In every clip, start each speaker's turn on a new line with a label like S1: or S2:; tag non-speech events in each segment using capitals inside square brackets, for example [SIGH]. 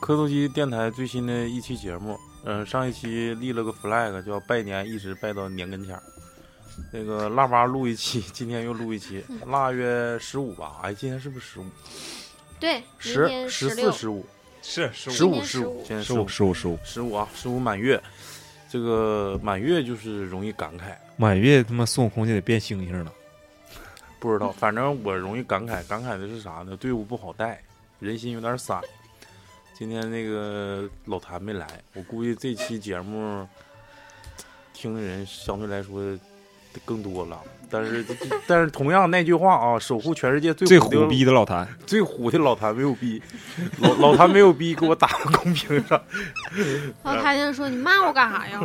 S1: 科头机电台最新的一期节目，嗯、上一期立了个 flag，叫拜年一直拜到年跟前儿。那个腊八录一期，今天又录一期，
S2: 嗯
S1: 腊月十五吧？哎，今天是不是十五？
S2: 对，明
S1: 十
S2: 天
S1: 十
S2: 六
S1: 四、，十五、
S3: 是十
S1: 十五、
S2: 今
S3: 五
S2: 天
S1: 十
S2: 15
S1: 五，今天
S3: 十
S1: 五
S3: 五、十五、十五，
S1: 十五啊，十五满月。这个满月就是容易感慨，
S3: 满月他妈孙悟空就得变星星了。
S1: 不知道，反正我容易感慨，感慨的是啥呢？队伍不好带，人心有点散。今天那个老谭没来，我估计这期节目听的人相对来说更多了。但是， [LAUGHS] 但是同样那句话啊，守护全世界最
S3: 最
S1: 虎的
S3: 虎逼的老谭，
S1: 最虎的老谭没有逼，老老谭没有逼，给我打个公屏上。
S2: 然后
S1: 呃
S2: 他就说：“你骂我干啥 [LAUGHS] 呀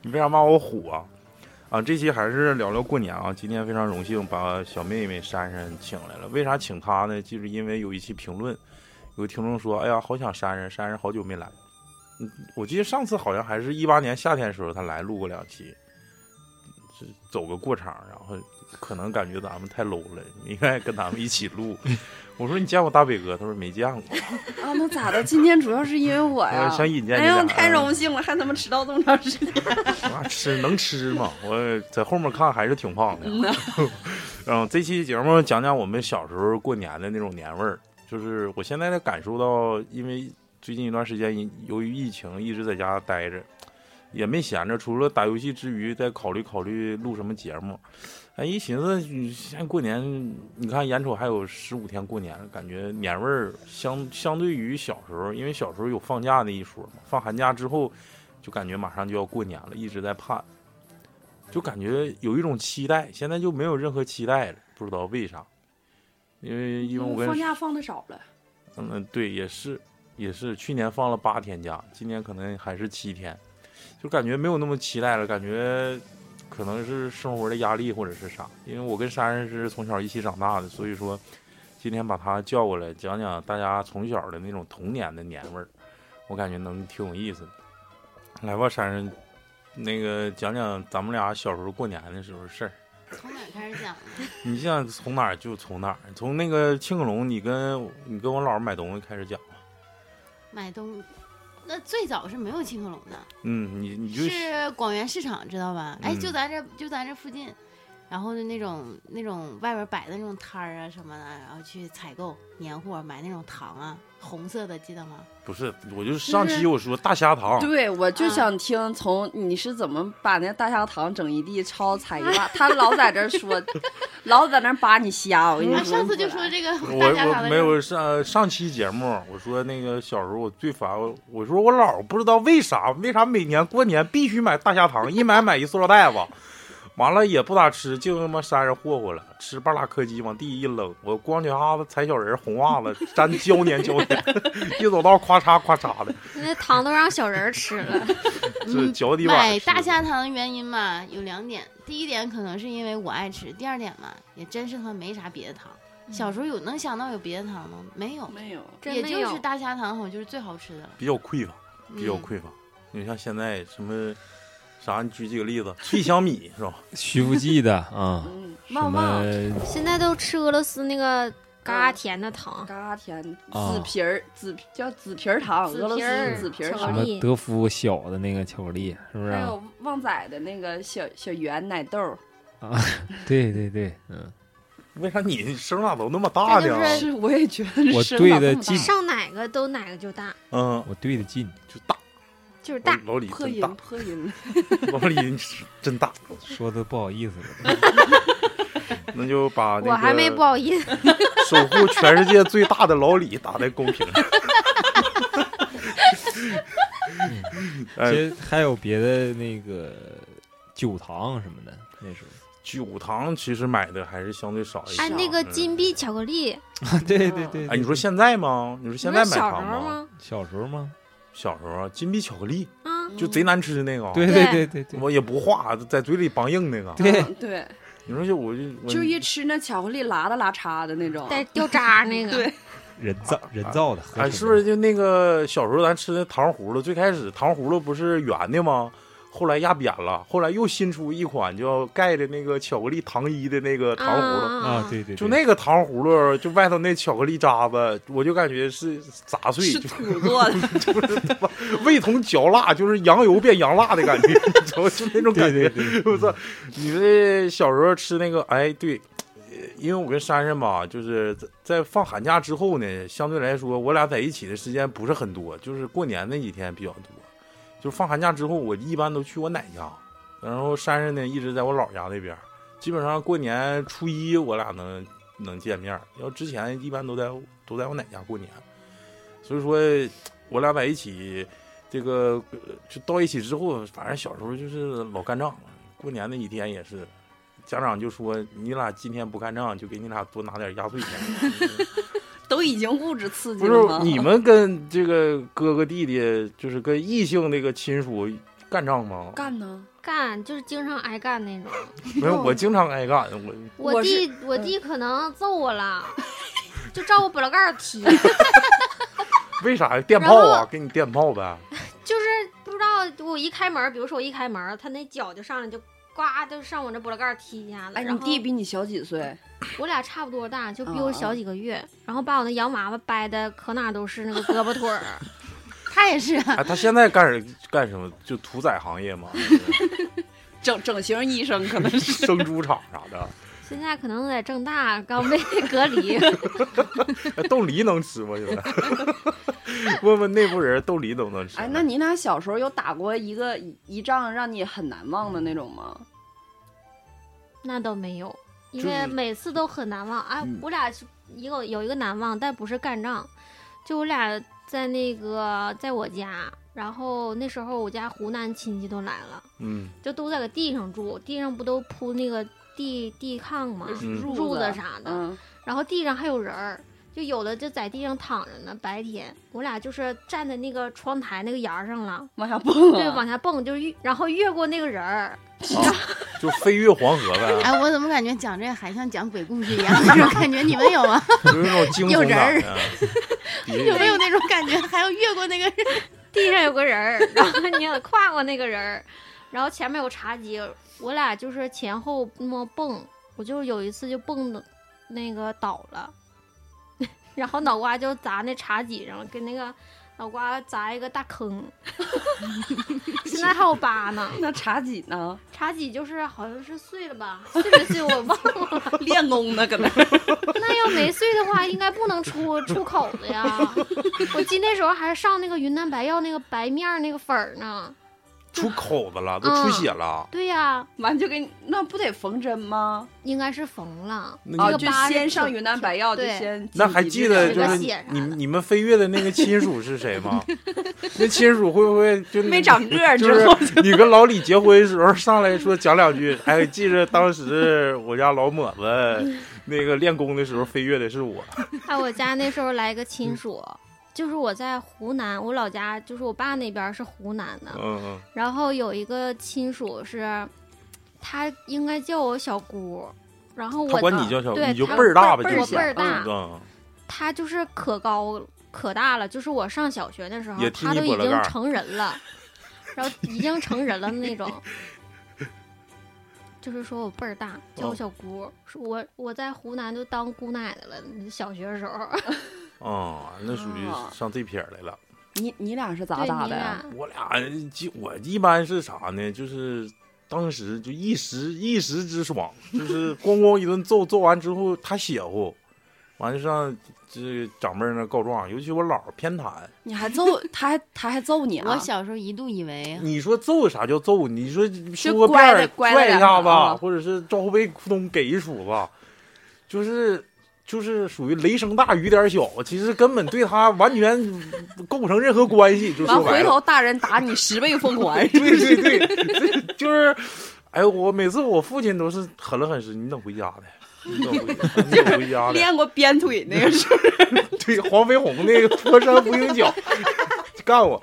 S1: 你为啥骂我虎啊？啊，这期还是聊聊过年啊。今天非常荣幸把小妹妹珊珊请来了。为啥请她呢？就是因为有一期评论，有听众说：“哎呀，好想珊珊，珊珊好久没来。”嗯，我记得上次好像还是一八年夏天的时候，她来录过两期，是走个过场，然后可能感觉咱们太 low 了，你应该跟咱们一起录。 [LAUGHS] 我说你见过大北哥？他说没见过。
S4: [LAUGHS] 啊，那咋的？今天主要是因为我呀
S1: 我。呃想引荐你
S4: 哎
S1: 俩。嗯
S4: 呦，太荣幸了，还他妈迟到这么长时间。
S1: 那吃能吃吗？我在后面看还是挺胖的。 [LAUGHS] 嗯，这期节目讲讲我们小时候过年的那种年味儿，就是我现在能感受到，因为最近一段时间因由于疫情一直在家待着，也没闲着，除了打游戏之余，再考虑考虑录什么节目。哎，一寻思，你现在过年，你看眼瞅还有十五天过年，感觉年味儿相相对于小时候，因为小时候有放假那一说嘛，放寒假之后，就感觉马上就要过年了，一直在盼，就感觉有一种期待，现在就没有任何期待了，不知道为啥，因为因为我跟
S4: 放假放的少了，
S1: 嗯，对，也是，也是，去年放了八天假，今年可能还是七天，就感觉没有那么期待了，感觉可能是生活的压力或者是啥。因为我跟珊珊是从小一起长大的，所以说今天把她叫过来，讲讲大家从小的那种童年的年味儿，我感觉能挺有意思的。来吧，珊珊，那个讲讲咱们俩小时候过年的时候事儿。？”
S2: 从哪儿开始讲？
S1: 你想从哪儿就从哪儿，从那个庆克隆，你跟你跟我姥儿买东西开始讲。
S2: 买东，那最早是没有青克隆的，
S1: 嗯，你你就是
S2: 广元市场，知道吧？哎，
S1: 嗯
S2: 就咱这就咱这附近，然后就那种那种外边摆的那种摊儿啊什么的，然后去采购年货，买那种糖啊，红色的，记得吗？
S1: 不是，我就是上期我说大虾糖，
S4: 对我就想听从你是怎么把那大虾糖整一地，抄踩一把。他老在这儿说，老在那儿扒你虾，我跟你
S2: 啊，
S4: 说。
S2: 上次就说这个
S1: 我
S2: 大家啥
S1: 嗯我
S2: 的，
S1: 没有上上期节目我说那个小时候我最烦，我说我姥儿不知道为啥为啥每年过年必须买大虾糖，一买买一塑料袋子，完了也不咋吃，净他妈山上霍霍了，吃半拉柯基往地一扔，我光脚丫子踩小人儿，红袜子粘 [LAUGHS] 胶粘胶粘，一走道咔嚓咔嚓的，
S5: 那糖都让小人儿吃了，
S1: 这脚底板儿
S2: 嗯买
S1: 吃
S2: 大
S1: 的
S2: 虾糖的原因嘛，有两点。第一点可能是因为我爱吃，第二点嘛，也真是他妈没啥别的糖。小时候有能想到有别的糖吗？没有，
S4: 没有，
S5: 真
S2: 也
S5: 的
S2: 就
S5: 有
S2: 是大虾糖好像就是最好吃的了。
S1: 比较匮乏。比较
S2: 嗯
S1: 匮乏。你像现在什么啥？你举几个例子？脆香米是吧？
S3: 徐福记 [LAUGHS] 的啊，
S4: 嗯，
S3: 什
S4: 旺旺，
S3: 么
S5: 现在都吃俄罗斯那个
S1: 嗯
S5: 嘎嘎甜的糖，
S4: 嘎嘎甜，
S3: 啊
S4: 紫皮儿，紫叫紫皮儿糖，
S5: 紫
S4: 俄罗
S5: 皮儿
S4: 斯紫皮儿
S5: 巧
S3: 什
S5: 克
S4: 糖
S5: 力，
S3: 么德芙小的那个巧克力，是不是
S4: 还
S3: 啊？
S4: 有旺仔的那个小小圆奶豆儿。
S3: 对对对，嗯，
S1: 为啥你声咋都那么大
S2: 这就
S1: 呢？
S2: 是
S4: 是，我也觉得
S3: 我
S4: 声
S3: 对
S4: 咋
S3: 的
S4: 这么大
S3: 记
S5: 上哪个都哪个就大，
S1: 嗯，
S3: 我对得近，
S1: 就大
S5: 就是大。
S1: 老李
S4: 破
S1: 真
S4: 音
S1: 大，
S4: 破
S1: [LAUGHS]
S4: 音。
S1: 老李真大。
S3: 说的不好意思了。
S1: 那就把
S5: 我还
S1: 那
S5: 没不
S1: 个
S5: 好意思，
S1: 守护全世界最大的老李打在公屏上。[LAUGHS]
S3: 嗯其
S1: [LAUGHS] 哎，
S3: 实还有别的那个酒糖什么的，那
S1: [LAUGHS]
S3: 时候。
S1: 酒糖其实买的还是相对少一些。
S5: 哎，那个金币巧克力，
S3: 对对对，
S1: 哎，你说
S3: 对
S1: 现在吗？你说现在
S5: 你
S1: 买
S5: 们小时
S1: 糖
S5: 候
S1: 吗？
S5: 吗？
S3: 小时候吗？
S1: 小时候啊金币巧克力
S5: 啊，
S1: 就
S2: 嗯
S1: 贼难吃的那个啊，
S3: 对对
S5: 对
S3: 对对，
S1: 我也不化，在嘴里梆硬那个。
S3: 对
S4: 嗯对，
S1: 你说就我就我
S4: 就一吃那巧克力拉的拉碴的那种。
S5: 带掉渣儿那
S1: [LAUGHS]
S5: 个，啊
S4: 对
S3: 人造人造的，合
S1: 啊哎，
S3: 成
S1: 是不
S3: 的
S1: 是就那个小时候咱吃的糖葫芦？最开始糖葫芦不是圆的吗？后来压扁了，后来又新出一款叫盖的那个巧克力糖衣的那个糖葫芦，
S5: 啊
S3: 啊，，对对，
S1: 就
S3: 对
S1: 那个糖葫芦，就外头那巧克力渣子，我就感觉是砸碎，
S4: 是
S1: 就
S4: 土做的，
S1: 就是他妈味同嚼蜡，就是羊油变羊蜡的感觉，你知道吗就那种感觉。
S3: 对对
S1: [LAUGHS]
S3: 对，
S1: 我操！你这小时候吃那个，哎，对，呃因为我跟珊珊吧，就是在在放寒假之后呢，相对来说，我俩在一起的时间不是很多，就是过年那几天比较多。就是放寒假之后，我一般都去我奶家，然后珊珊呢一直在我姥家那边儿。基本上过年初一我俩能能见面儿，要之前一般都在都在我奶家过年，所以说我俩在一起，这个呃就到一起之后，反正小时候就是老干仗，过年那几天也是，家长就说你俩今天不干仗，就给你俩多拿点压岁钱。
S4: 都已经物质刺激
S1: 不
S4: 了吗
S1: 是？你们跟这个哥哥弟弟，就是跟异性那个亲属干仗吗？
S4: 干呢？
S5: 干就是经常挨干那种。
S1: 没有，我经常挨干，我嗯
S5: 我
S4: 我
S5: 弟我弟可能揍我
S1: [LAUGHS]
S5: 了，就照我脖子盖儿踢，
S1: 为啥呀？电炮
S5: 然
S1: 啊
S5: 后，
S1: 给你电炮呗。
S5: 就是不知道我一开门，比如说我一开门，他那脚就上来就。呱，就上我这脖子盖儿踢一下子。
S4: 哎，
S5: 然
S4: 你
S5: 后
S4: 弟比你小几岁？
S5: 我俩差不多大，就比我
S4: 嗯
S5: 小几个月，然后把我那洋娃娃掰的可哪都是，那个胳膊
S1: [LAUGHS]
S5: 腿儿。
S2: 他也是啊， [LAUGHS]
S1: 哎，他现在干干什么？就屠宰行业嘛，
S4: 整整形医生可能是。
S1: 生猪场啥的。
S5: 现在可能在正大刚
S1: [LAUGHS]
S5: 被隔离，
S1: 哎，冻梨能吃吗？现在？ [LAUGHS] 问问内部人，冻梨都能吃吗？
S4: [LAUGHS] 哎，那你俩小时候有打过一个一一仗让你很难忘的那种吗？
S5: 那倒没有，因
S1: 就是
S5: 为每次都很难忘。哎
S1: 嗯，
S5: 我俩是一个有一个难忘，但不是干仗，就我俩在那个在我家，然后那时候我家湖南亲戚都来了，
S1: 嗯，
S5: 就都在个地上住，地上不都铺那个地地炕吗？
S1: 嗯
S5: 褥子啥的，
S4: 嗯，
S5: 然后地上还有人儿，就有的就在地上躺着呢。白天我俩就是站在那个窗台那个沿儿上了，
S4: 往下蹦
S5: 对，
S4: 啊！
S5: 往下蹦，就是越然后越过那个人儿，
S1: 啊，就飞越黄河呗，
S2: 哎，我怎么感觉讲这个还像讲鬼故事一
S1: [LAUGHS]
S2: 样那种感觉？你们有吗？
S1: 就是那种惊
S2: 有
S1: 悚
S2: 人
S1: 感
S2: 儿
S1: 的。比
S2: [LAUGHS] 有没有那种感觉？还要越过
S1: [LAUGHS]
S2: 那个
S1: 啊
S2: 人？
S5: 地上有个人儿， [LAUGHS] 然后你得跨过那个人儿，然后前面有茶几，我俩就是前后那么蹦，我就是有一次就蹦的，那个倒了， [LAUGHS] 然后脑瓜就砸那茶几上了，给那个脑瓜砸一个大坑， [LAUGHS] 现在还有疤呢。
S4: 那茶几呢？ [LAUGHS]
S5: 茶几就是好像是碎了吧，碎没碎我忘了。
S4: 练功呢，搁那儿。
S5: [LAUGHS] 那要没碎的话，应该不能出出口的呀。我记那时候还上那个云南白药那个白面儿那个粉儿呢。
S1: 出口子了，都出血了，
S5: 对呀、
S4: [LAUGHS] 完就给你，那不得缝针吗？
S5: 应该是缝了。
S1: 那
S4: 啊，
S1: 你
S5: 个
S4: 就
S5: 疤是
S4: 先上
S5: 挺
S4: 云南白药，就
S5: 对
S4: 先。
S1: 那还记得
S5: 是
S1: 就
S5: 个
S1: 是
S5: 血啥
S1: 你
S5: 的
S1: 你们飞跃的那个亲属是谁吗？那亲属会不会就
S4: 没长个儿
S1: 就
S4: 之
S1: 是
S4: 后，
S1: 你跟老李结婚的时候上来说讲两句，哎，记着当时我家老抹子那个练功的时候飞跃的是我，
S5: 还哎有我家那时候来一个
S1: 嗯
S5: 亲属，就是我在湖南，我老家就是我爸那边儿是湖南的，
S1: 嗯嗯，
S5: 然后有一个亲属是，他应该叫我小姑，然后我
S1: 他管
S5: 的
S1: 你叫小
S5: 对
S1: 你就
S5: 他
S1: 辈儿大呗，
S4: 辈儿
S1: 就
S5: 我
S1: 是
S5: 辈儿大，
S1: 嗯，
S5: 他就是可高可大了，就是我上小学的时候
S1: 也，踢
S5: 他
S1: 你
S5: 都
S1: 脖
S5: 已
S1: 子盖儿
S5: 经成人了，
S1: [LAUGHS]
S5: 然后已经成人了那种。就是说我辈儿大，叫我
S1: 哦
S5: 小姑，说我我在湖南就当姑奶奶了，小学的时候。 [LAUGHS]
S1: 哦，那属于
S4: 啊
S1: 上这撇儿来了。
S4: 你你俩是咋
S5: 对
S4: 打
S5: 你
S4: 的呀？
S5: 俩
S1: 我俩就我一般是啥呢？就是当时就一时一时之爽，
S4: [LAUGHS]
S1: 就是咣咣一顿揍，揍完之后他血乎，完就上这长辈儿那告状，尤其我姥儿偏袒。
S4: 你还揍他还他还揍你啊？
S2: 我小时候一度以为
S1: 你说揍啥叫揍？你说修个辫
S4: 乖
S1: 儿
S4: 的乖的
S1: 拽一下
S4: 两
S1: 子
S4: 下啊，
S1: 或者是照后背窟窿给一杵子，就是就是属于雷声大雨点儿小，其实根本对他完全 [LAUGHS] 构不成任何关系。就
S4: 完
S1: 说白
S4: 回
S1: 了，，
S4: 头大人打你十倍奉
S1: [LAUGHS]
S4: 还
S1: 对对对，这就是，哎，我每次我父亲都是狠了狠说：“你等回家的，你等回家的，你等回家的。
S4: 练过鞭腿那个是。”
S1: [LAUGHS] 对，黄飞鸿那个脱山不应脚， [LAUGHS] 干我。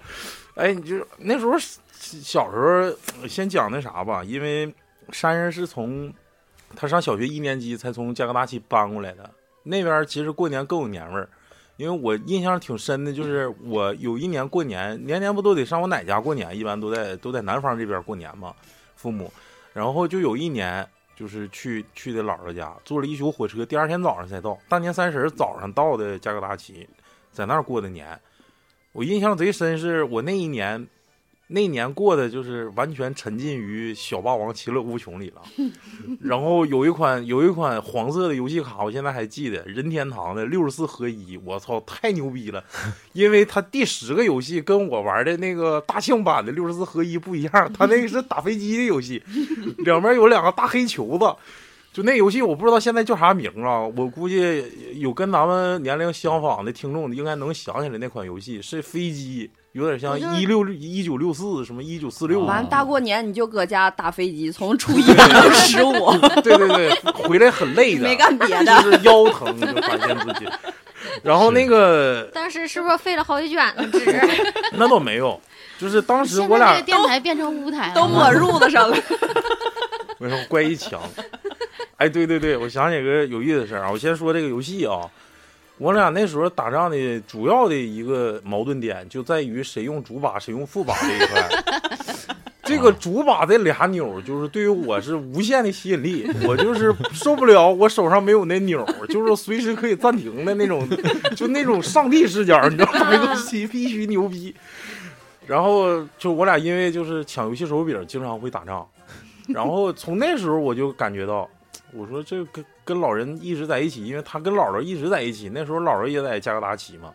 S1: 哎，你就那时候小时候，先讲那啥吧，因为珊珊是从他上小学一年级才从加格达奇搬过来的，那边儿其实过年更有年味儿。因为我印象挺深的，就是我有一年过年，年年不都得上我奶家过年，一般都在都在南方这边过年嘛，父母。然后就有一年，就是去去的姥姥家，坐了一宿火车，第二天早上才到，大年三十儿早上到的加格达奇，在那儿过的年。我印象贼深，是我那一年，那年过的就是完全沉浸于《小霸王其乐无穷》里了。然后有一款有一款黄色的游戏卡，我现在还记得，任天堂的六十四合一，我操，太牛逼了！因为它第十个游戏跟我玩的那个大象版的六十四合一不一样，它那个是打飞机的游戏，两边有两个大黑球子。就那游戏我不知道现在叫啥名啊，我估计有跟咱们年龄相仿的听众应该能想起来那款游戏是飞机，有点像
S4: 我就
S1: 一六一九六四什么一九四六
S3: 啊
S4: [LAUGHS] 完大过年你就搁家打飞机，从初 [LAUGHS] 一打到十五，
S1: [LAUGHS] 对对对，回来很累的，
S4: 没干别的。 [LAUGHS]
S1: 就是腰疼，就发现自己。然后那个
S5: 当时是不是费了好几卷呢？纸
S1: [LAUGHS] 那倒没有，就是当时
S2: 现
S1: 我
S2: 在这
S1: 俩
S2: 个电台变成舞台
S4: 都
S2: 了，
S4: 抹褥子 [LAUGHS] 上了，
S1: 为什么怪一强？ [LAUGHS] 哎，对对对，我想起个有意思的事儿啊，我先说这个游戏啊，我俩那时候打仗的主要的一个矛盾点就在于谁用主把谁用副把这一块。这个主把这俩钮儿，就是对于我是无限的吸引力，我就是受不了我手上没有那钮儿，就是随时可以暂停的那种， [LAUGHS] 就那种上帝视角，你知道吗？这东西必须牛逼。然后就我俩因为就是抢游戏手柄，经常会打仗。然后从那时候我就感觉到，我说这跟跟老人一直在一起，因为他跟姥姥一直在一起，那时候姥姥也在加格达奇嘛，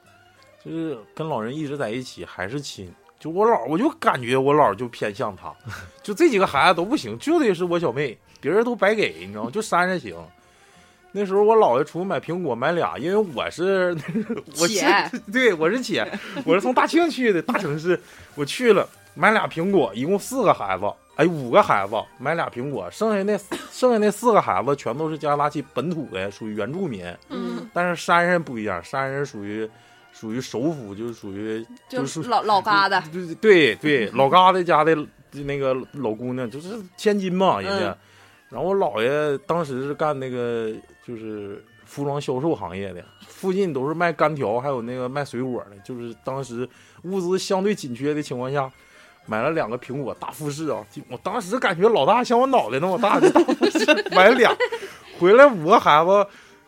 S1: 就是跟老人一直在一起还是亲。就我姥，我就感觉我姥就偏向他，就这几个孩子都不行，就得是我小妹，别人都白给，你知道吗？就珊珊行。那时候我姥爷出去买苹果买俩，因为我是 [LAUGHS] 我是
S4: 姐，
S1: 对，我是姐，我是从大庆去的，大城市，我去了买俩苹果，一共四个孩子，哎，五个孩子买俩苹果，剩下那四剩下那四个孩子全都是加拿大其本土的，属于原住民。
S5: 嗯，
S1: 但是山人不一样，山人属于属于首府，就是属于
S4: 就
S1: 就是
S4: 老老疙瘩，
S1: 对对对，老疙瘩家的那个老姑娘就是千金嘛，人家。
S4: 嗯
S1: 然后我姥爷当时是干那个就是服装销售行业的，附近都是卖干条，还有那个卖水果的。就是当时物资相对紧缺的情况下，买了两个苹果大富士啊，就我当时感觉老大像我脑袋那么大的大富士，买了俩，回来五个孩子，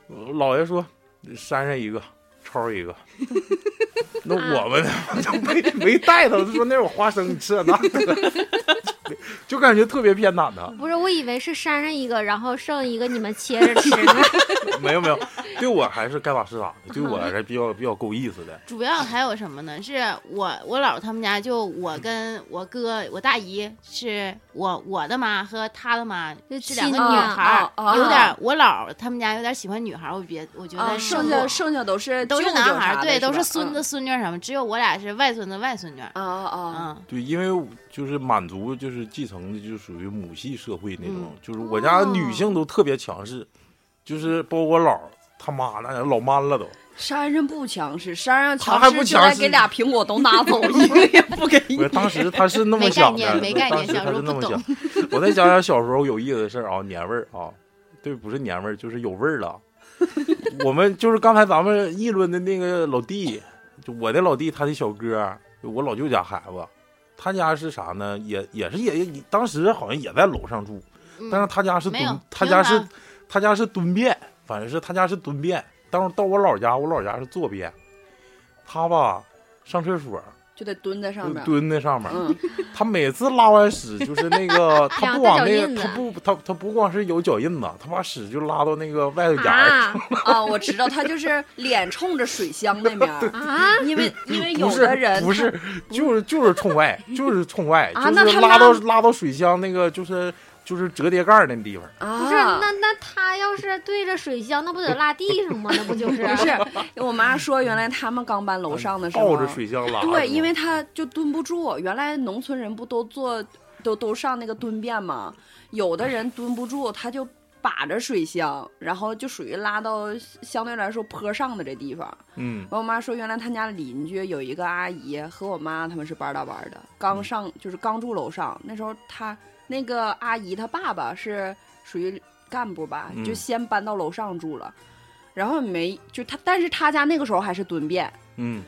S1: 呃姥爷说珊珊一个，超一个。那我们呢？ [LAUGHS] 就没没带他，说那有花生，你吃点那个， [LAUGHS] 就感觉特别偏袒他。 [LAUGHS]
S5: 不是，我以为是删上一个，然后剩一个你们切
S1: [LAUGHS]
S5: 着吃呢。
S1: 没有没有，对我还是该咋是咋的，对我还是比较比较够意思的。
S2: 主要还有什么呢？是我我姥他们家就我
S1: 嗯
S2: 跟我哥我大姨是我我的妈和她的妈
S5: 就是
S2: 两个
S5: 亲
S2: 女
S5: 娘
S2: 孩儿
S4: 啊，啊啊
S2: 有点我姥他们家有点喜欢女孩儿，我别我觉
S4: 啊，
S2: 得胜
S4: 剩
S2: 过
S4: 下剩下都是
S2: 都
S4: 舅
S2: 是
S4: 舅
S2: 男
S4: 啥
S2: 孩儿，
S4: 的
S2: 对，
S4: 吧
S2: 都是孙子
S4: 嗯
S2: 孙女儿什么，只有我俩是外孙子外孙女儿。
S4: 啊啊，
S2: 嗯，
S1: 对，因为就是满族就是继承的就属于母系社会那种
S2: 嗯，
S1: 就是我家女性都特别强势，就是包括我姥儿他妈那老 man 了都。
S4: 山上不强势，山上
S1: 他还
S4: 势
S1: 不
S4: 就
S1: 强
S4: 该
S1: 势
S4: 给俩苹果都拿走，一个也不
S1: [LAUGHS]
S4: 给你
S1: 我。当时他是那么
S2: 没概
S1: 想的，
S2: 念没概
S1: 当
S2: 念
S1: 时
S2: 小
S1: 他是
S2: 时候
S1: 那么
S2: 不
S1: 想。我再讲讲小时候有意思的事儿啊，年味儿啊，对，不是年味儿，就是有味儿了。我们就是刚才咱们议论的那个老弟，就我的老弟，他的小哥，我老舅家孩子，他家是啥呢？也也是也也当时好像也在楼上住，
S2: 嗯
S1: 但是他家是
S2: 没有
S1: 蹲，他家是
S2: 平房
S1: 他家是蹲便，反正是他家是蹲便。当时到我姥家，我姥家是坐便，他吧上厕所
S4: 就得蹲在上
S1: 就
S4: 面。
S1: 蹲在上面，
S4: 嗯， [LAUGHS]
S1: 他每次拉完屎，就是那个他不往那个，
S5: 两个
S1: 他
S5: 脚
S1: 不他他不光是有脚印子，他把屎就拉到那个外头沿儿。
S5: 啊
S1: [LAUGHS]
S4: 啊，我知道他就是脸冲着水箱那面 [LAUGHS] 儿，
S5: 啊！
S4: 因为因为有
S1: 不是
S4: 的人
S1: 不是， [LAUGHS] 就是就是冲
S4: [LAUGHS]
S1: 外，就是冲外，
S4: 啊
S1: 就
S4: 那
S1: 是
S4: 他
S1: 拉
S4: 拉
S1: 到拉到水箱那个，就是就是折叠盖儿那地方。
S5: 不
S4: 啊，
S5: 是，那那他要是对着水箱，那不得拉地上吗？那不
S1: [LAUGHS]
S5: 就是？
S4: 不是，我妈说原来他们刚搬楼上的时
S1: 嗯
S4: 候
S1: 抱着，水箱拉。
S4: 对，因为他就蹲不住。原来农村人不都坐都都上那个蹲便吗？有的人蹲不住，他就把着水箱，然后就属于拉到相对来说坡上的这地方。
S1: 嗯
S4: 完，我妈说，原来她家邻居有一个阿姨和我妈他们是班搭班的，
S1: 嗯
S4: 刚上就是刚住楼上。那时候她那个阿姨她爸爸是属于干部吧，
S1: 嗯
S4: 就先搬到楼上住了。然后也没就他，但是他家那个时候还是蹲便，
S1: 嗯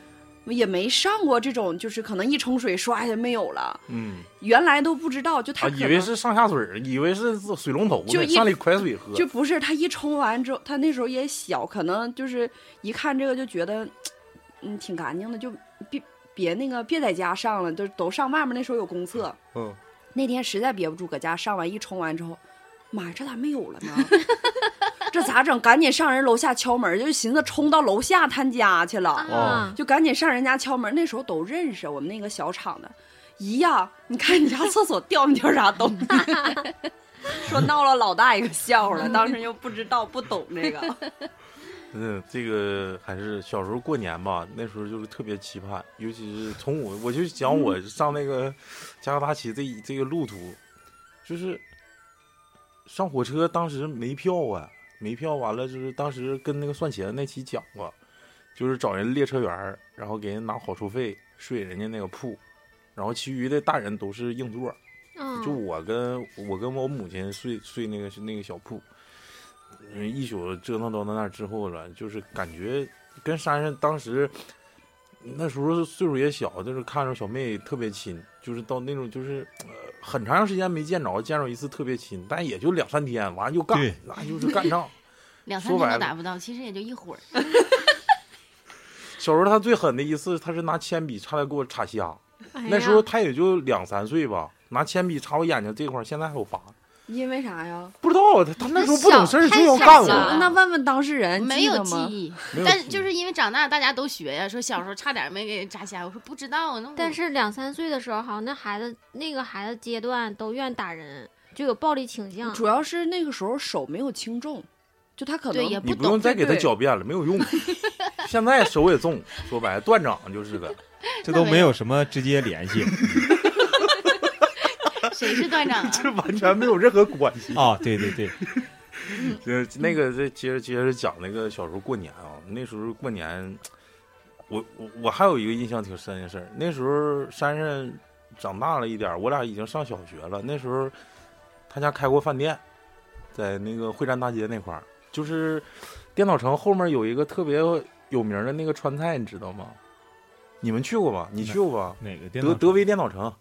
S4: 也没上过这种，就是可能一冲水唰一下没有了，
S1: 嗯，
S4: 原来都不知道，就
S1: 啊，
S4: 他可
S1: 以
S4: 能、
S1: 为是上下水儿，以为是水龙头
S4: 就
S1: 呢，
S4: 一
S1: 上来快水喝，
S4: 就不是他一冲完之后，他那时候也小，可能就是一看这个就觉得，嗯，挺干净的，就别别那个别在家上了，就都上外面。那时候有公厕，
S1: 嗯，
S4: [LAUGHS] 那天实在憋不住，搁家上完一冲完之后，妈呀，这咋没有 [LAUGHS] 了呢？这咋整？赶紧上人楼下敲门，就寻思冲到楼下他家去了。
S5: 啊，
S1: 哦
S4: 就赶紧上人家敲门。那时候都认识我们那个小厂的，姨呀，你看你家厕所掉没掉啥东西？ [LAUGHS] 说闹了老大一个笑话了，当时又不知道不懂这个， [LAUGHS]
S1: 嗯，这个还是小时候过年吧，那时候就是特别期盼，尤其是从我我就讲我上那个加格达奇这一这个路途，就是上火车当时没票啊，没票完了就是当时跟那个算钱那期讲过，就是找人列车员儿，然后给人拿好处费睡人家那个铺，然后其余的大人都是硬座，
S5: 嗯
S1: 就我跟我跟我母亲睡睡那个那个小铺，嗯一宿折腾到那儿之后了，就是感觉跟山上当时那时候岁数也小，就是看着小妹特别亲，就是到那种就是、呃、很长时间没见着，见着一次特别亲，但也就两三天，完了就干
S3: 对，
S1: 那就是干仗。
S2: 两三
S1: 说
S2: 天
S1: 白
S2: 都
S1: 了
S2: 打不到，其实也就一会儿。
S1: 小时候她最狠的一次，她是拿铅笔差点给我插瞎，
S5: 哎
S1: 那时
S5: 呀
S1: 候她也就两三岁吧，拿铅笔插我眼睛这块儿，现在还有疤。
S4: 因为啥呀？
S1: 不知道她她那时候不懂事儿
S5: 小
S1: 就要
S5: 太
S1: 干
S5: 小
S1: 我
S5: 了，
S4: 那问问当事人，
S2: 啊没有记
S4: 记得吗？
S2: 忆，
S1: 没有
S2: 但
S1: 记
S2: 就
S1: 忆
S2: 是因为长大大家都学呀，说小时候差点没给扎瞎，我说不知道，那我
S5: 但是两三岁的时候，好像那孩子那个孩子阶段都愿打人，就有暴力倾向。
S4: 主要是那个时候手没有轻重，就他可
S2: 对
S4: 能
S2: 也
S1: 你
S2: 不
S1: 不用
S2: 懂
S1: 再
S4: 对
S1: 给他
S4: 对
S1: 狡辩了，没有
S2: [LAUGHS]
S1: 用。现在手也重，说白了断掌就是个。
S3: 这都没有什么直接联系
S2: 谁是段长啊？
S1: [LAUGHS] 这完全没有任何关系。
S3: 啊！对对对，
S1: 呃，那个这接着接着讲那个小时候过年啊，那时候过年，我我我还有一个印象挺深的事儿，那时候珊珊长大了一点儿，我俩已经上小学了，那时候他家开过饭店，在那个会展大街那块儿，就是电脑城后面有一个特别有名的那个川菜，你知道吗？你们去过吧？你去过吧？
S3: 哪个电脑
S1: 德德威电脑城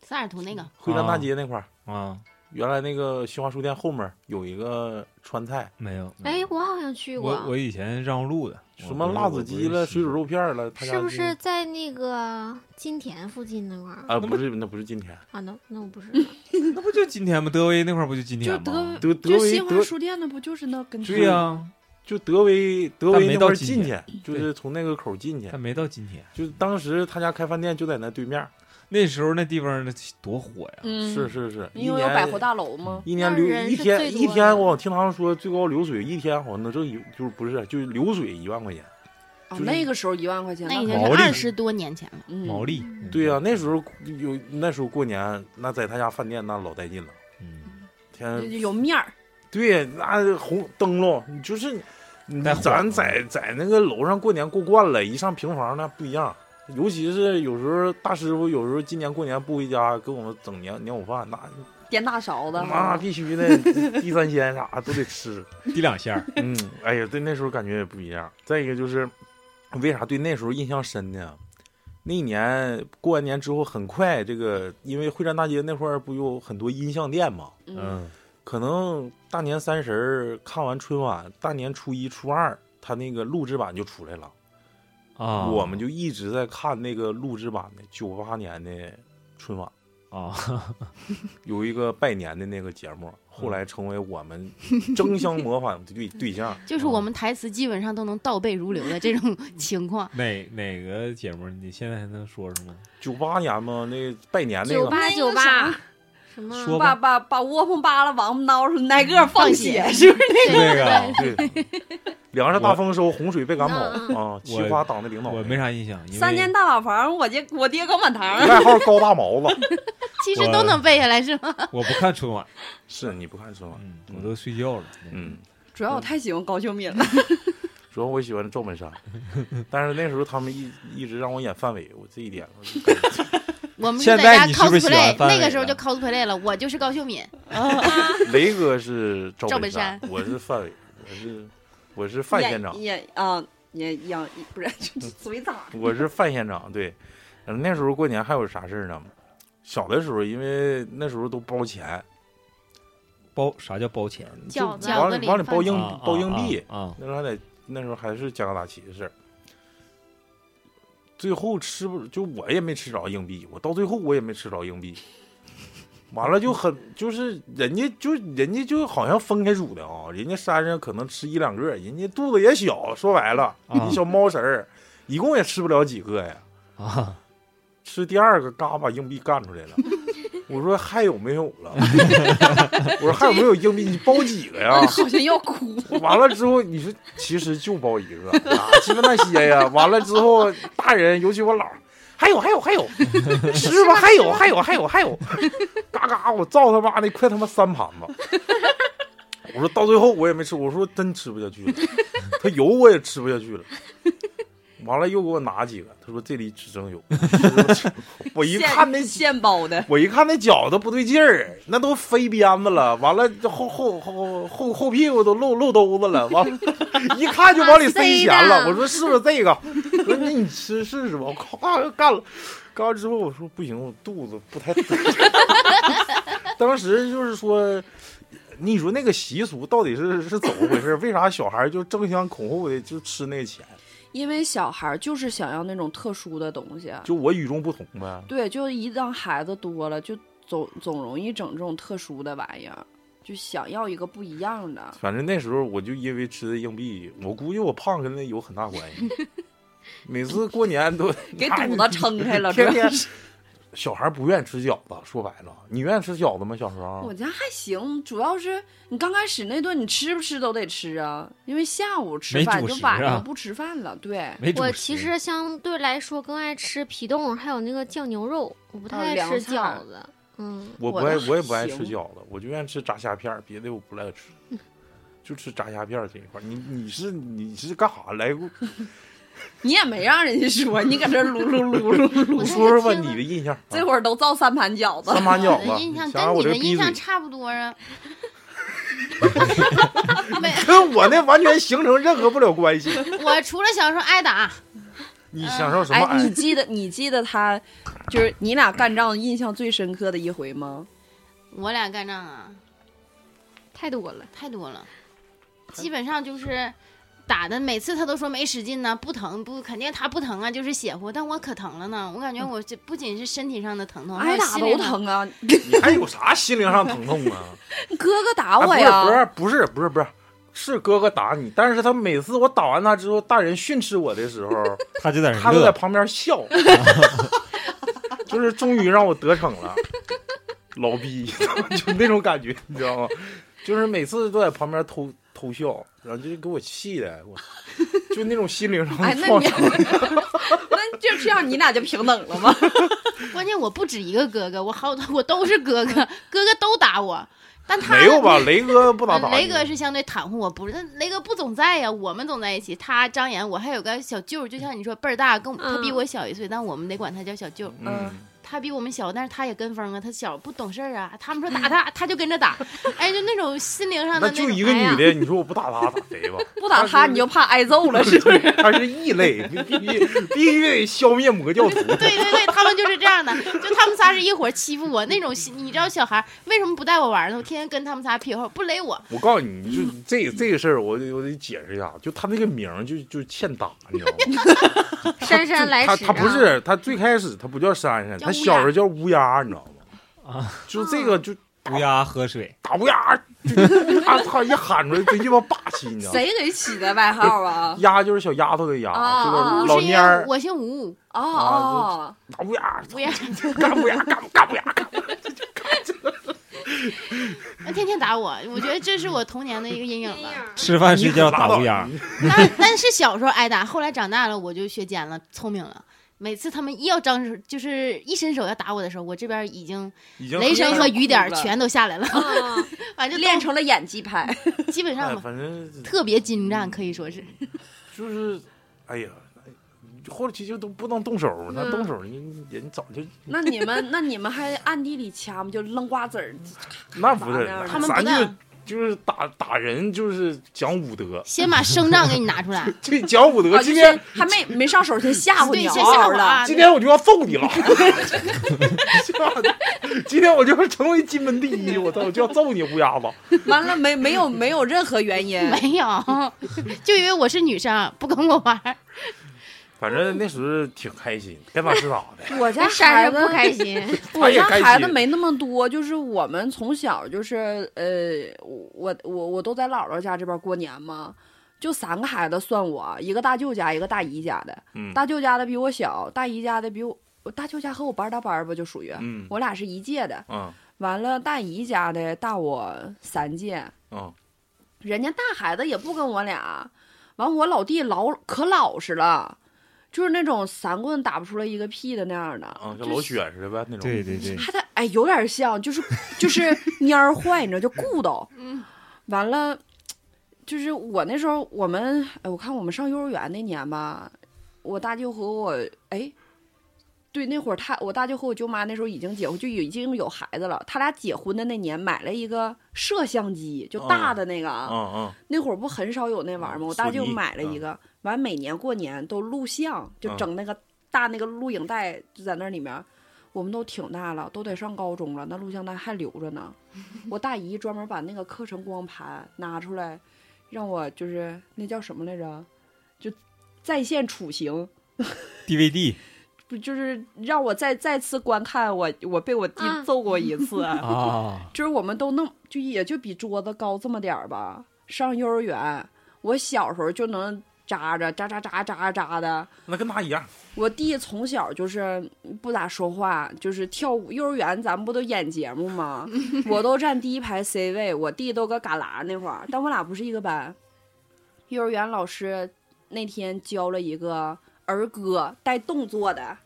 S2: 萨尔图那
S4: [LAUGHS]
S2: 个
S1: 会展大街那块儿，
S3: 啊？
S1: 原来那个新华书店后面有一个川菜，
S3: 没有，没
S5: 哎
S3: 有，，
S5: 我好像去过，
S4: 啊
S3: 我我以前让路的，我
S1: 什么
S3: 不是
S1: 辣子鸡了、水煮。
S3: 我不是西
S1: 肉片儿了，他家
S5: 是不是？在那个金田附近那块儿、
S1: 啊，不是，那不是今天。
S5: 啊？那那我不是
S3: 式那不就今天吗？德威那块儿不就今
S4: 就
S3: 天吗
S4: 德？
S1: 德德
S4: 就
S1: 维
S4: 新华
S1: 德
S4: 书店的不就是那跟
S3: 对呀、
S1: 就德维德
S3: 但
S1: 维
S3: 没
S1: 那块儿
S3: 到今
S1: 进去
S3: 天，嗯
S1: 就是从那个口儿进去
S3: 但。没到今天。
S1: 就是当时他家开饭店就在那对面儿，那
S3: 那时候那地方那多火呀！
S4: 嗯，
S1: 是，是是，一
S4: 因为有百货
S1: 年
S4: 大楼吗？
S1: 一
S5: 那
S1: 年
S5: 儿
S1: 流
S5: 人
S1: 一
S5: 是最
S1: 天一
S5: 多的
S1: 天，我听他们说最高流水一天好像能挣一就是不是就是流水一万块钱。
S4: 啊，
S1: 就是
S4: 那个时候一万块钱，
S2: 那已
S4: 可
S2: 经
S3: 毛
S2: 是
S3: 利
S2: 二十多年前了，
S4: 嗯
S3: 毛利，
S1: 对呀，那时候有那时候过年那在他家饭店那老带劲了，
S3: 嗯，
S1: 天
S4: 就有面儿，
S1: 对，那红灯笼，你就是你
S3: 带火
S1: 咱
S3: 吗
S1: 在在那个楼上过年过惯了，一上平房那不一样。尤其是有时候大师傅，有时候今年过年不回家，给我们整年年午饭，那
S4: 颠大勺子，
S1: 那必须的，地三鲜啥都得
S3: [LAUGHS]
S1: 吃。
S3: 滴两下儿，
S1: 嗯，哎呀，对那时候感觉也不一样。再一个就是，为啥对那时候印象深呢？那一年过完年之后，很快这个，因为会展大街那块儿不有很多音像店嘛，
S4: 嗯，
S3: 嗯，
S1: 可能大年三十儿看完春晚，大年初一、初二，他那个录制版就出来了。
S3: 啊，
S1: 我们就一直在看那个录制版的九八年的春晚，
S3: 啊，
S1: 有一个拜年的那个节目，后来成为我们争相模仿的对对
S3: [LAUGHS]
S1: 象。
S2: 就是
S3: 哦
S2: 我们台词基本上都能倒背如流的这种情况。
S3: 哪哪个节目你现在还能说说吗？
S1: 九八年嘛，那个拜年那
S5: 九
S1: 个，
S5: 八
S4: 那
S5: 九
S4: 个啥
S5: 八什么？
S3: 说
S4: 把
S3: 吧，
S4: 把把窝棚扒拉王八挠出来，挨个嗯放血
S2: 放，
S4: 是不是？
S5: 对
S3: 那个
S1: 对，粮食大丰收，洪水被赶跑
S5: 嗯嗯
S1: 啊，奇葩党的领导
S3: 我
S1: 人，
S3: 没啥印象，因为
S4: [LAUGHS] 三间大瓦房，我爹我爹高满堂，
S1: 外号高大毛子。
S2: 其实
S3: 我
S2: 都能背下来是吗？
S3: 我不看春
S1: [LAUGHS]
S3: 晚，
S1: 是你不看春晚？
S3: 嗯，我都睡觉了，
S1: 嗯。
S4: 主要我太喜欢高秀敏了，
S1: 主要我喜欢赵本山，但是那时候他们一一直让我演范伟，我这一点我就感觉
S2: 我们
S3: 现
S2: 是在家
S3: 在你是不是喜欢
S2: cosplay，
S3: 范
S2: 那
S3: 伟
S2: 个时候就
S3: 了
S2: cosplay 了，我就是高秀敏，
S1: 雷哥是赵
S2: 赵本
S1: 山，
S2: 山
S1: 我是范伟，我是我是范县长，
S4: 也啊也养，不是就是
S1: [LAUGHS]
S4: 嘴咋的？
S1: 我是范县长。对，嗯，那时候过年还有啥事儿呢？小的时候，因为那时候都包钱，
S3: 包啥叫包钱？
S5: 饺子
S2: 饺
S1: 往
S2: 子
S1: 里
S2: 里
S1: 往里包
S2: 放
S1: 硬
S3: 啊
S1: 包硬币，
S3: 啊啊，啊
S1: 那时候还得那时候还是加格达奇的事儿。最后吃不就我也没吃着硬币，我到最后我也没吃着硬币。完了就很就是人家就人家就好像分开煮的啊，人家山上可能吃一两个，人家肚子也小，说白了，
S3: 啊
S1: 一小猫食儿，一共也吃不了几个呀。
S3: 啊，
S1: 吃第二个，嘎把硬币干出来了。我说还有没有了？我说还有没有硬币？你包几个呀？
S4: 好像要哭。
S1: 完了之后，你说其实就包一个，啊，鸡巴那些呀。完了之后，大人尤其我姥儿，还有还有还有，吃吧，还有还有还有还有，嘎嘎，我造他妈的快他妈三盘子。我说到最后我也没吃，我说真吃不下去了，他油我也吃不下去了。完了又给我拿几个，他说这里只剩油， [LAUGHS] 我 [LAUGHS] 一看那
S4: 现包的，
S1: 我一看那饺子不对劲儿，那都飞鞭子了，完了这后后后后后屁股都露露兜子了， [LAUGHS] 完了一看就往里塞钱了。我说啊是不是这个？我说那你吃试试吧。我咔干了，干完之后我说不行，我肚子不太对。 [LAUGHS] 当时就是说，你说那个习俗到底是是怎么回事？为啥小孩就争先恐后的就吃那个钱？
S4: 因为小孩儿就是想要那种特殊的东西。啊
S1: 就我与众不同呗。
S4: 对，就一让孩子多了，就总总容易整这种特殊的玩意儿，就想要一个不一样的。
S1: 反正那时候我就因为吃的硬币，我估计我胖跟那有很大关系。每次过年都
S4: 给肚子撑开了，
S1: [LAUGHS] 天
S4: 主要
S1: 天
S4: 是。
S1: 小孩不愿意吃饺子，说白了，你愿意吃饺子吗？小时候
S4: 我家还行，主要是你刚开始那顿你吃不吃都得吃啊，因为下午吃
S3: 没
S4: 饭
S3: 主
S4: 就
S3: 食
S4: 晚
S3: 啊
S4: 上不吃饭了。对，
S3: 没主
S5: 我
S3: 食
S5: 其实相对来说更爱吃皮冻，还有那个酱牛肉，我不太
S4: 哦
S5: 爱
S4: 凉
S5: 吃
S4: 菜
S5: 饺子。嗯，
S1: 我不
S4: 我
S1: 爱，
S4: 倒
S1: 我也不爱
S4: 行
S1: 吃饺子，我就愿意吃炸虾片儿，别的我不爱吃，就吃炸虾片儿这一块儿。你你是你是干啥来？
S4: 你也没让人家说，你搁这儿噜噜噜噜
S1: [LAUGHS]
S4: 噜，
S2: 我
S1: 说说吧，
S2: 那个听
S1: 你的印象。啊
S4: 这会儿都造三盘饺子
S1: 三。盘饺
S2: 我的印
S1: 子，
S2: 象
S1: 想想
S2: 跟
S1: 啊我
S2: 你
S1: 这
S2: 的
S1: 个逼
S2: 印象
S1: [LAUGHS] 嘴，
S2: 差不多啊。
S1: 跟我那完全形成任何不了关系。
S2: 我除了小时候挨打，
S1: 你享受什么
S4: [LAUGHS] 哎，
S1: 爱
S4: 你？记得你记得他，就是你俩干仗印象最深刻的一回吗？
S2: 我俩干仗啊
S5: 太多了。
S2: 太多了，基本上就是打的，每次他都说没使劲呢，不疼不肯定他不疼啊，就是血乎，但我可疼了呢，我感觉我这不仅是身体上的疼痛，还
S4: 挨
S2: 有
S4: 打
S2: 心里
S4: 都。疼啊！
S1: 你还有啥心灵上疼痛啊？
S4: 哥哥打我
S1: 哎、不
S4: 呀！
S1: 是不是不是不是不是，是哥哥打你，但是他每次我打完他之后，大人训斥我的时候，
S3: 他就在那
S1: 他都在
S3: 乐，
S1: 旁边笑，就是终于让我得逞了，老逼， [LAUGHS] 就那种感觉，你知道吗？就是每次都在旁边偷偷笑，然后就给我气的，我就那种心灵上
S4: 哎，
S1: 的
S4: 那
S1: 创
S4: 你
S1: 伤。
S4: [LAUGHS] 那就这样，你俩就平等了吗？ [LAUGHS]
S2: 关键我不止一个哥哥，我好我都是哥哥，哥哥都打我，但他
S1: 没有吧？雷哥不咋
S2: 呃
S1: 打你
S2: 雷哥是相对袒护我，不是但雷哥不总在呀，我们总在一起。他张岩，我还有个小舅儿，就像你说倍儿大，跟我他比
S5: 嗯
S2: 我小一岁，但我们得管他叫小舅儿。
S1: 嗯，
S2: 他比我们小，但是他也跟风啊，他小不懂事儿啊。他们说打他，他就跟着打，哎，就那种心灵上的
S1: 那
S2: 那种啊
S1: 就。一个
S5: 哎呀
S1: 女的，你说我不打她打谁吧？
S4: 不打他你就怕挨
S2: [LAUGHS]
S4: 揍
S1: [LAUGHS]
S4: 了，是不是？
S1: 他是异类，必必必须得消灭魔教徒。
S2: 对对对，他们就是这样的，就他们仨是一伙儿欺负我那种心。你知道小孩儿为什么不带我玩儿呢？我天天跟他们仨屁后，不勒我。
S1: 我告诉你，你就这这个事儿，我得我得解释一下，就他那个名儿就就欠打，你
S2: [LAUGHS]
S1: 知道吗？
S5: 姗姗来
S1: 他
S5: 迟，啊
S1: 他不，是他最开始他不叫珊珊，
S2: 啊叫
S1: 他
S2: 乌鸦
S1: 小时候叫乌鸦，你知道吗？
S3: 啊，
S1: 就这个就
S3: 乌鸦喝水，
S1: 打乌鸦，就他他一喊出来，贼鸡巴霸气，你知道 [LAUGHS] 吗？
S4: 谁给起的外号啊？
S1: 丫就是小丫头的丫，
S4: 啊
S1: 这
S4: 啊
S1: 个
S4: 啊
S2: 不
S1: 老
S2: 哦是因
S1: 蔫
S2: 为
S1: 儿
S2: 我姓吴，
S4: 哦
S1: 啊
S4: 哦，
S1: 打乌鸦，
S2: 乌鸦
S1: 干乌鸦，干干乌鸦，干
S2: 天天打我，我觉得这是我童年的一个阴影吧。
S3: 吃饭睡觉打乌鸦，
S1: 你
S2: 但但是小时候挨打，后来长大了我就学尖了，聪明了。每次他们一要张手，就是一伸手要打我的时候，我这边已经
S1: 已经
S2: [LAUGHS] 雷声和雨点儿
S4: 哭了
S2: 全都下来了，
S4: 哦
S2: 反正
S4: 练成了演技派。
S2: 基
S1: 哎
S2: 本上吧，
S1: 反嗯正
S2: 特别精湛，可以说是。
S1: 就是，哎呀。后期就都不能动手，那
S5: 嗯
S1: 动手人人早就
S4: [LAUGHS] 那你们那你们还暗地里掐吗？就扔瓜子儿，
S1: 那不是
S4: 咋那样，
S2: 他们
S1: 咱
S2: 不
S1: 就
S2: 干，
S1: 就是打打人，就是讲武
S4: [LAUGHS]
S1: 德，
S2: 先把声杖给你拿出来，
S1: [LAUGHS] 这讲武德。
S4: 啊，
S1: 今天
S4: 就是还没没上手，先吓唬
S2: 对，
S4: 你
S2: 先吓
S4: 嗷嗷
S2: 我
S4: 的。
S2: 啊！
S1: 今天我就要揍你了， [LAUGHS] 今天我就要成为金门第一，我操，我就要揍你乌鸦子。
S4: [LAUGHS] 完了，没没有没有任何原因。
S2: 没有，就因为我是女生，啊不跟我玩儿。
S1: [LAUGHS] 反正那时候挺开心，该咋是咋的。
S4: 我家
S5: 山
S4: 孩
S5: 上
S4: 子
S5: 不开心，
S2: [LAUGHS]
S1: 他
S4: 我
S1: 也
S4: 家
S1: 开
S4: 孩子
S1: 心
S4: 没那么多，就是我们从小就是呃，我我我都在姥姥家这边过年嘛，就三个孩子算我，一个大舅家，一个大姨家的。
S1: 嗯
S4: 大舅家的比我小，大姨家的比我，我大舅家和我班儿搭班儿吧，就属于、
S1: 嗯
S4: 我俩是一届的。
S1: 嗯
S4: 完了，大姨家的大我三届，
S1: 嗯，
S4: 人家大孩子也不跟我俩。完，我老弟老可老实了，就是那种三棍打不出来一个屁的那样的，
S1: 嗯，
S4: 就
S1: 像老雪似的呗那种。
S3: 对对对，
S4: 他的哎，有点像，就是就是蔫儿坏，你知道，就顾叨。
S2: 嗯，
S4: 完了，就是我那时候我们，哎，我看我们上幼儿园那年吧，我大舅和我哎，对，那会儿他我大舅和我舅妈那时候已经结婚，就已经有孩子了。他俩结婚的那年买了一个摄像机，就大的那个啊。
S1: 嗯嗯
S4: 那会儿不很少有那玩意儿吗？我大舅
S1: 索尼啊
S4: 买了一个，完每年过年都录像，就
S1: 嗯
S4: 整那个大那个录影带，就在那里面。我们都挺大了，都得上高中了，那录像带还留
S1: [LAUGHS]
S4: 着呢。我大姨专门把那个课程光盘拿出来，让我就是那叫什么来着，就在线处刑，
S3: ，DVD
S4: 不就是让我再再次观看我我被我弟
S5: 啊
S4: 揍过一
S3: [LAUGHS]
S4: 次。
S3: 啊，
S4: 就是我们都弄，就也就比桌子高这么点儿吧。上幼儿园，我小时候就能扎着扎扎扎扎扎的。
S1: 那跟他一样。
S4: 我弟从小就是不咋说话，就是跳舞。幼儿园咱们不都演节目吗？我都站第一排 C 位，我弟都搁旮旯那块儿，但我俩不是一个班。幼儿园老师那天教了一个儿歌带动作的，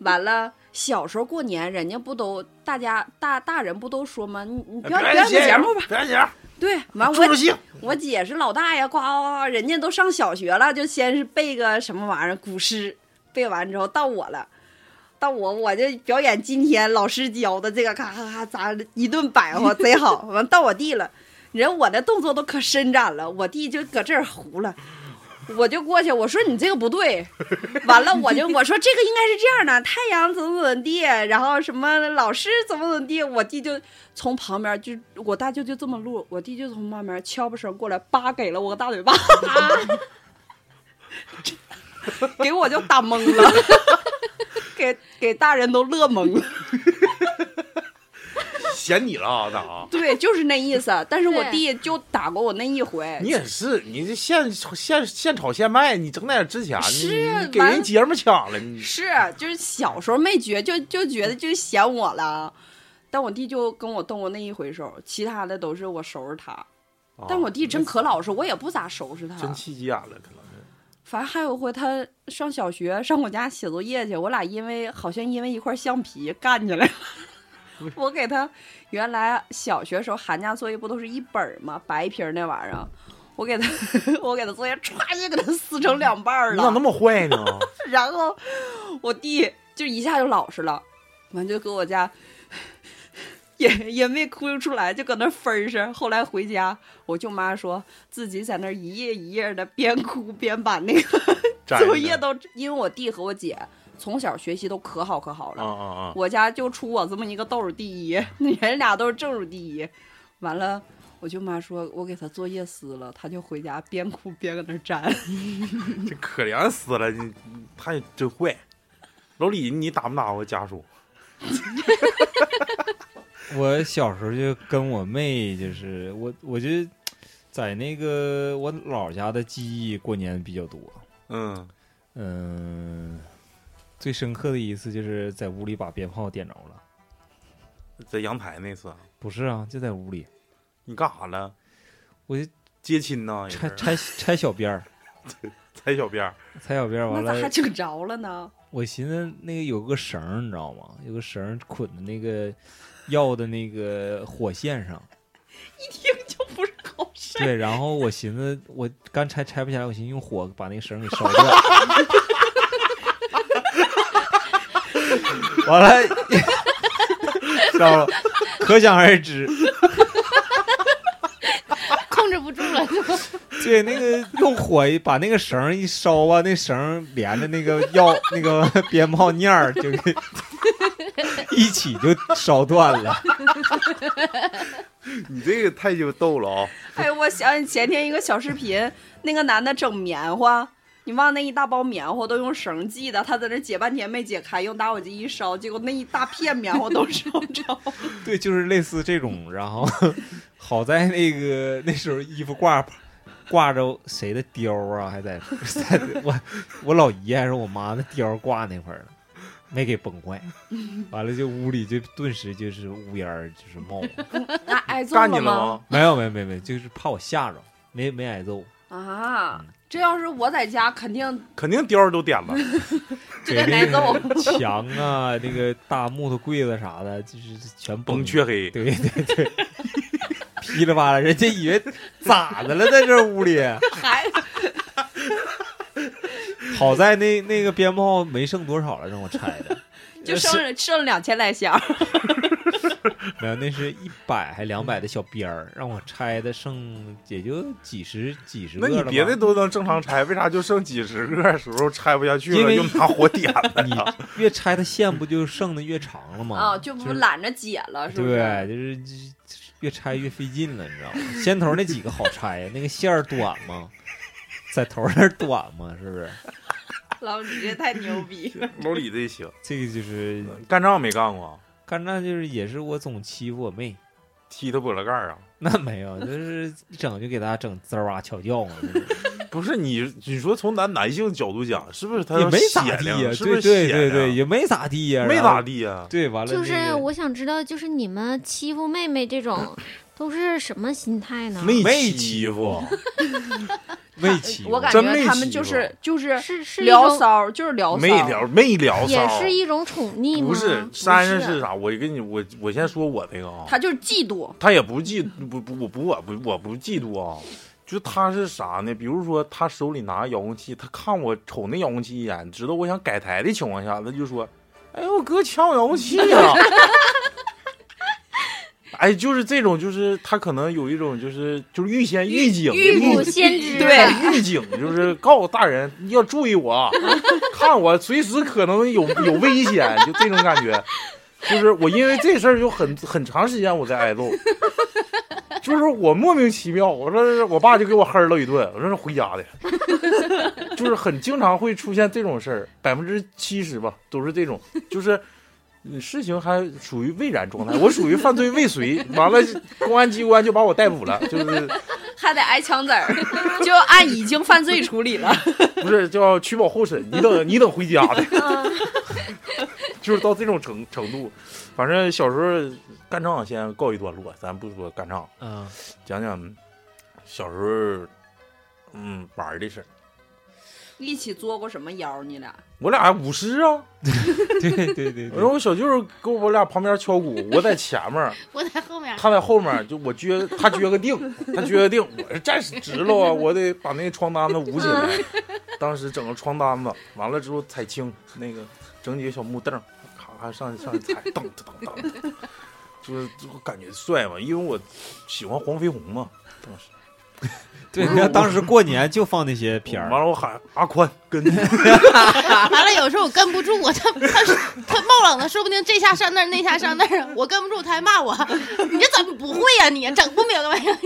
S4: 完了。小时候过年，人家不都大家大大人不都说吗？你你表
S1: 表
S4: 演表演节目吧。
S1: 表演节目，
S4: 对，完
S1: 助
S4: 我
S1: 助兴。
S4: 我姐是老大呀，呱呱呱，人家都上小学了，就先是背个什么玩意儿古诗，背完之后到我了，到我我就表演今天老师教的这个，咔咔咔，咱一顿摆活贼好。完到我弟了，人我的动作都可伸展了，我弟就搁这儿糊了。我就过去，我说你这个不对，完了我就我说这个应该是这样的，太阳怎么怎么地，然后什么老师怎么怎么地，我弟就从旁边就我大舅就这么录，我弟就从旁边悄不声过来，叭给了我个大嘴巴， [LAUGHS] 给我就打懵了， [LAUGHS] 给给大人都乐懵了。
S1: 嫌你了啊，那啊。
S4: 对，就是那意思。啊但是我
S5: 对
S4: 弟就打过我那一回，
S1: 你也是，你这现现现炒现卖，你整点值钱，
S4: 是
S1: 你你给
S4: 完
S1: 人节目抢了，你
S4: 是就是小时候没觉就就觉得就嫌我了。但我弟就跟我动过那一回手，其他的都是我收拾他。但我弟真可老实，我也不咋收拾他。
S1: 啊真气急眼了，可能是。
S4: 反正还有回他上小学上我家写作业去，我俩因为好像因为一块橡皮干
S1: [LAUGHS]
S4: 起来了。我给他原来小学时候寒假作业不都是一本儿吗？白皮儿那玩意儿，啊我给他 [LAUGHS] 我给他作业歘就给他撕成两半儿
S1: 你咋那
S4: 了。
S1: 么坏
S4: [LAUGHS]
S1: 呢？
S4: 然后我弟就一下就老实了，完就搁我家 [LAUGHS] 也也没哭出来，就搁那分声。后来回家，我舅妈说自己在那儿一页一页的边哭边把那个
S1: 粘
S4: 作
S1: 着
S4: 业都因为我弟和我姐从小学习都可好可好
S1: 啊
S4: 了，
S1: 啊啊！
S4: 我家就出我这么一个倒数第一，那人俩都是正数第一。完了，我舅妈说我给他作业撕了，他就回家边哭边搁那儿粘。
S1: 这可怜死了，你你他也真坏。老李，你打不打我家属？
S3: 我小时候就跟我妹，就是我我就在那个我姥家的记忆过年比较多，
S1: 嗯，
S3: 嗯，最深刻的一次就是在屋里把鞭炮点着了，
S1: 在阳台那次，
S3: 不是啊，就在屋里
S1: 你干啥了？
S3: 我就
S1: 接亲呢？
S3: 拆
S1: 也是
S3: 拆拆小鞭儿，
S1: 踩小辫儿。
S3: 拆小鞭儿
S4: 那
S3: 完
S4: 咋还
S3: 了，
S4: 整着了呢？ [LAUGHS]
S3: 我寻思那个有个绳儿，你知道吗？有个绳儿捆在那个药的那个火线上，
S4: 听就不是好
S3: [LAUGHS]
S4: 事。
S3: 对，然后我寻思我刚拆拆不下来，我寻思用火把那个绳儿给烧掉，完了，烧了，可想而知。
S2: 不住了，就
S3: 对，那个用火一把那个绳儿一烧啊，那绳儿连着那个药那个鞭炮念儿就给 [LAUGHS] 一起就烧断了。
S1: 你这个太就逗了啊！
S4: 哎，我想起前天一个小视频，那个男的整棉花，你忘那一大包棉花都用绳系的，他在那解半天没解开，用打火机一烧，结果那一大片棉花都烧着。
S3: [LAUGHS] 对，就是类似这种。然后 [LAUGHS] 好在那个那时候衣服挂挂着谁的貂儿啊，还在在我我老姨还是我妈的貂儿挂那块儿了。没给崩坏，完了就屋里就顿时就是乌烟儿就是冒，
S4: [LAUGHS] 那挨揍
S1: 干你
S4: 吗？
S1: 吗？
S3: 没有没有没有没有，就是怕我吓着，没没挨揍，
S4: 啊，这要是我在家，肯定
S1: 肯定貂儿都
S4: [LAUGHS]
S1: 点了，
S4: 就得挨揍。
S3: 墙啊，那个大木头柜子啥的，就是全
S1: 甭
S3: 崩
S1: 黢黑。
S3: 对对对， [LAUGHS] 噼里啪啦，人家以为咋的了，在这屋里。
S4: 还
S3: 好在那 [LAUGHS] 那个鞭炮没剩多少了，让我拆的， [LAUGHS]
S4: 就剩剩两千来箱，
S3: 没有，那是一百还两百的小鞭儿，让我拆的剩也就几十几十
S1: 那
S3: 个
S1: 你
S3: 了吧。
S1: 别的都能正常拆，为啥就剩几十个的时候拆不下去
S3: 因
S1: 了，
S3: 为
S1: 又拿火点 [LAUGHS] 了？
S3: 你越拆的线不就剩的越长了吗？
S4: 啊，就不
S3: 是
S4: 懒着解了，是不是？
S3: 对，就是就是越拆越费劲了，你知道吗？先头那几个好拆呀，那 [LAUGHS] 个线儿短嘛，在头那儿短嘛，是不是？
S4: [LAUGHS] 老李这太牛逼了，
S1: 老李这行，
S3: 这个就是
S1: 干仗没干过，
S3: 干仗，就是也是我总欺负我妹，
S1: 踢他脖子盖儿啊？
S3: 那没有，就是一整就给她整滋儿哇翘叫嘛，就是
S1: 不是你，你说从咱男性角度讲，是不是他
S3: 也没
S1: 血
S3: 咋地呀、
S1: 量？是不
S3: 对
S1: 是
S3: 对
S1: 血
S3: 对对，
S1: 量？
S3: 也没咋地呀、
S1: 没
S3: 然后
S1: 咋。地呀。
S3: 对，完了
S5: 就是
S3: 那个
S5: 我想知道，就是你们欺负妹妹
S1: [LAUGHS]
S5: 这种，都是什么心态呢？
S1: 没
S3: 没
S1: 欺
S3: 欺
S1: 负，
S3: 没欺负，
S4: 我感
S1: 真
S4: 觉
S1: 没
S4: 他们
S1: 欺
S4: 就
S1: 负
S4: 是就是
S5: 是是一
S4: 聊
S5: 种，
S4: 骚，就是聊
S1: 没
S4: 骚。
S1: 聊没聊
S5: 也
S1: 骚，
S5: 是一种宠溺吗？
S1: 不是山上
S5: 是
S1: 是啥？我跟你我我先说我这个啊，
S4: 他就是嫉妒，
S1: 他也不嫉不不我不我不我不嫉妒啊，就他是啥呢？比如说他手里拿遥控器，他看我瞅那遥控器一眼，知道我想改台的情况下，他就说：“哎呦，哥抢我遥控器啊！” [LAUGHS] 哎，就是这种，就是他可能有一种，就是就是预先预警、
S4: 预
S5: 预卜先知
S4: 对
S1: 预警就是告诉大人你要注意我，啊看我随时可能有有危险，就这种感觉。就是我因为这事儿有很很长时间我在挨揍，就是我莫名其妙，我说是我爸就给我黑了一顿，我说是回家的，就是很经常会出现这种事儿，百分之七十吧都是这种，就是。嗯事情还属于未然状态，我属于犯罪未遂，完了公安机关就把我逮捕了，就是
S4: 还得挨枪子儿，就按已经犯罪处理了。
S1: 不是叫取保候审，你等你等回家的， [LAUGHS] 就是到这种程程度。反正小时候干仗先告一段落，咱不说干仗， [LAUGHS]
S3: 嗯，
S1: 讲讲小时候嗯玩儿的事儿。
S4: [LAUGHS] 一起作过什么妖？你俩
S1: 我俩舞狮啊，
S3: 对对对对，
S1: 然后我小舅儿跟我俩旁边敲鼓，我在前面儿，
S2: 我在后面。
S1: [LAUGHS] 他在后面儿，就我撅他撅个腚，他撅个腚，我是站直了啊，我得把那床单子捂起
S4: 嗯
S1: 来。 [LAUGHS] 当时整个床单子，完了之后踩青，那个整几个小木凳儿，咔咔上去上去踩，噔噔噔噔噔，就是就感觉帅嘛，因为我喜欢黄飞鸿嘛。当时
S3: 对，你看当时过年就放那些片
S1: 完
S3: 儿，
S1: 了我喊阿宽跟， [LAUGHS]
S2: [LAUGHS] 完了，有时候我跟不住我，他他他冒冷的，说不定这下上那儿，那下上那儿，我跟不住，他还骂我，你这怎么不会呀、你整不明白呀、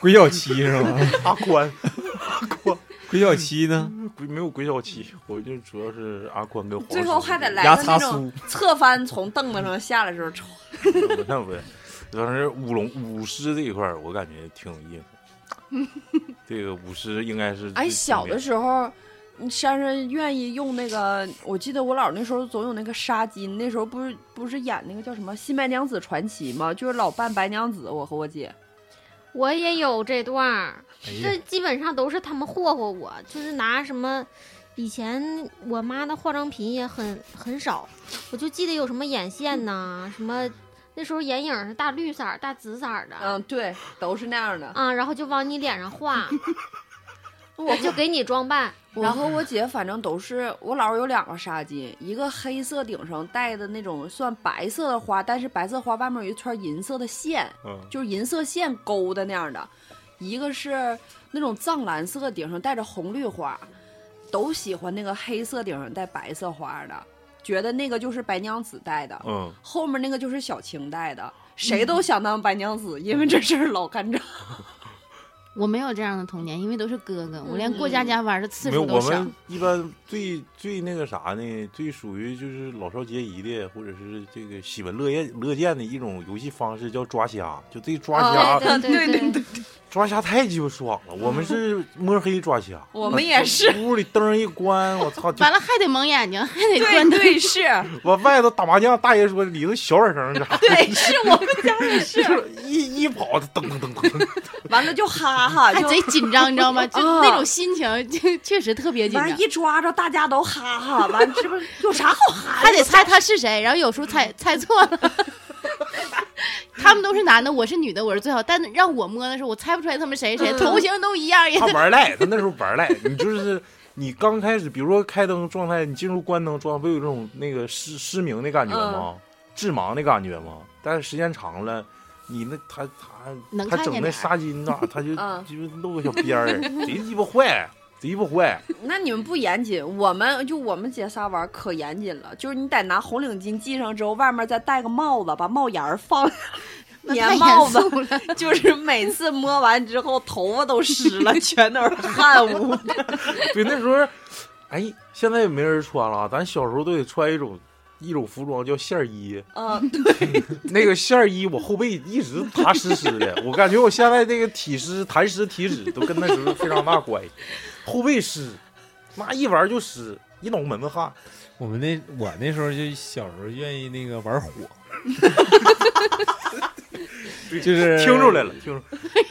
S3: 鬼脚七是
S1: [LAUGHS]
S3: 吗？
S1: 阿宽
S4: 嗯
S3: 鬼脚七呢？
S1: 鬼没有鬼脚七，我就主要是阿宽跟黄。
S4: 最后还得来
S3: 牙
S4: 个
S3: 擦
S4: 那
S3: 酥
S4: 种侧翻从凳子上下来的时候，唰
S1: 那不是，当时舞龙舞狮这一块儿，我感觉挺有意思。
S4: [LAUGHS]
S1: 这个舞狮应该是
S4: 哎，
S1: 最
S4: 小
S1: 经典
S4: 的时候，珊珊愿意用那个，我记得我姥那时候总有那个纱巾，那时候不是不是演那个叫什么《新白娘子传奇》吗？就是老扮白娘子，我和我姐。
S5: 我也有这段儿，
S3: 哎
S5: 这
S3: 呀，
S5: 基本上都是他们霍霍我，就是拿什么。以前我妈的化妆品也很很少，我就记得有什么眼线呐、什么那时候眼影是大绿色儿、大紫色儿的，
S4: 嗯，对，都是那样的。
S5: 啊啊，然后就往你脸上画，我就给你装扮。
S4: 我和我姐反正都是，我姥有两个纱巾，一个黑色顶上带的那种算白色的花，但是白色花外面有一圈银色的线，
S1: 嗯，
S4: 就是银色线勾的那样的。一个是那种藏蓝色顶上带着红绿花，都喜欢那个黑色顶上带白色花的，觉得那个就是白娘子戴的，
S1: 嗯，
S4: 后面那个就是小青戴的，谁都想当白娘子，因为这事儿老干仗。
S2: 我没有这样的童年，因为都是哥哥，我连过家
S4: 嗯
S2: 家玩的次
S1: 没有，
S2: 数
S1: 我
S2: 都少
S1: 们。一般最最那个啥呢，最属于就是老少皆宜的，或者是这个喜闻乐见乐见的一种游戏方式，叫抓瞎。就这抓瞎，
S4: 啊
S5: 对
S4: [LAUGHS] 对
S5: 对
S4: 对，
S1: 抓瞎太鸡巴爽了。我们是摸黑抓瞎，
S4: 我们
S1: [LAUGHS]
S4: 也是，
S1: 屋里灯一关，我
S4: [LAUGHS]
S1: 操，就
S2: 完了还得蒙眼睛，还得
S4: 对
S2: 关灯。
S4: 对是，
S1: 往外头打麻将。大爷说里头小点声啥，
S4: 对是我们家也
S1: [LAUGHS]
S4: 是，
S1: 就是一一跑，噔噔噔噔，
S4: 完了就哈哈，
S2: 还
S4: 就
S2: 贼紧张，你知道吗？ [LAUGHS] 就
S4: 啊
S2: 那种心情，就确实特别紧
S4: 完
S2: 张，
S4: 一抓着大家都哈哈，完这不是 [LAUGHS] 有啥好哈的？
S2: 还得猜他是谁，然后有时候 [LAUGHS] 猜猜错了。他们都是男的，我是女的，我是最好。但让我摸的时候，我猜不出来他们谁是谁，
S4: 嗯
S2: 头型都一样，也
S1: [LAUGHS] 他玩赖，他那时候玩赖，你就是。你刚开始，比如说开灯状态，你进入关灯状态，不有这种那个失失明的感觉
S2: 嗯
S1: 吗？致盲的感觉吗？但是时间长了，你那他他
S2: 能
S1: 他
S2: 看
S1: 整
S2: 见
S1: 那
S2: 点儿。
S1: 纱巾呐，
S2: [LAUGHS]
S1: 他就
S4: 嗯
S1: 就露个小边儿，贼鸡巴坏，贼鸡巴坏。
S4: 那你们不严谨，我们就我们姐仨玩儿可严谨了，就是你得拿红领巾系上之后，外面再戴个帽子，把帽檐儿放 [LAUGHS]
S2: 那
S4: 棉
S2: 太
S4: 帽
S2: 严
S4: 子，
S2: 肃了，
S4: 就是每次摸完之后头发都湿 [LAUGHS] 了，全都是汗 [LAUGHS] 污。
S1: 对，那时候，哎，现在也没人穿了啊。咱小时候都得穿一种一种服装叫线儿衣，
S4: 嗯，
S1: [LAUGHS] 那个线儿衣我后背一直踏实实的，我感觉我现在这个体湿、痰湿、体脂都跟那时候非常大关系。后背湿，那一玩就湿，一脑门子汗。
S3: 我们那我那时候就小时候愿意那个玩
S1: [LAUGHS]
S3: 火，就是
S1: [LAUGHS] 听出来了，听出来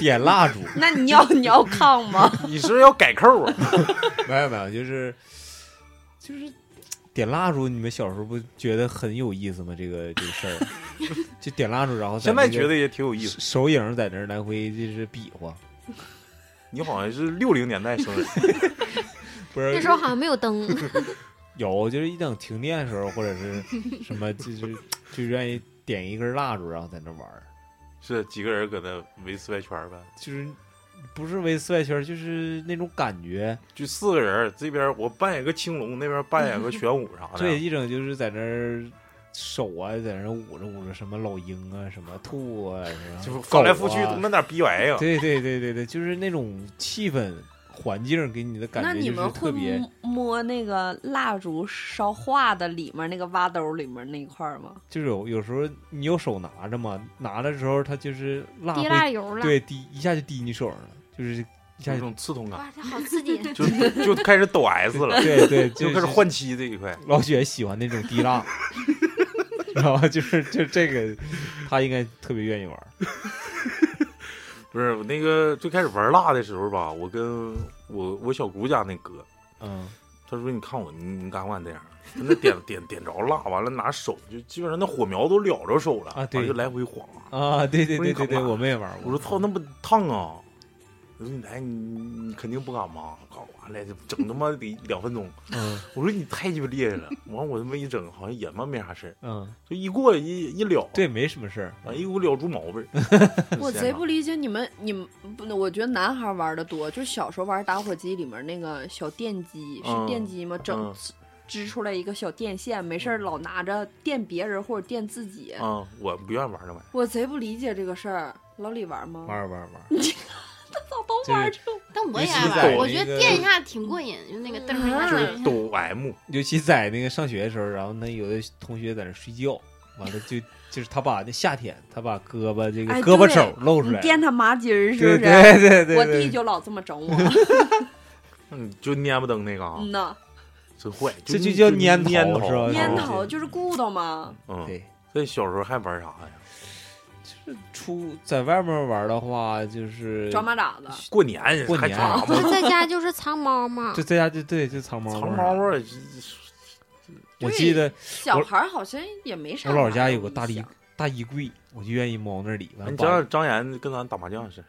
S3: 点蜡
S1: [LAUGHS]
S3: 烛，
S4: 那你要你要炕吗？
S1: 了，你是不是要改扣啊？
S3: 没有没有，就是就是点蜡烛，你们小时候不觉得很有意思吗？这个这个事
S1: [LAUGHS]
S3: 儿，就点蜡烛，然后在
S1: 现在
S3: 那个
S1: 觉得也挺有意思。
S3: 手影在那儿来回就是比划，
S1: 你好像是六零年代生人，
S3: 不是
S5: 那时候好像没有灯，
S3: 有，就是一等停电的时候，或者是什么，就是就愿意点一根蜡烛，然后在那玩儿，
S1: 是几个人搁那围四外圈儿呗？
S3: 就是不是围四外圈儿，就是那种感觉。
S1: 就四个人，这边我扮演个青龙，那边扮演个玄武啥的。
S3: 对，一整就是在那儿手啊，在那儿捂着捂着什么老鹰啊，什么兔啊，什
S1: 就
S3: 么
S1: 翻
S3: 狗
S1: 来覆去
S3: 啊
S1: 他妈点儿逼玩意儿。
S3: 对对对对对，就是那种气氛环境给你的感
S4: 那
S3: 觉
S4: 你
S3: 就
S4: 们
S3: 是特
S4: 会
S3: 别。
S4: 摸摸那个蜡烛烧化的里面那个挖兜里面那一块儿吗？
S3: 就是有有时候你有手拿着嘛，拿的时候它就是蜡
S5: 滴
S3: 会
S5: 蜡油了。
S3: 对滴一下就滴你手上了，就是一下
S1: 有一
S3: 就
S1: 种刺痛感，
S5: 哇，这好刺激！ [LAUGHS]
S1: 就就开始抖 S 了，
S3: 对对，
S1: 就开
S3: 是
S1: 始换妻这一块。
S3: 老雪喜欢那种滴蜡， [LAUGHS] 然后就是就这个，他应该特别愿意玩儿。
S1: 不是我那个最开始玩辣的时候吧，我跟我我小姑家那哥，
S3: 嗯，
S1: 他说你看我，你你敢不敢这样？他那点 [LAUGHS] 点点着蜡，完了拿手就基本上那火苗都燎着手了，
S3: 啊对
S1: 完就来回晃啊。
S3: 啊，对对
S1: 不是
S3: 对
S1: 你敢
S3: 对对，
S1: 玩
S3: 我们也玩过。
S1: 我说操，那不烫啊！我说你来，你你肯定不敢吧？搞完了，整他妈得两分钟。
S3: 嗯
S1: 我说你太鸡巴厉害了！ [LAUGHS] 完我他妈一整，好像也他妈没啥事儿，
S3: 嗯，
S1: 就一过一一燎，
S3: 对，没什么事儿。
S1: 啊，一股燎猪毛
S3: [LAUGHS]
S1: 病。
S4: 我
S1: 是
S4: 贼
S1: 吗
S4: 不理解你们，你们不，我觉得男孩玩的多，就是小时候玩打火机里面那个小电机，
S1: 嗯
S4: 是电机吗？整、
S1: 嗯
S4: 织出来一个小电线，没
S3: 嗯
S4: 事儿老拿着电别人或者电自己。
S1: 啊、我不愿意玩那玩意儿。
S4: 我贼不理解这个事儿，老李玩吗？
S3: 玩儿玩儿玩儿，
S4: 咋都玩这种？
S2: 但我
S3: 尤
S2: 也
S3: 其
S2: 爱
S1: 在
S2: 玩，我
S3: 那
S2: 觉得
S3: 个
S2: 电一下挺过瘾，就那个噔儿
S1: 就
S2: 一下
S4: 嗯
S2: 响
S1: 是哎
S2: 一下。
S1: 抖 M，
S3: 尤其在那个上学的时候，然后那有的同学在那睡觉，完了就就是他把那夏天，他把胳膊这个
S4: 哎
S3: 胳膊
S4: 对
S3: 肘露出
S4: 你
S3: 来了，
S4: 颠他麻筋儿是
S3: 对
S4: 不是？
S3: 对对对，
S4: 我
S3: 对
S4: 弟就老这么
S3: [LAUGHS]
S4: 整我。
S1: 嗯，就蔫不蹬那个啊，
S4: 嗯呐，
S1: 真坏，
S3: 这
S1: 就
S3: 就叫
S1: 蔫
S3: 蔫头
S1: 头
S3: 是吧
S1: 嗯
S4: 烟
S3: 蔫
S4: 头就是骨头嘛。
S1: 嗯，
S3: 对。
S1: 这小时候还玩啥呀？
S3: 出在外面玩儿的话，就是
S4: 抓马爪子，
S1: 过年
S3: 过
S1: 还
S3: 年
S1: 抓啥
S5: 就
S1: 吗？
S5: 在家就是藏猫嘛
S3: 就，在家就对就藏猫
S1: 藏
S3: 玩儿
S1: 猫
S3: 啥的。
S1: 啊，
S3: 我记得
S4: 小孩儿好像也没啥
S3: 我
S4: 玩儿。
S3: 姥家有个大
S4: 我一
S3: 衣
S4: 想
S3: 大衣柜，我就愿意猫那里。完
S1: 你
S3: 了
S1: 想
S3: 把
S1: 想张岩跟咱打麻将是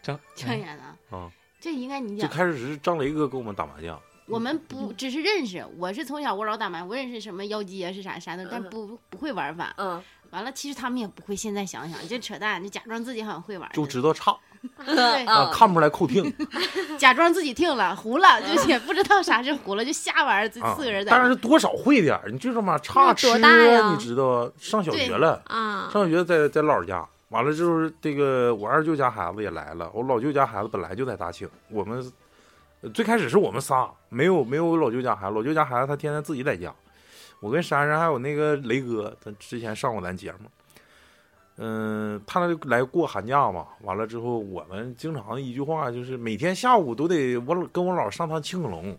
S3: 张
S2: 张岩啊，
S1: 啊，
S2: 这应该你
S1: 就
S2: 讲。
S1: 开始是张雷哥跟我们打麻将，
S2: 我们不只是认识，我是从小我老打麻，我认识什么妖姬啊是啥啥的，但
S4: 嗯
S2: 不不会玩法。
S5: 啊
S4: 嗯，
S2: 完了，其实他们也不会，现在想想就扯淡，就假装自己好像会玩儿，
S1: 就知道差
S4: 嗯
S2: 对，
S1: 啊，看不出来扣听
S2: 假装自己听了糊了，就是也不知道啥是糊了，就瞎玩儿，这
S1: 啊
S2: 四个人，在那
S1: 但
S2: 儿。
S1: 是多少会点儿，你最起码差
S5: 那
S1: 吃
S5: 多大呀
S1: 啊，你知道啊，上小学
S2: 对
S1: 了，
S5: 啊，
S1: 上学在在姥姥家，完了就是这个我二舅家孩子也来了，我老舅家孩子本来就在大庆，我们呃最开始是我们仨，没有没有我老舅家孩子，老舅家孩子他天天自己在家，我跟珊珊还有那个雷哥，他之前上过咱节目，嗯、他来过寒假嘛，完了之后我们经常一句话就是每天下午都得我老跟我姥上趟庆龙，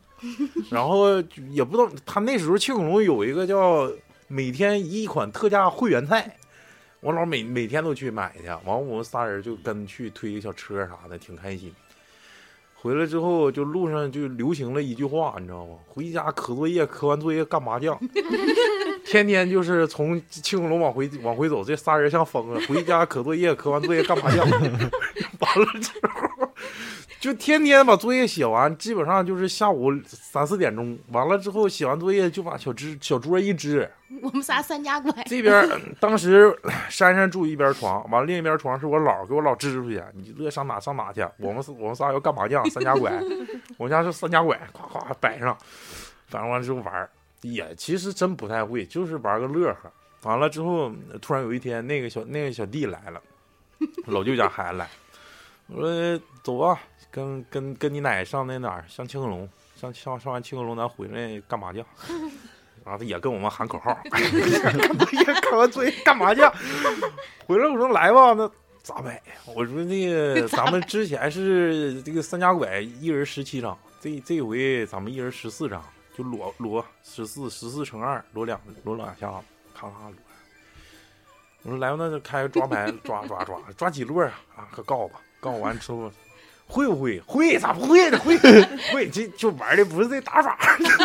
S1: 然后也不知道他那时候庆龙有一个叫每天一款特价会员菜。我老每每天都去买去，完我们仨人就跟去推个小车啥的，挺开心。回来之后，就路上就流行了一句话，你知道吗？回家可作业，可完作业干麻将，天天就是从庆龙往回往回走，这仨人像疯了。回家可作业，可完作业干麻将， [LAUGHS] 完了之后就天天把作业写完，基本上就是下午三四点钟。完了之后写完作业就把小支小桌一支，
S2: 我们仨三家拐，
S1: 这边儿嗯当时珊珊住一边床，完了另一边床是我姥儿给我姥支出去，你乐上哪上哪去。我们我们仨要干麻将，三家拐，我们家是三家拐，夸夸摆上，摆上完之后玩儿，也其实真不太会，就是玩个乐呵。完了之后，突然有一天，那个小那个小弟来了，老舅家孩子来，我说走吧，跟跟跟你奶上那哪儿，上青龙，上上上完青龙咱回来干麻将。然后他也跟我们喊口号， [LAUGHS] 也干完作业干麻将。 [LAUGHS] 回来我说来吧，那咋买？我说那
S2: [LAUGHS]
S1: 个咱们之前是这个三家拐一人十七张，这这回咱们一人十四张，就裸裸十四十四乘二裸两裸两下子，咔咔裸。我说来吧，那就开始抓牌，抓抓抓抓几摞啊？啊，可告吧，告完之后。会不会？会咋不会呢？会会，这就玩的不是这打法，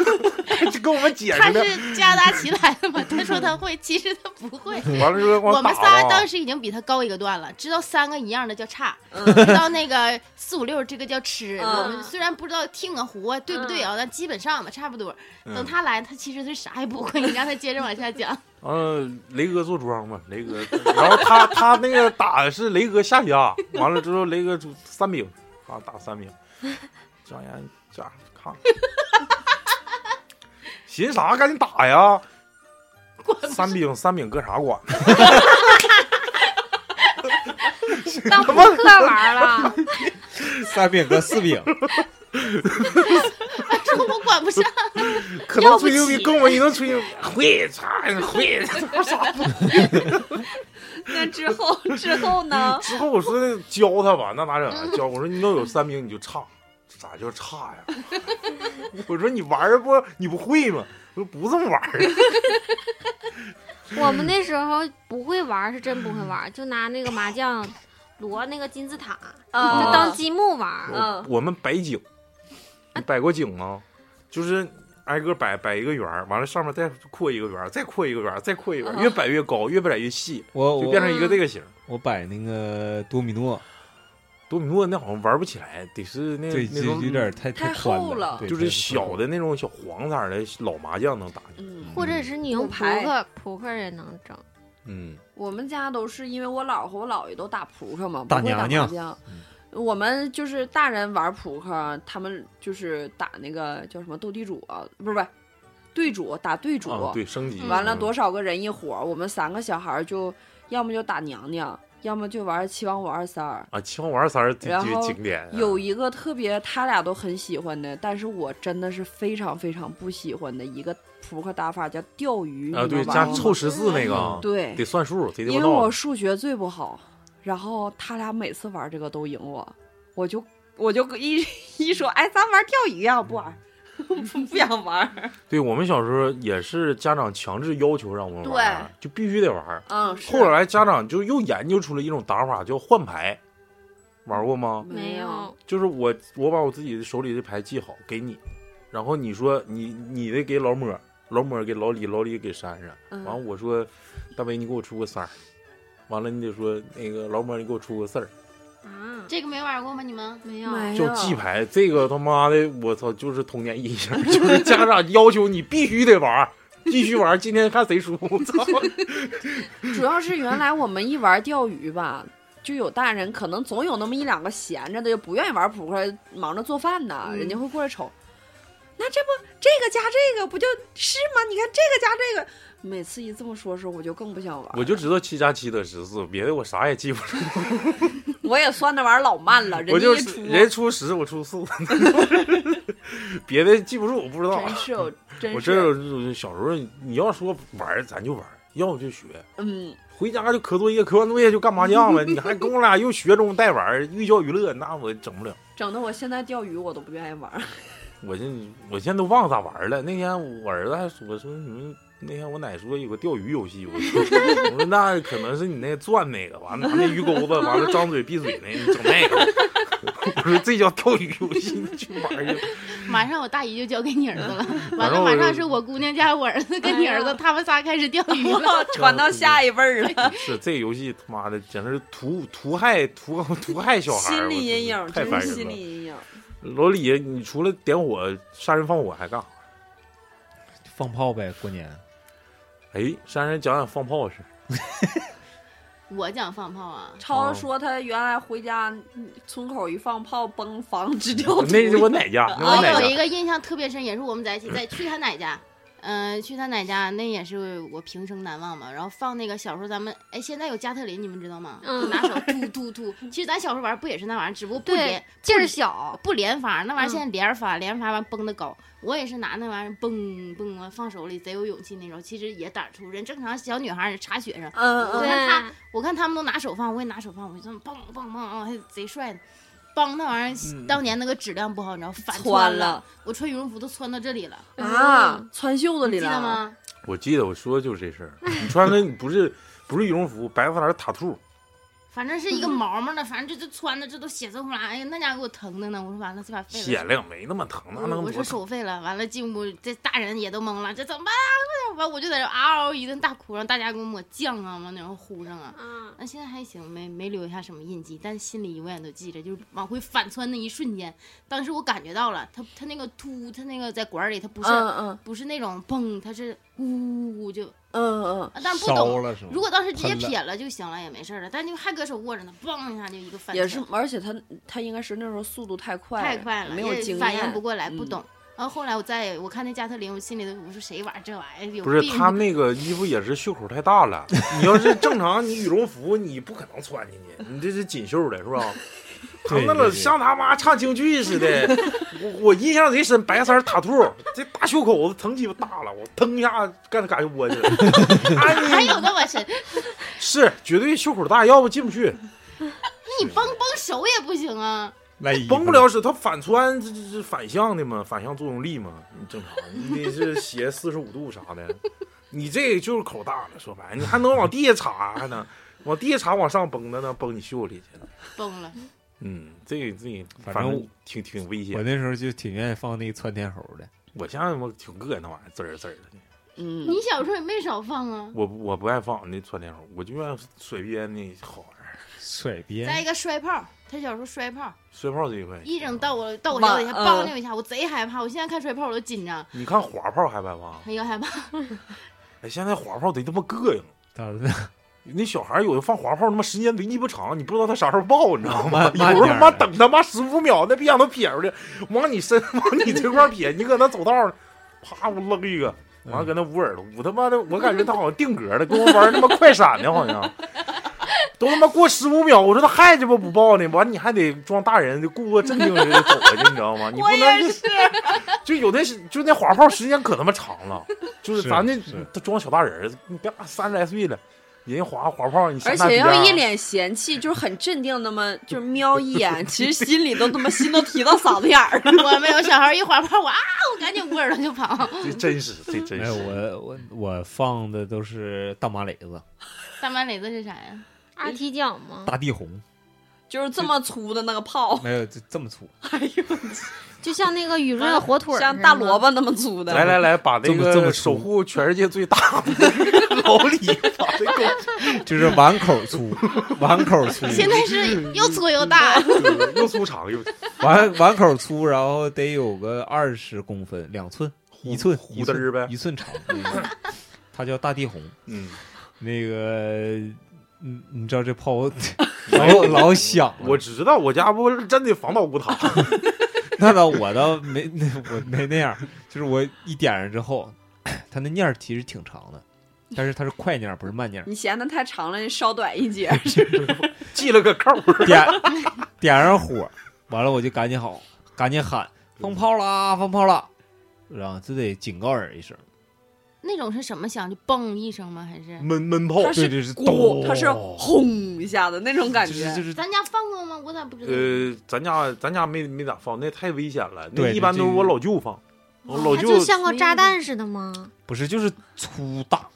S1: [LAUGHS] 就跟我们解
S2: 他
S1: 释的。
S2: 是加拿大奇来的嘛，他说他会，其实他不会。
S1: 完了之后给
S2: 我
S1: 打
S2: 们仨
S1: 了
S2: 当时已经比他高一个段了，知道三个一样的叫差，
S5: 嗯
S2: 知道那个四五六这个叫吃。
S4: 嗯
S2: 我们虽然不知道听啊胡啊对不对
S5: 嗯
S2: 啊，但基本上吧，差不多。等他来，他其实是啥也不会，你让他接着往下
S5: [LAUGHS]
S2: 讲。
S1: 嗯，雷哥坐庄嘛， [LAUGHS] 雷哥，然后他他那个打的是雷哥下家，完了之后雷哥出三饼，啊打三饼，张岩这样看， [LAUGHS] 寻啥赶紧打呀，三饼三饼搁啥管？
S5: 当扑克玩了，
S3: 嗯三饼搁四饼，
S2: 他说我管不上，
S1: 可能吹牛逼跟我一能吹牛逼，会擦会擦啥不？
S4: 那之后之后
S3: [LAUGHS]
S4: 呢？啊
S1: 之后我说教他吧，那咋整啊？教我说你要有三饼你就差，这咋叫差呀？我说你玩儿不你不会吗？我说不这么玩儿啊的。
S5: 我们那时候不会玩，是真不会玩，就拿那个麻将摞那个金字塔，
S4: 啊
S5: 就当积木玩儿。
S4: 嗯啊
S1: 我我们摆井，你摆过井吗？就是挨个摆摆一个圆儿，完了上面再扩一个圆儿，再扩一个圆儿，再扩一个圆儿，
S4: 嗯
S1: 越摆越高，越摆越细，
S3: 我
S1: 就变
S3: 我
S1: 成一个这个形儿。
S3: 我摆那个多米诺，
S1: 多米诺那好像玩不起来，得是那
S3: 对，
S1: 嗯那
S3: 就
S1: 种
S3: 有点太
S4: 太
S3: 宽
S4: 厚了
S3: 对
S1: 就是
S3: 太宽
S1: 小
S3: 了
S1: 的那种小黄色儿的老麻将能打进去。
S4: 嗯，
S5: 或者是你用
S4: 用
S5: 扑
S4: 牌
S5: 克，扑克也能整。
S1: 嗯，
S4: 我们家都是因为我姥和我姥爷都打扑克嘛，不
S3: 大
S4: 会打
S3: 娘嗯娘
S4: 麻将。我们就是大人玩扑克，他们就是打那个叫什么斗地主啊，不是不是，对主打对主。
S1: 啊，对，升级
S4: 嗯完了多
S1: 少？
S4: 少个人一伙儿，我们三个小孩儿就要么就打娘娘，要么就玩七王五二三儿。
S1: 啊，秦王玩三儿这
S4: 然
S1: 这
S4: 后
S1: 景点啊
S4: 有一个特别，他俩都很喜欢的，但是我真的是非常非常不喜欢的一个扑克打法叫钓鱼，
S1: 啊，
S4: 你
S1: 对，
S4: 们
S1: 加
S4: 玩过
S1: 凑
S4: 吗
S1: 十四那个啊，
S4: 对
S1: 得，算数，得得
S4: 因为
S1: 闹
S4: 我数学最不好，然后他俩每次玩这个都赢我，我就我就一一说，哎，咱玩钓鱼啊，不玩儿，
S1: 嗯
S4: [LAUGHS] 不不想玩儿。
S1: 对我们小时候也是家长强制要求让我们玩儿，就必须得玩儿。
S4: 嗯，是
S1: 后来家长就又研究出了一种打法，叫换牌，玩过吗？
S5: 没有，
S1: 就是我我把我自己手里的牌记好给你，然后你说你你的给老莫，老莫给老李，老李给珊珊，
S4: 嗯
S1: 完了我说大伟你给我出个三儿，完了你得说那个老莫你给我出个四儿，
S5: 啊，
S2: 这个没玩过吗？你们？
S5: 没有。
S4: 没
S1: 就
S4: 有
S1: 记牌，这个他妈的我操就是童年阴影，就是家长要求你必须得玩儿，继续玩，今天看谁输。我操！
S4: 主要是原来我们一玩钓鱼吧，就有大人可能总有那么一两个闲着的，就不愿意玩扑克，忙着做饭呢，
S2: 嗯
S4: 人家会过来瞅。那这不这个加这个不就是吗？你看这个加这个，每次一这么说时候，我就更不想玩。
S1: 我就知道七加七等于十四，别的我啥也记不住。
S4: [LAUGHS] 我也算那玩意儿老慢了，
S1: 我
S4: 人家
S1: 就
S4: 一
S1: 是
S4: 出，
S1: 人出十，我出
S4: [LAUGHS]
S1: 四， [LAUGHS] 别的记不住，我不知道。啊
S4: 真是
S1: [LAUGHS]
S4: 有真是
S1: 我这有小时候，你要说玩儿咱就玩儿，要不就学。
S4: 嗯，
S1: 回家就磕作业，磕完作业就干麻将了。你还跟我俩又学中带玩儿，寓教于乐，那我整不了。
S4: 整的我现在钓鱼我都不愿意玩。
S1: [LAUGHS]
S4: [LAUGHS]
S1: 我现我现在都忘咋玩儿了。那天我儿子还说说你们那天我奶说有个钓鱼游戏，我说我说那可能是你那钻那个，完了拿那鱼钩子，完了张嘴闭嘴那，你整那个。 [LAUGHS] 我说这叫钓鱼游戏，你去玩儿去。
S2: 马上我大姨就交给你儿子了，完
S1: 完了
S2: 了马
S1: 嗯我
S2: 上
S1: 就是
S2: 我姑娘家我儿子跟你儿
S5: 哎
S2: 子
S5: 呀
S2: 他们仨开始钓鱼了。 [LAUGHS]
S4: 哇，传到下一辈儿
S1: [LAUGHS]
S4: 了，
S1: 是这游戏他妈的简直是屠屠害屠 [LAUGHS] 屠害小孩儿，
S4: 心理阴
S1: 我真是
S4: 影，真
S1: 太烦
S4: 是
S1: 人
S4: 心
S1: 了
S4: 理。阴影。
S1: 老李，你除了点火、杀人放火还干啥？
S3: 放炮呗，过年
S1: 哎，珊珊讲讲放炮的事。
S2: 我讲放炮啊，
S4: 超
S1: 哦
S4: 说他原来回家嗯村口一放炮崩房直掉土
S1: [LAUGHS] 那是我奶家，那
S2: 我
S1: 我奶
S2: 哦有
S1: 家。
S2: 一个印象特别深，也是我们在一起在去他奶家，嗯、去他奶家那也是我平生难忘嘛。然后放那个小时候咱们哎，现在有加特林，你们知道吗？
S5: 嗯
S2: 拿手突突突。其实咱小时候玩不也是那玩意儿，只不过不
S5: 对
S2: 连
S5: 劲儿小，
S2: 不连发，那玩意儿
S5: 嗯
S2: 现在连发，连发完崩的高。我也是拿那玩意儿蹦蹦完放手里，贼有勇气那种。其实也胆儿粗，人正常小女孩儿插雪上，
S4: [LAUGHS] 嗯
S2: 我
S4: 嗯，
S2: 看他
S5: 对，
S2: 我看他们都拿手放，我也拿手放，我就这么蹦蹦蹦啊，还贼帅呢。帮那玩意儿，当年那个质量不好，你知道反
S4: 穿
S2: 了。
S4: 了
S2: 我穿羽绒服都穿到这里了，
S5: 嗯
S4: 啊，穿袖子
S2: 你
S4: 里
S2: 记
S4: 了
S2: 得？吗？
S1: 我记得我说的就是这事儿。你穿的不是不是羽绒服，白色的塔
S4: [LAUGHS]
S1: 兔，
S2: 反正是一个毛毛的，反正这这穿的这都血丝呼啦，哎呀，那家给我疼的呢。我说完了，这把废了。
S1: 血量没那么疼，那
S2: 我
S1: 能
S2: 我
S1: 多
S2: 说
S1: 疼？
S2: 手废了，完了进屋这大人也都懵了，这怎么办啊？快点完我就在这嗷嗷一顿大哭，让大家给我抹酱啊，往那上呼上啊。
S5: 嗯，
S2: 那现在还行，没没留下什么印记，但心里永远都记着，就是往回反窜那一瞬间，当时我感觉到了，它它那个突，它那个在管儿里，它不是、
S4: 嗯嗯
S2: 不是那种蹦，它是呜呜呜就，
S4: 嗯嗯，
S2: 啊、但是不
S3: 烧
S2: 懂。
S3: 了是吗？
S2: 如果当时直接
S3: 喷了
S2: 撇了就行了，也没事儿了。但就还搁手握着呢，嘣一下就一个翻
S4: 嗯
S2: 车，
S4: 也是，而且他他应该是那时候速度太快，
S2: 太快了，
S4: 没有
S2: 也
S4: 经
S2: 反应不
S4: 验。
S2: 过来，不
S4: 嗯
S2: 懂。然后后来我再我看那加特林，我心里都我说谁玩这玩意儿有
S1: 不是
S2: 病
S1: 他那个衣服也是袖口太大
S2: [LAUGHS]
S1: 了。你要是正常，你羽绒服你不可能穿进去，你这是紧袖的，是吧？疼
S3: 对
S1: 的
S3: 对
S1: 了，
S3: 对
S1: 像他妈唱京剧似的。我我印象贼深，白色儿塔兔，这大袖口子疼鸡巴大了，我腾一下干嘎就窝
S3: [LAUGHS]
S1: 去了。哎呀
S2: 还有那么
S4: [LAUGHS]
S2: 深，
S1: 是绝对袖口大，要不进不去，
S2: 那你崩崩手也不行啊。
S3: 来一
S1: 崩不了手。它反穿，这这这反向的嘛，反向作用力嘛， [LAUGHS] 你正常。你得是斜四十五度啥的， [LAUGHS] 你这就是口大了。说白了，你还能往地下插呢， [LAUGHS] 往地下插往上崩的呢，崩你袖里去了。
S2: 崩了，
S1: 嗯，这个这个
S3: 反
S1: 反
S3: 正
S1: 正挺挺危险。
S3: 我那时候就挺愿意放那个窜天猴的，
S1: 我现在我挺膈应那玩意儿，滋儿滋儿的。
S4: 嗯，
S2: 你小时候也没少放啊。
S1: 我不我不爱放那窜天猴，我就愿意水边那好玩儿。
S3: 甩
S2: 再一
S3: 鞭，
S2: 个摔炮，他小时候摔炮，
S1: 摔炮这一块，
S2: 一整到我到我
S4: 哇
S2: 脚底下，
S4: 嗯
S2: 梆溜一下，我贼害怕。我现在看摔炮我都紧张，
S1: 你看滑炮害不害怕？
S4: [LAUGHS]
S2: 很有害怕。
S1: 哎，现在滑炮贼他妈膈应。
S3: 咋的？
S1: 那小孩儿有的放滑炮，他妈时间贼鸡巴长，你不知道他啥时候爆，你知道吗？
S3: 慢
S1: [LAUGHS]
S3: 慢
S1: 有时候
S3: 点
S1: 他
S3: 儿
S1: 妈等他妈十五秒，那逼让他撇出去，往你身 [LAUGHS] 往你这块儿撇，你搁那走道儿，啪我扔一个，完
S3: 嗯
S1: 了搁那捂耳朵，捂他妈的，我感觉他好像定格了，跟我玩儿他妈快闪呢，好像。都他妈过十五秒，我说他还鸡巴不爆呢，完你还得装大人，就故作镇定似的走过去，你知道吗？你不能就是就有的是就那滑炮时间可他妈长了，就是
S3: 是
S1: 咱那
S3: 是
S1: 他装小大人儿，你别三十来岁了，人家滑滑炮，你
S4: 而
S1: 上大街
S4: 且要
S1: 上
S4: 一脸嫌弃，就是很镇定，那么就是瞄一
S3: [LAUGHS]
S4: 眼，其实心里都他妈心都提到嗓子眼儿了。
S2: 我没有小孩一滑炮，我啊，我赶紧捂耳朵就跑。
S1: 这真是这真
S3: 没有
S1: 是。
S3: 哎我我我放的都是大麻雷子、
S2: 大满垒子是啥呀？
S5: 二踢脚吗？
S3: 大地红，
S4: 就是这么粗的那个炮，
S3: 没有这这么粗，
S4: 哎呦，
S5: 就像那个雨润的火 [LAUGHS] 腿儿
S4: 像
S5: 似
S4: 大
S5: 的
S4: 萝卜那么粗的。
S1: 来来来，把
S3: 这
S1: 那
S3: 么这么
S1: 个
S3: 粗
S1: 守护全世界最大的 [LAUGHS] 老李，把这个
S3: 就是碗口粗，碗口粗，
S2: [LAUGHS] 现在是又粗又大，
S3: [LAUGHS]
S1: 又粗长又
S3: 碗碗口粗，然后得有个二十公分，两寸，一寸
S1: 糊
S3: 一
S1: 嘚儿
S3: 寸
S1: 呗
S3: 一寸长。它叫大地红。
S1: 嗯，
S3: 那个，你你知道这炮
S1: [LAUGHS]
S3: 老老响了，
S1: 我知道我家不是真的防盗古塔，
S3: 那倒我倒没那我没那样，就是我一点上之后，它那念儿其实挺长的，但是它是快念儿，不是慢念儿。
S4: 你嫌它太长了，你稍短一截。
S1: 系了个扣儿。 [LAUGHS]
S3: 点点上火，完了我就赶紧好，赶紧喊放炮啦，放炮啦，然后就得警告人一声。
S2: 那种是什么响？就嘣一声吗？还
S3: [LAUGHS]
S2: 是
S1: 闷闷炮
S4: 它
S3: 哦对
S4: 是
S3: 对是
S4: 鼓，
S3: 咚
S4: 它是轰一下的那种感
S3: 就是
S4: 觉
S3: 就。是
S2: 咱家放过吗？我咋不知道？
S1: 呃，咱家咱家没没咋放，那太危险了。那
S3: 对
S1: 一般
S3: 这
S1: 都是
S3: 这
S1: 我老舅放，我老
S5: 它
S1: 舅
S5: 就像个炸弹似的吗？
S3: 不是就是粗大，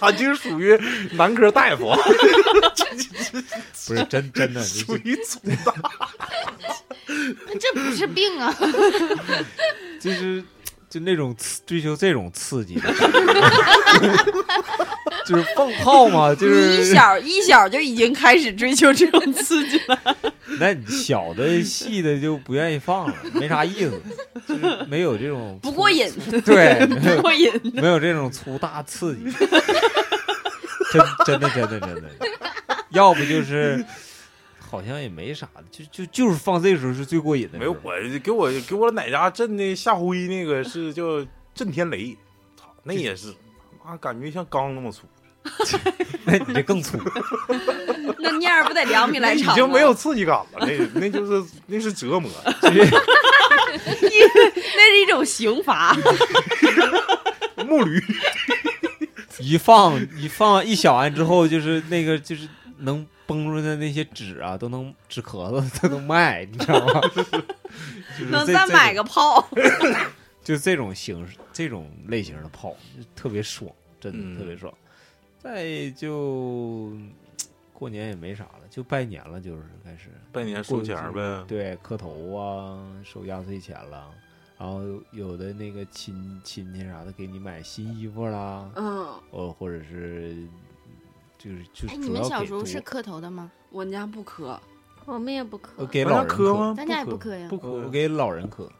S1: 他就是属于男科大
S3: [LAUGHS]
S1: 夫，
S3: 不是真真的，就
S1: 属
S3: 是
S1: 于粗大。
S2: 这不是病啊！
S3: 就是就那种刺追求这种刺激的， [LAUGHS] 就是放炮嘛，就
S4: 你一
S3: 是
S4: 小一小就已经开始追求这种
S3: [LAUGHS]
S4: 刺激了，
S3: 那你小的细的就不愿意放了，没啥意思，就是没有这种
S4: 不过瘾，
S3: 对， [LAUGHS] 没有
S4: [LAUGHS] 不过瘾。
S3: 没有这种粗大刺激， [LAUGHS] 真真的真的真的，要不就是好像也没啥的，就就就是放这时候是最过瘾的时
S1: 没
S3: 候。
S1: 有，我给我给我奶家震的下灰那个是叫震天雷，操，那也是，妈感觉像钢那么粗，
S3: 那你这更粗，
S4: 那念儿不得两米
S1: 那
S4: 来
S1: 已
S4: 长吗？ [LAUGHS]
S1: 经没有刺激感了，那那就是那是折磨。
S4: 那是一种刑罚。
S1: 木驴，
S3: 一放一放一小完之后，就是那个就是能崩出的那些纸啊，都能纸壳子都能卖，你知道吗？就是
S4: 能
S3: 这
S4: 再
S3: 这
S4: 买
S3: 种
S4: 个炮？
S3: 就这种形式、这种类型的炮，就特别爽，真的、
S1: 嗯
S3: 特别爽。再就过年也没啥了，就拜年了，就是开始
S1: 拜年收钱儿呗。
S3: 对磕头啊，收压岁钱了，然后有的那个亲亲戚啥的给你买新衣服啦，
S4: 嗯，
S3: 呃，或者是就是就
S2: 哎，
S3: 是
S2: 你
S3: 主要
S2: 们小
S3: 给
S2: 时候
S3: 多
S2: 是磕头的吗？
S4: 我们家不磕，
S5: 我们也不磕
S3: 呃。给
S1: 往
S3: 老
S1: 上
S3: 人
S1: 哦磕吗？
S2: 咱家也不
S1: 磕
S2: 磕呀
S1: 啊不
S3: 呃我
S1: 磕。
S3: 给老人磕，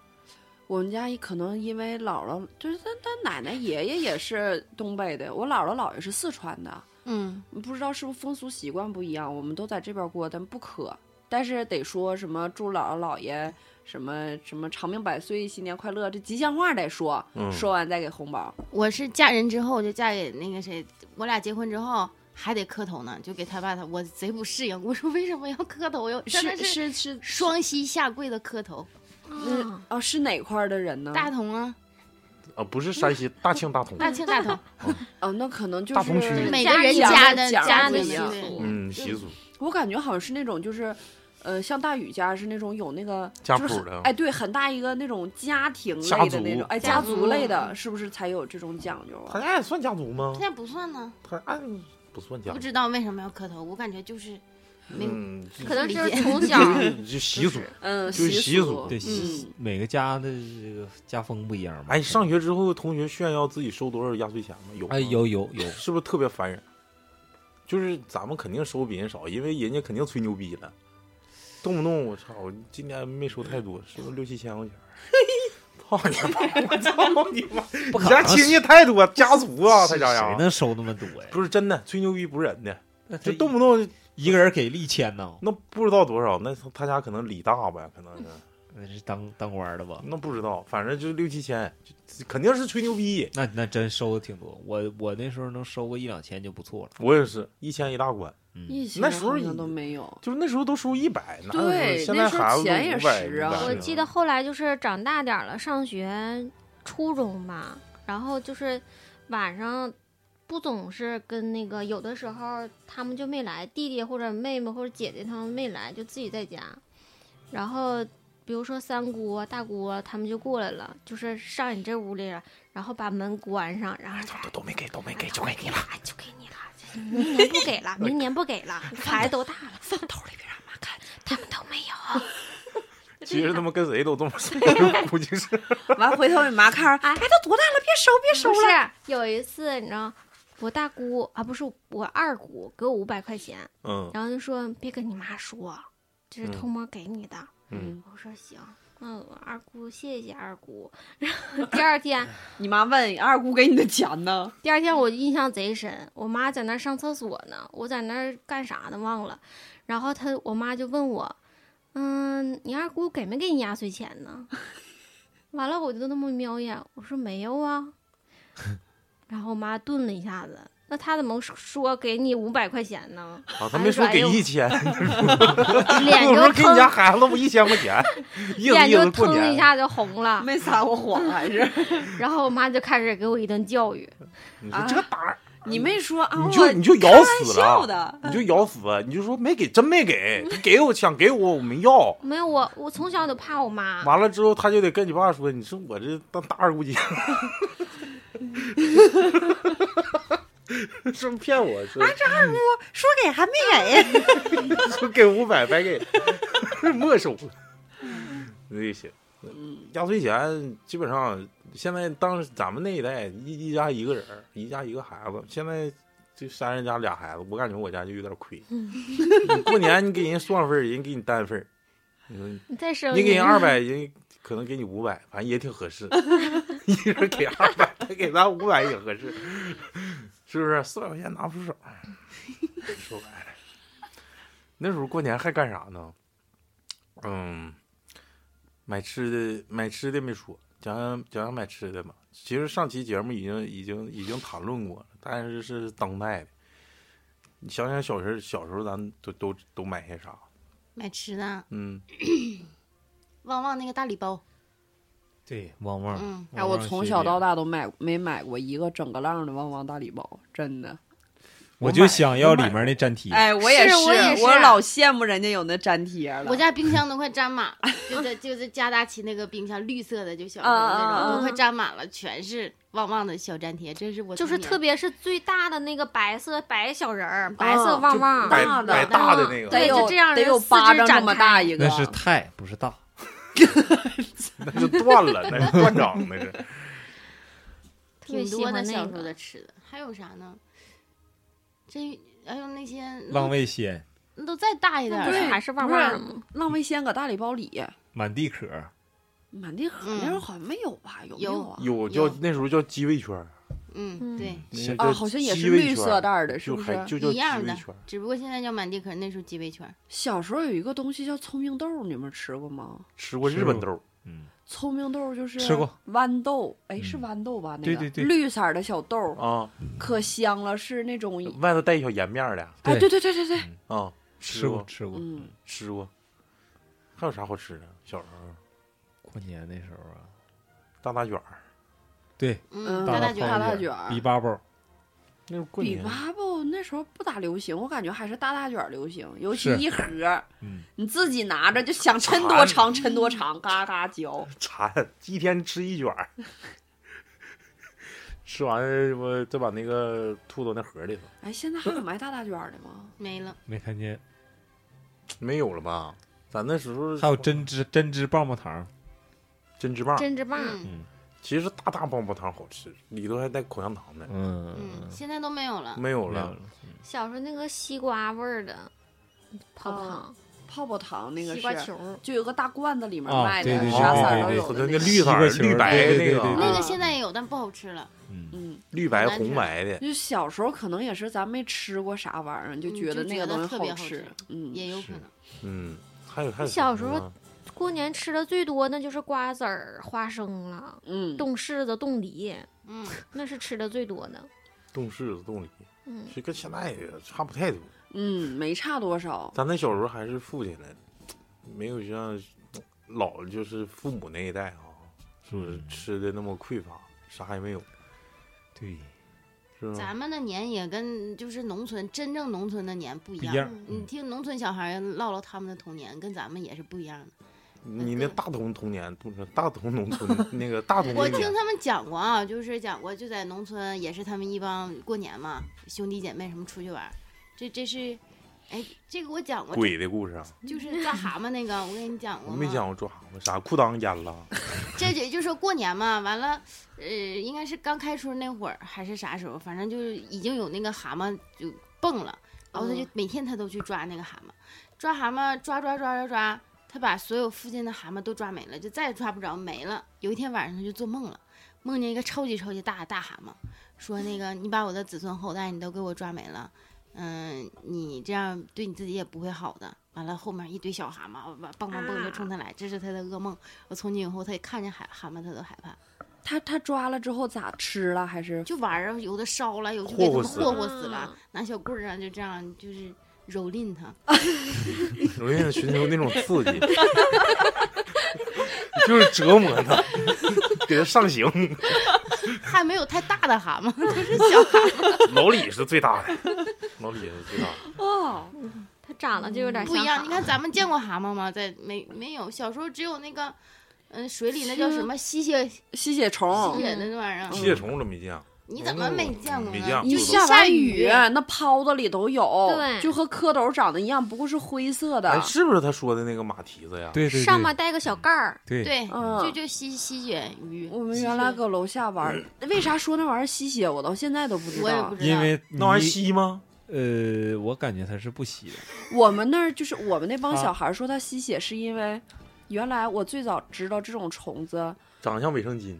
S4: 我们家可能因为姥姥，就是他他奶奶爷爷也是东北的，我姥姥姥爷是四川的，
S2: 嗯，
S4: 不知道是不是风俗习惯不一样，我们都在这边过，但不磕，但是得说什么祝姥姥姥爷什么什么长命百岁、新年快乐，这吉祥话得说，
S1: 嗯
S4: 说完再给红包。
S2: 我是嫁人之后我就嫁给那个谁，我俩结婚之后还得磕头呢，就给他爸他我贼不适应，我说为什么要磕头呀？真的
S4: 是是是，
S2: 双膝下跪的磕头，
S4: 嗯
S5: 嗯，
S4: 哦，是哪块儿的人呢？
S2: 大同啊，
S1: 啊，不是山西大庆大同，
S2: 大庆大同，
S4: 哦，那可能就
S1: 大
S4: 是
S1: 同区
S2: 每个人家的
S4: 讲
S2: 家
S4: 不
S2: 的
S4: 一样
S2: 习俗
S1: 嗯，习俗
S4: 我感觉好像是那种就是，呃，像大宇家是那种有那个
S1: 家
S4: 就是
S1: 谱
S4: 很
S1: 的
S4: 哎，对，很大一个那种家庭
S1: 家
S4: 类的那
S1: 族
S4: 种，哎，
S2: 家
S4: 家族类的，
S2: 族
S4: 是不是才有这种讲究
S1: 他
S4: 啊？
S1: 家也算家族吗
S2: 现？在不算呢，
S1: 他按不算家
S2: 不
S1: 族，
S2: 知道为什么要磕头，我感觉就是没有
S1: 嗯，就
S5: 可能
S2: 理
S5: 就是
S2: 解
S5: 从小
S1: 就就习俗。
S4: 嗯，
S1: 就是习
S4: 习
S1: 俗
S3: 对，
S4: 嗯，
S3: 每个家的这个家风不一样嘛。
S1: 哎，上学之后，同学炫耀自己收多少压岁钱吗？有吗
S3: 哎有有
S1: [LAUGHS]
S3: 有，
S1: 是不是特别烦人？就是咱们肯定收比人少，因为人家肯定吹牛逼了，动不动我操，我今年没收太多，是不是六七千块钱？操你妈！我操你妈！
S3: 不
S1: 你家亲戚太多，家族啊，他家
S3: 谁
S1: 呀，
S3: 能收那么多呀？
S1: 不是真的，吹牛逼不是人的，
S3: 那他
S1: 就动不动
S3: 一个人给了一千呢，
S1: 那不知道多少，那他家可能李大呗，可能是
S3: 那是当当官的吧？
S1: 那不知道，反正就六七千，就肯定是吹牛逼。
S3: 那那真收的挺多，我我那时候能收个一两千就不错了。
S1: 我也是一千一大关，
S4: 疫
S1: [LAUGHS]
S3: 嗯，
S4: 情
S1: 那时候
S4: 好
S1: 已
S4: 像都没有。
S1: [LAUGHS] 就是那时候都收一百，哪有
S4: 对
S1: 现
S4: 那
S1: 在
S4: 时候
S1: 孩子
S4: 钱也
S1: 五百
S4: 实啊
S5: 我记得后来就是长大点儿了，上学初中吧，然后就是晚上不总是跟那个，有的时候他们就没来，弟弟或者妹妹或者姐姐他们没来，就自己在家。然后比如说三姑啊、大姑啊，他们就过来了，就是上你这屋里了，然后把门关上，然后
S1: 都都没给，都没给，就给你了。
S5: 哎就给你了。明年不
S2: [LAUGHS]
S5: 给了，明年不给了，孩子都大了，放兜里别让妈看见，他们都没有。
S1: 其实他妈跟谁都这么说，估计是
S4: 完回头你妈看着，哎，都多大了，别收，别收
S5: 不
S4: 了。
S5: 是有一次，你知道，我大姑啊，不是我二姑，给我五百块钱，
S1: 嗯
S5: 然后就说别跟你妈说，这是偷摸给你的。
S1: 嗯
S5: 我说行，嗯，二姑谢谢二姑。然后第二天，
S4: 你妈问二姑给你的钱呢？
S5: 第二天
S1: 嗯
S5: 我印象贼深，我妈在那儿上厕所呢，我在那儿干啥呢忘了。然后她我妈就问我，嗯，你二姑给没给你压岁钱呢？ [LAUGHS] 完了我就那么瞄一眼，我说没有啊。
S1: [LAUGHS]
S5: 然后我妈顿了一下子，那她怎么说给你五百块钱呢？
S1: 啊，他没说给一千，
S5: 脸
S1: 我
S5: 就
S1: 说给你
S5: 腾
S1: 家孩子不一千块钱，意思
S5: 脸
S1: 意思
S5: 就
S1: 过
S5: 腾
S1: 年
S5: 一下就红了，
S4: 没撒过谎还是？
S1: [LAUGHS]
S5: 然后我妈就开始给我一顿教育。
S1: 你说这个胆儿，
S4: 你没说啊？
S1: 你就
S4: 我
S1: 你就
S4: 开
S1: 咬
S4: 玩
S1: 死
S4: 笑
S1: 了，
S4: 的，
S1: 你就咬死，你就说没给，真没给，你给我想给我我没要。
S5: 没有我，我从小就怕我妈，
S1: 完了之后，他就得跟你爸说：“你说我这当大二姑姐，是不是骗我？说
S4: 说给还没给，
S1: 说给五百白给，没收了。”那就行。压岁钱基本上现在当时咱们那一代一一家一个人儿，一家一个孩子。现在就三人家俩孩子，我感觉我家就有点亏。你过年你给人算份儿，人给你单份儿，你说
S5: 你再生
S1: 你给
S5: 一
S1: 人
S5: 个
S1: 二百，人可能给你五百，反正也挺合适。 [LAUGHS] 一人给二百，他给咱五百也合适，是不是？四百块钱拿不出手，说白了，那时候过年还干啥呢？嗯，买吃的，买吃的没说，讲讲讲讲买吃的吧。其实上期节目已经已经已经谈论过了，但是是当代的。你想想小时候小时候咱都都都买些啥？
S2: 买吃的，
S1: 嗯，
S2: 旺旺那个大礼包，
S3: [LAUGHS] 对，旺旺。
S2: 嗯，
S4: 哎，我从小到大都买没买过一个整个浪的旺旺大礼包，真的。
S3: 我就想要里面那粘贴，
S4: 哎，我也
S5: 是我也是
S4: 我老羡慕人家有那粘贴了。
S2: 我家冰箱都快沾满了， [LAUGHS] 就在就在加达奇那个冰箱，绿色的，就
S4: [LAUGHS]
S2: 小时候
S4: 啊啊
S2: 那
S4: 啊
S2: 种，
S4: 啊
S2: 都快沾满了，全是旺旺的小粘贴，这是我
S5: 就
S2: 童
S5: 是
S2: 年
S5: 特别是最大的那个白色白小人儿，白
S4: 哦
S5: 色旺旺，啊
S1: 买
S4: 啊大的
S1: 买大的那个，
S5: 对
S4: 得有
S5: 就这样
S4: 得有
S5: 人四肢
S4: 巴掌这
S5: 展
S4: 么
S5: 开
S4: 大一个，
S3: 那是太不是大，
S1: 那 [LAUGHS] 就断了，那是断掌，那是。
S5: 特别
S2: 挺
S5: 喜
S2: 多
S5: 欢
S2: 的
S5: 那
S2: 小时候
S5: 个
S2: 的吃的，还有啥呢？这还有那些
S3: 浪味仙，
S2: 那都再大一点儿
S5: 那不
S2: 了，
S5: 是
S4: 对
S5: 还是旺
S4: 不是
S5: 旺吗？
S4: 浪味仙搁大礼包里，
S3: 满地可，
S4: 满地盒那时候好像没有吧？嗯有没
S2: 有
S4: 啊？
S1: 有
S2: 有
S1: 叫那时候叫鸡味圈儿，
S2: 嗯，
S5: 嗯
S2: 对，
S1: 那个
S3: 是
S1: 叫
S4: 啊，好像也
S1: 鸡
S4: 是
S1: 味
S4: 绿
S1: 圈
S4: 色
S1: 儿
S4: 袋儿的，是
S1: 就
S4: 不是
S1: 还？就叫
S2: 一
S1: 鸡
S2: 样
S1: 味
S2: 的
S1: 圈儿，
S2: 只不过现在叫满地可，那时候鸡尾圈儿。
S4: 小时候有一个东西叫葱明豆，你们吃过吗？
S1: 吃过日
S3: 吃
S1: 本
S3: 过
S1: 豆儿，
S3: 嗯，
S4: 葱明豆就是
S3: 吃过
S4: 豌豆，哎，
S3: 嗯
S4: 是豌豆吧？那个
S3: 对对对
S4: 绿色儿的小豆儿
S1: 啊，
S4: 可香了，是那种
S1: 外头带一小盐面儿的
S4: 哎，
S3: 嗯对
S4: 对对对对对，
S1: 啊，
S3: 吃过
S1: 过
S3: 吃过，
S4: 嗯，
S1: 吃过，还有啥好吃的？小时候
S3: 过年那时候啊，
S1: 大大卷儿，
S3: 对，
S2: 嗯，
S4: 大
S2: 大
S3: 大
S2: 卷
S4: 大
S2: 儿，
S4: 大
S3: 大
S4: 卷儿
S3: 比八包，
S1: 那时候过
S4: 比
S1: 年
S4: 巴布那时候不咋流行，我感觉还是大大卷儿流行，尤其
S3: 是
S4: 一盒儿
S3: 嗯，
S4: 你自己拿着就想抻多长抻多长，嘎嘎嚼。
S1: [LAUGHS] 馋，一天吃一卷儿， [LAUGHS] 吃完我再把那个吐到那盒里头，
S4: 哎，现在还有卖大大卷儿的吗？
S2: 没了。
S3: 没看见，
S1: 没有了吧？咱那时候
S3: 还有针织针织棒棒糖，
S1: 针织棒，
S5: 针织棒，
S2: 嗯
S1: 其实大大棒棒糖好吃，里头还带口香糖呢，
S3: 嗯
S2: 嗯，，现在都没有了。
S1: 没有
S3: 没有
S1: 了。
S3: 了，
S5: 小时候那个西瓜味儿的泡泡糖，
S4: 泡泡糖那个
S5: 西瓜
S4: 是，
S5: 球儿，
S4: 就有个大罐子里面
S3: 啊
S4: 卖
S3: 对
S4: 的，
S3: 对
S4: 啥色儿
S1: 哦
S4: 都
S3: 对
S4: 有的
S1: 那
S4: 那个。
S1: 绿色儿、
S3: 西瓜
S1: 绿
S3: 球
S1: 白
S3: 对对
S1: 那
S3: 对
S1: 个
S3: 对
S1: 啊，
S2: 那个现在也有，但不好吃了。
S3: 嗯，
S4: 嗯，
S1: 绿白红白的，
S4: 就小时候可能也是咱没吃过啥玩意儿，你就
S2: 嗯
S4: 觉
S2: 就
S4: 得那
S2: 觉
S4: 个
S2: 得
S4: 东
S2: 特
S4: 西
S2: 别
S4: 好
S2: 好
S4: 吃
S2: 吃。
S4: 嗯，
S2: 也有可
S3: 是
S2: 能，
S1: 嗯，还有还有什么
S5: 小时候
S1: 啊
S5: 过年吃的最多那就是瓜子儿、花生了，
S4: 嗯，
S5: 冻柿子、冻梨，
S2: 嗯，
S5: 那是吃的最多的。
S1: 冻柿子、冻梨，
S5: 嗯，
S1: 其实跟现在也差不太多。
S4: 嗯，没差多少。
S1: 咱那小时候还是富起来的，没有像老就是父母那一代啊，是不是吃的那么匮乏，啥也没有，
S3: 对，
S1: 是吧？
S2: 咱们的年也跟就是农村真正农村的年不一
S3: 不一
S2: 样。
S3: 样，
S2: 你
S3: 嗯
S2: 听农村小孩儿唠唠他们的童年，跟咱们也是不一样的。
S1: 你那大同童年，不是大同农村那个大同
S2: 我
S1: 那
S2: 听
S1: 年，
S2: 他们讲过啊，就是讲过，就在农村也是他们一帮过年嘛，兄弟姐妹什么出去玩儿，这这是，哎，这个我讲过，
S1: 鬼的故事啊，
S2: 就是抓蛤蟆那个，我跟你讲
S1: 我
S2: 过吗？
S1: 没讲过抓蛤蟆，啥裤裆淹了，
S2: 这也就是过年嘛，完了，呃，应该是刚开春那会儿还是啥时候，反正就是已经有那个蛤蟆就蹦了，然后他就
S4: 嗯
S2: 每天他都去抓那个蛤蟆，抓蛤蟆抓抓抓抓抓，他把所有附近的蛤蟆都抓没了，就再也抓不着，没了。有一天晚上，他就做梦了，梦见一个超级超级大的大蛤蟆，说那个你把我的子孙后代你都给我抓没了，嗯，你这样对你自己也不会好的。完了，后面一堆小蛤蟆，蹦蹦蹦就冲他来，这是他的噩梦。我从今以后，他也看见海蛤蟆他都害怕，
S4: 他他抓了之后咋吃了？还是
S2: 就玩儿啊，有的烧了，有的给他
S1: 霍霍
S2: 们
S1: 死
S2: 霍霍死
S5: 了
S2: 了，拿小棍儿啊，就这样就是蹂躏他。
S1: 我现在寻求那种刺激， [LAUGHS] 就是折磨
S3: [LAUGHS]
S1: 他，给他上刑。
S2: 还没有太大的蛤蟆， [LAUGHS] 都是小蛤蟆，
S1: 老李是最大的，老李是最大的。
S4: 哦，
S5: 它长得就有点
S2: 不
S5: 像
S2: 一样。你
S5: 蛤
S2: 看咱们见过蛤蟆吗？在没没有，小时候只有那个，嗯，水里那叫什么吸血吸
S4: 吸血虫，
S2: 血的那玩意儿，
S1: 吸血虫我都没见过，
S2: 你怎么没见过
S1: 哦没
S2: 呢？
S1: 见过
S4: 一
S2: 就
S4: 下完
S2: 完
S4: 雨，啊那泡子里都有，
S5: 对
S4: 就和蝌蚪长得一样，不过是灰色的
S1: 哎，。是不是他说的那个马蹄子呀？
S3: 对对对，
S5: 上面带个小盖儿，
S3: 对
S2: 对，
S4: 嗯
S2: 就就吸吸血鱼。
S4: 我们原来
S2: 吸血
S4: 搁楼下玩儿，为啥说那玩意儿吸血？我到现在都不知
S2: 我也
S4: 道
S2: 不。知道，
S3: 因为
S1: 那玩意儿
S3: 你
S1: 吸吗？
S3: 呃，我感觉它是不吸的，
S4: 我们那儿就是我们那帮
S3: 啊
S4: 小孩儿说他吸血是因为，原来我最早知道这种虫子，
S1: 长得像卫生巾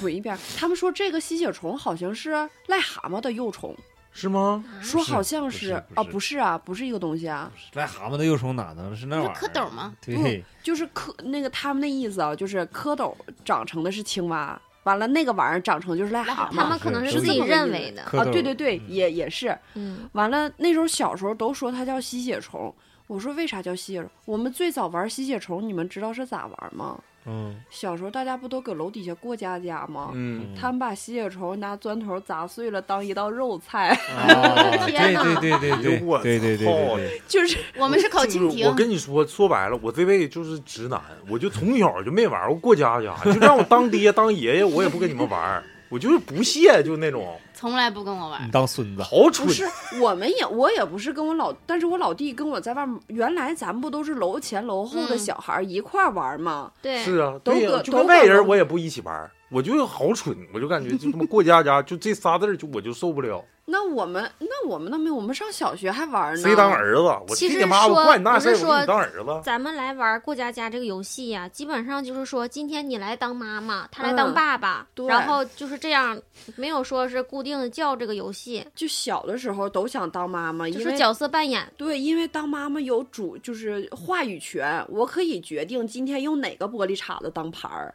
S4: 滚一边儿。他们说这个吸血虫好像是癞蛤蟆的幼虫，
S1: 是吗？
S4: 说
S3: 不是
S4: 好像
S1: 不是不
S4: 啊，
S1: 是
S4: 不是啊，不是一个东西啊，
S3: 癞蛤蟆的幼虫哪能是那
S2: 不
S3: 玩
S2: 是
S3: 意儿？
S2: 蝌蚪吗？
S3: 对，
S4: 就是蝌那个他们的意思啊，就是蝌蚪长成的是青蛙，完了那个玩意儿长成啊就是癞蛤
S2: 癞蛤
S5: 他
S4: 蟆
S5: 们可能
S3: 是
S5: 是自
S4: 这
S5: 己
S4: 么个意
S5: 认
S4: 思
S5: 为的。
S3: 蝌
S4: 啊，
S3: 蚪
S4: 对对对，
S3: 嗯
S4: 也也是。
S5: 嗯，
S4: 完了那时候小时候都说它叫吸血虫，我说为啥叫吸血虫？我们最早玩吸血虫，你们知道是咋玩吗？ [LAUGHS]
S3: 嗯，
S4: 小时候大家不都搁楼底下过家家吗？
S1: 嗯，
S4: 他们把吸血虫拿砖头砸碎了，当一道肉菜， [LAUGHS]
S3: 啊，
S5: 天哪
S3: 对对对对对
S1: 哎呦我
S3: 对对对
S1: 操
S3: 对对，
S4: 就是
S2: 我们是烤
S1: [LAUGHS]
S2: 蜻
S1: 就是我
S2: 蜓，
S1: 跟你说，说白了，我这辈子就是直男，我就从小就没玩过过家家，就让我当爹当爷爷，我也不跟你们玩儿，我就是不屑，就那种
S2: 从来不跟我玩
S3: 你。当孙子，
S1: 好
S4: 不是
S1: 蠢。，
S4: 我们也我也不是跟我老，但是我老弟跟我在外面，原来咱们不都是楼前楼后的
S2: 嗯
S4: 小孩儿一块儿玩吗？
S5: 对，
S1: 是啊，
S4: 都
S1: 对
S4: 搁
S1: 呀，就
S4: 都
S1: 跟
S4: 搁
S1: 外人
S4: 楼
S1: 我也不一起玩儿，我就好蠢，我就感觉就他妈过家家，就这仨字儿就我就受不了。
S4: 那我们那我们那没有，我们上小学还玩呢。
S1: 谁当？儿子？我
S5: 其
S1: 替
S5: 实
S1: 你妈，我
S5: 说
S1: 管你那
S5: 不
S1: 事
S5: 是
S1: 儿，我给
S5: 说
S1: 你当儿子。
S5: 咱们来玩过家家这个游戏呀、基本上就是说，今天你来当妈妈，他来
S4: 嗯
S5: 当爸爸，
S4: 对
S5: 然后就是这样，没有说是固定的叫这个游戏，
S4: 就小的时候都想当妈妈，
S5: 就
S4: 因
S5: 是
S4: 为
S5: 角色扮演。
S4: 对，因为当妈妈有主就是话语权，我可以决定今天用哪个玻璃碴子当盘儿，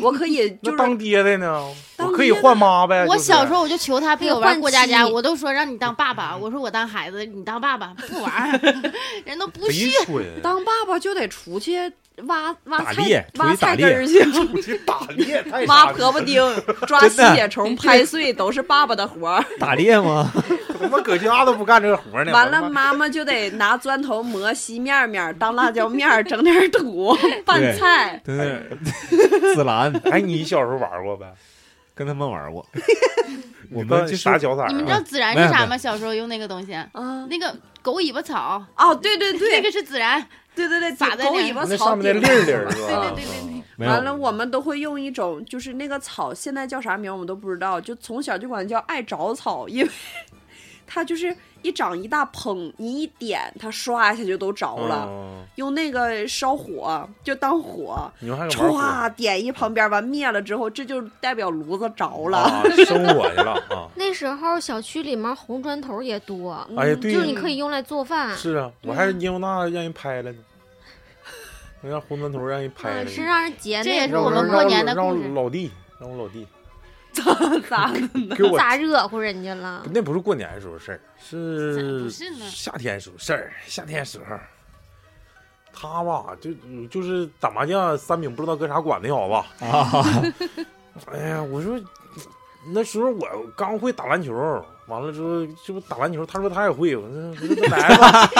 S4: 我可以就
S1: 那
S4: 是
S1: 当爹的呢？
S4: 当
S1: 我可以
S4: 爹的
S1: 换妈呗。
S2: 我
S1: 嗯就是
S2: 小时候我就求他陪我玩过家
S5: 那
S2: 家，
S5: 个换妻
S2: 我都说让你当爸爸，我说我当孩子，你当爸爸不
S1: [LAUGHS]
S2: 玩儿，人都不信
S1: 贼。蠢，
S4: 当爸爸就得出去挖挖
S3: 打猎
S4: 菜挖
S3: 出去打
S4: 菜
S3: 猎
S4: 根儿去。
S1: 我去打猎太
S4: 挖
S1: 傻逼
S4: 婆
S1: 了
S4: 婆丁、抓
S3: 真
S4: 吸
S3: 的
S4: 血虫、拍碎都是爸爸的活儿。
S3: 打猎吗？
S1: 他妈搁家都不干这个活呢。
S4: 完了，
S1: 我他妈
S4: 妈妈就得拿砖头磨西面面，当辣椒面儿，整点儿土 [LAUGHS] 拌
S3: 对
S4: 菜。
S3: 对对，
S1: [LAUGHS]
S3: 紫兰
S1: 哎，你小时候玩过呗？
S3: 跟他们玩过，我
S1: 你当
S3: 们就是
S1: 啥脚色儿啊？
S2: 你们知道孜然
S3: 没有
S2: 是啥
S3: 没
S2: 吗？小时候用那个东西，
S4: 啊，
S2: 那个狗尾巴草，
S4: 哦，对对
S2: 那
S4: 对
S2: 个是孜
S1: 啊
S2: 然。
S4: 对对对，
S2: 撒在
S4: 狗
S2: 那儿
S4: 尾巴
S1: 那
S4: 草
S1: 上面
S4: 顶
S1: 那粒儿粒儿是吧？
S2: 对对对对
S3: 没有
S4: 完
S1: 哦
S4: 了，我们都会用一种，就是那个草现在叫啥名儿我们都不知道，就从小就管它叫爱找草，因为 [LAUGHS] 它就是一长一大蓬，你一点它唰一下就都着了。
S1: 嗯
S4: 用那个烧火就当火，
S1: 你们还有玩火
S4: 歘点一旁边，完灭了之后，这就代表炉子着了。
S1: 啊，生火去了啊！
S5: 那时候小区里面红砖头也多，
S1: 哎呀，
S4: 嗯
S1: 对
S5: 就
S1: 呀
S5: 是，你可以用来做饭，
S1: 是啊，我
S2: 嗯
S1: 还因为那让人拍了呢，我让红砖头让人拍
S5: 嗯，
S1: 了
S5: 是
S1: 呢，
S5: 让人结
S2: 这
S5: 那
S2: 也是
S5: 个
S1: 让
S2: 我们过年的
S1: 让我
S2: 故事
S1: 让我老弟，让我老
S2: [LAUGHS]
S1: 弟 [LAUGHS]
S4: 咋的？
S1: 给我，
S5: 咋惹乎人家了？
S1: 那不是过年时候事儿，
S2: 不
S1: 是
S2: 是呢
S1: 夏天时候事儿，夏天时候。他吧，就就是打麻将三饼不知道搁啥馆那小子，
S3: 啊，
S1: 哎呀，我说那时候我刚会打篮球，完了之后这不打篮球，他说他也会，我说我说来吧，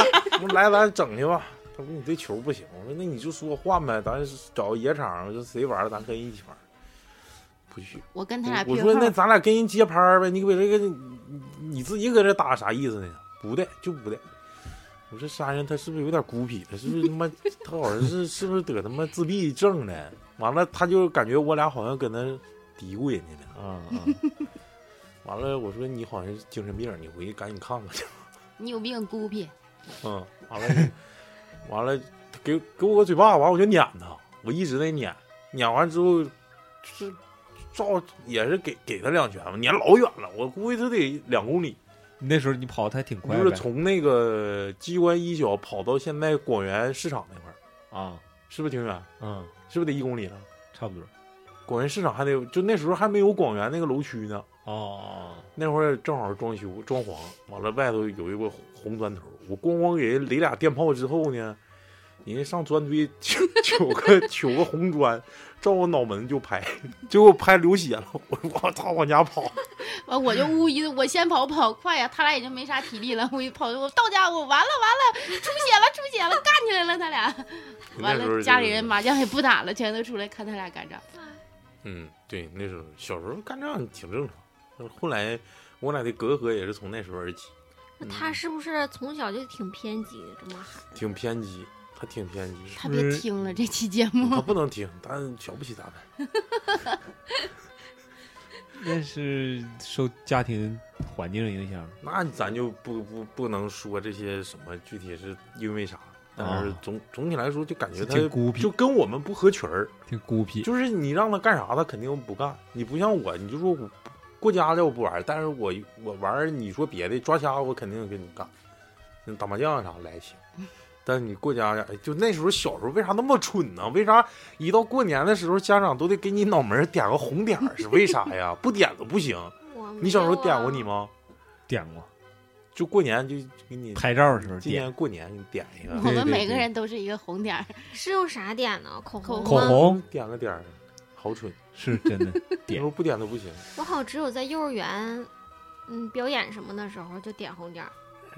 S1: 我说来咱整去吧。他说你这球不行，我说那你就说换呗，咱找个野场，我说谁玩儿咱跟人一起玩儿。不去，
S2: 我跟他俩
S1: 嗯我
S2: 拼
S1: 说
S2: 后
S1: 那，咱俩跟人接拍儿呗，你搁这个你你自己搁这打啥意思呢？不对，就不对。我说山人他是不是有点孤僻了？是不是他妈他好像是是不是得他妈自闭症呢？完了他就感觉我俩好像搁那嘀咕人家呢。
S3: 啊
S1: 完了，我说你好像是精神病，你回去赶紧看看去。
S2: 你有病孤僻，
S1: [LAUGHS] 嗯，完了，完了，给给我个嘴巴，完我就撵他，我一直在撵，撵完之后就是照也是给给他两拳嘛，撵老远了，我估计他得两公里，
S3: 你那时候你跑的还挺快
S1: 就
S3: 呗
S1: 是从那个机关一小跑到现在广元市场那块儿，
S3: 啊，
S1: 是不是挺远？
S3: 嗯，
S1: 是不是得一公里了？
S3: 差不多。
S1: 广元市场还得就那时候还没有广元那个楼区呢，
S3: 哦
S1: 那会儿正好装修装潢，完了外头有一个红砖头，我咣咣给人垒俩电炮之后呢，人家上砖堆 [LAUGHS] 取取个取个红砖，照我脑门就拍，结果拍流血了，我说我操往家跑，
S2: 完我就呜一，我先跑跑快呀、他俩已经没啥体力了，我一跑，我到家我完了完了，出血了出血了，干起来了他俩，
S1: [LAUGHS] 那
S2: 完
S1: 时候就
S2: 了
S1: 是
S2: 家里人麻将也不打了，全都出来看他俩干仗。
S1: 嗯对，那时候小时候干仗挺正常，但是后来我俩的隔阂也是从那时候而起，
S5: 那他是不是从小就挺偏激的？这么喊，
S1: 挺偏激，他挺偏激，
S2: 他别听了这期节
S1: [LAUGHS]
S2: 目，
S1: 他不能听，他瞧不起咱们。
S3: 那是受家庭环境影响。
S1: 那咱就不不不能说这些什么具体是因为啥，但是
S3: 啊
S1: 总、总体来说就感觉他
S3: 挺孤僻
S1: 就跟我们不合群儿，
S3: 挺孤僻，
S1: 就是你让他干啥他肯定不干。你不像我，你就说我过家家我不玩儿，但是我我玩儿你说别的抓瞎我肯定跟你干，你打麻将啊啥来行。但是你过家家，哎就那时候小时候为啥那么蠢呢？为啥一到过年的时候，家长都得给你脑门儿点个红点儿？是为啥呀？不点都不行。
S5: 我没
S1: 你小时候
S5: 有
S1: 点
S5: 啊
S1: 过你？吗？
S3: 点过
S1: 就过年就给你
S3: 拍照的时候
S1: 今
S3: 点
S1: 年过年给你点一
S2: 我
S1: 个，
S3: 对对
S2: 们每个
S3: 对
S2: 人都是一个红点儿，啊
S5: 是用啥点呢？口
S2: 口
S5: 红
S3: 口
S5: 吗？
S3: 红，
S1: 点个点儿，好蠢，
S3: 是真的。
S1: 那
S3: 点
S1: 时候不点都不行。
S5: 我好像只有在幼儿园，嗯，表演什么的时候就点红点儿。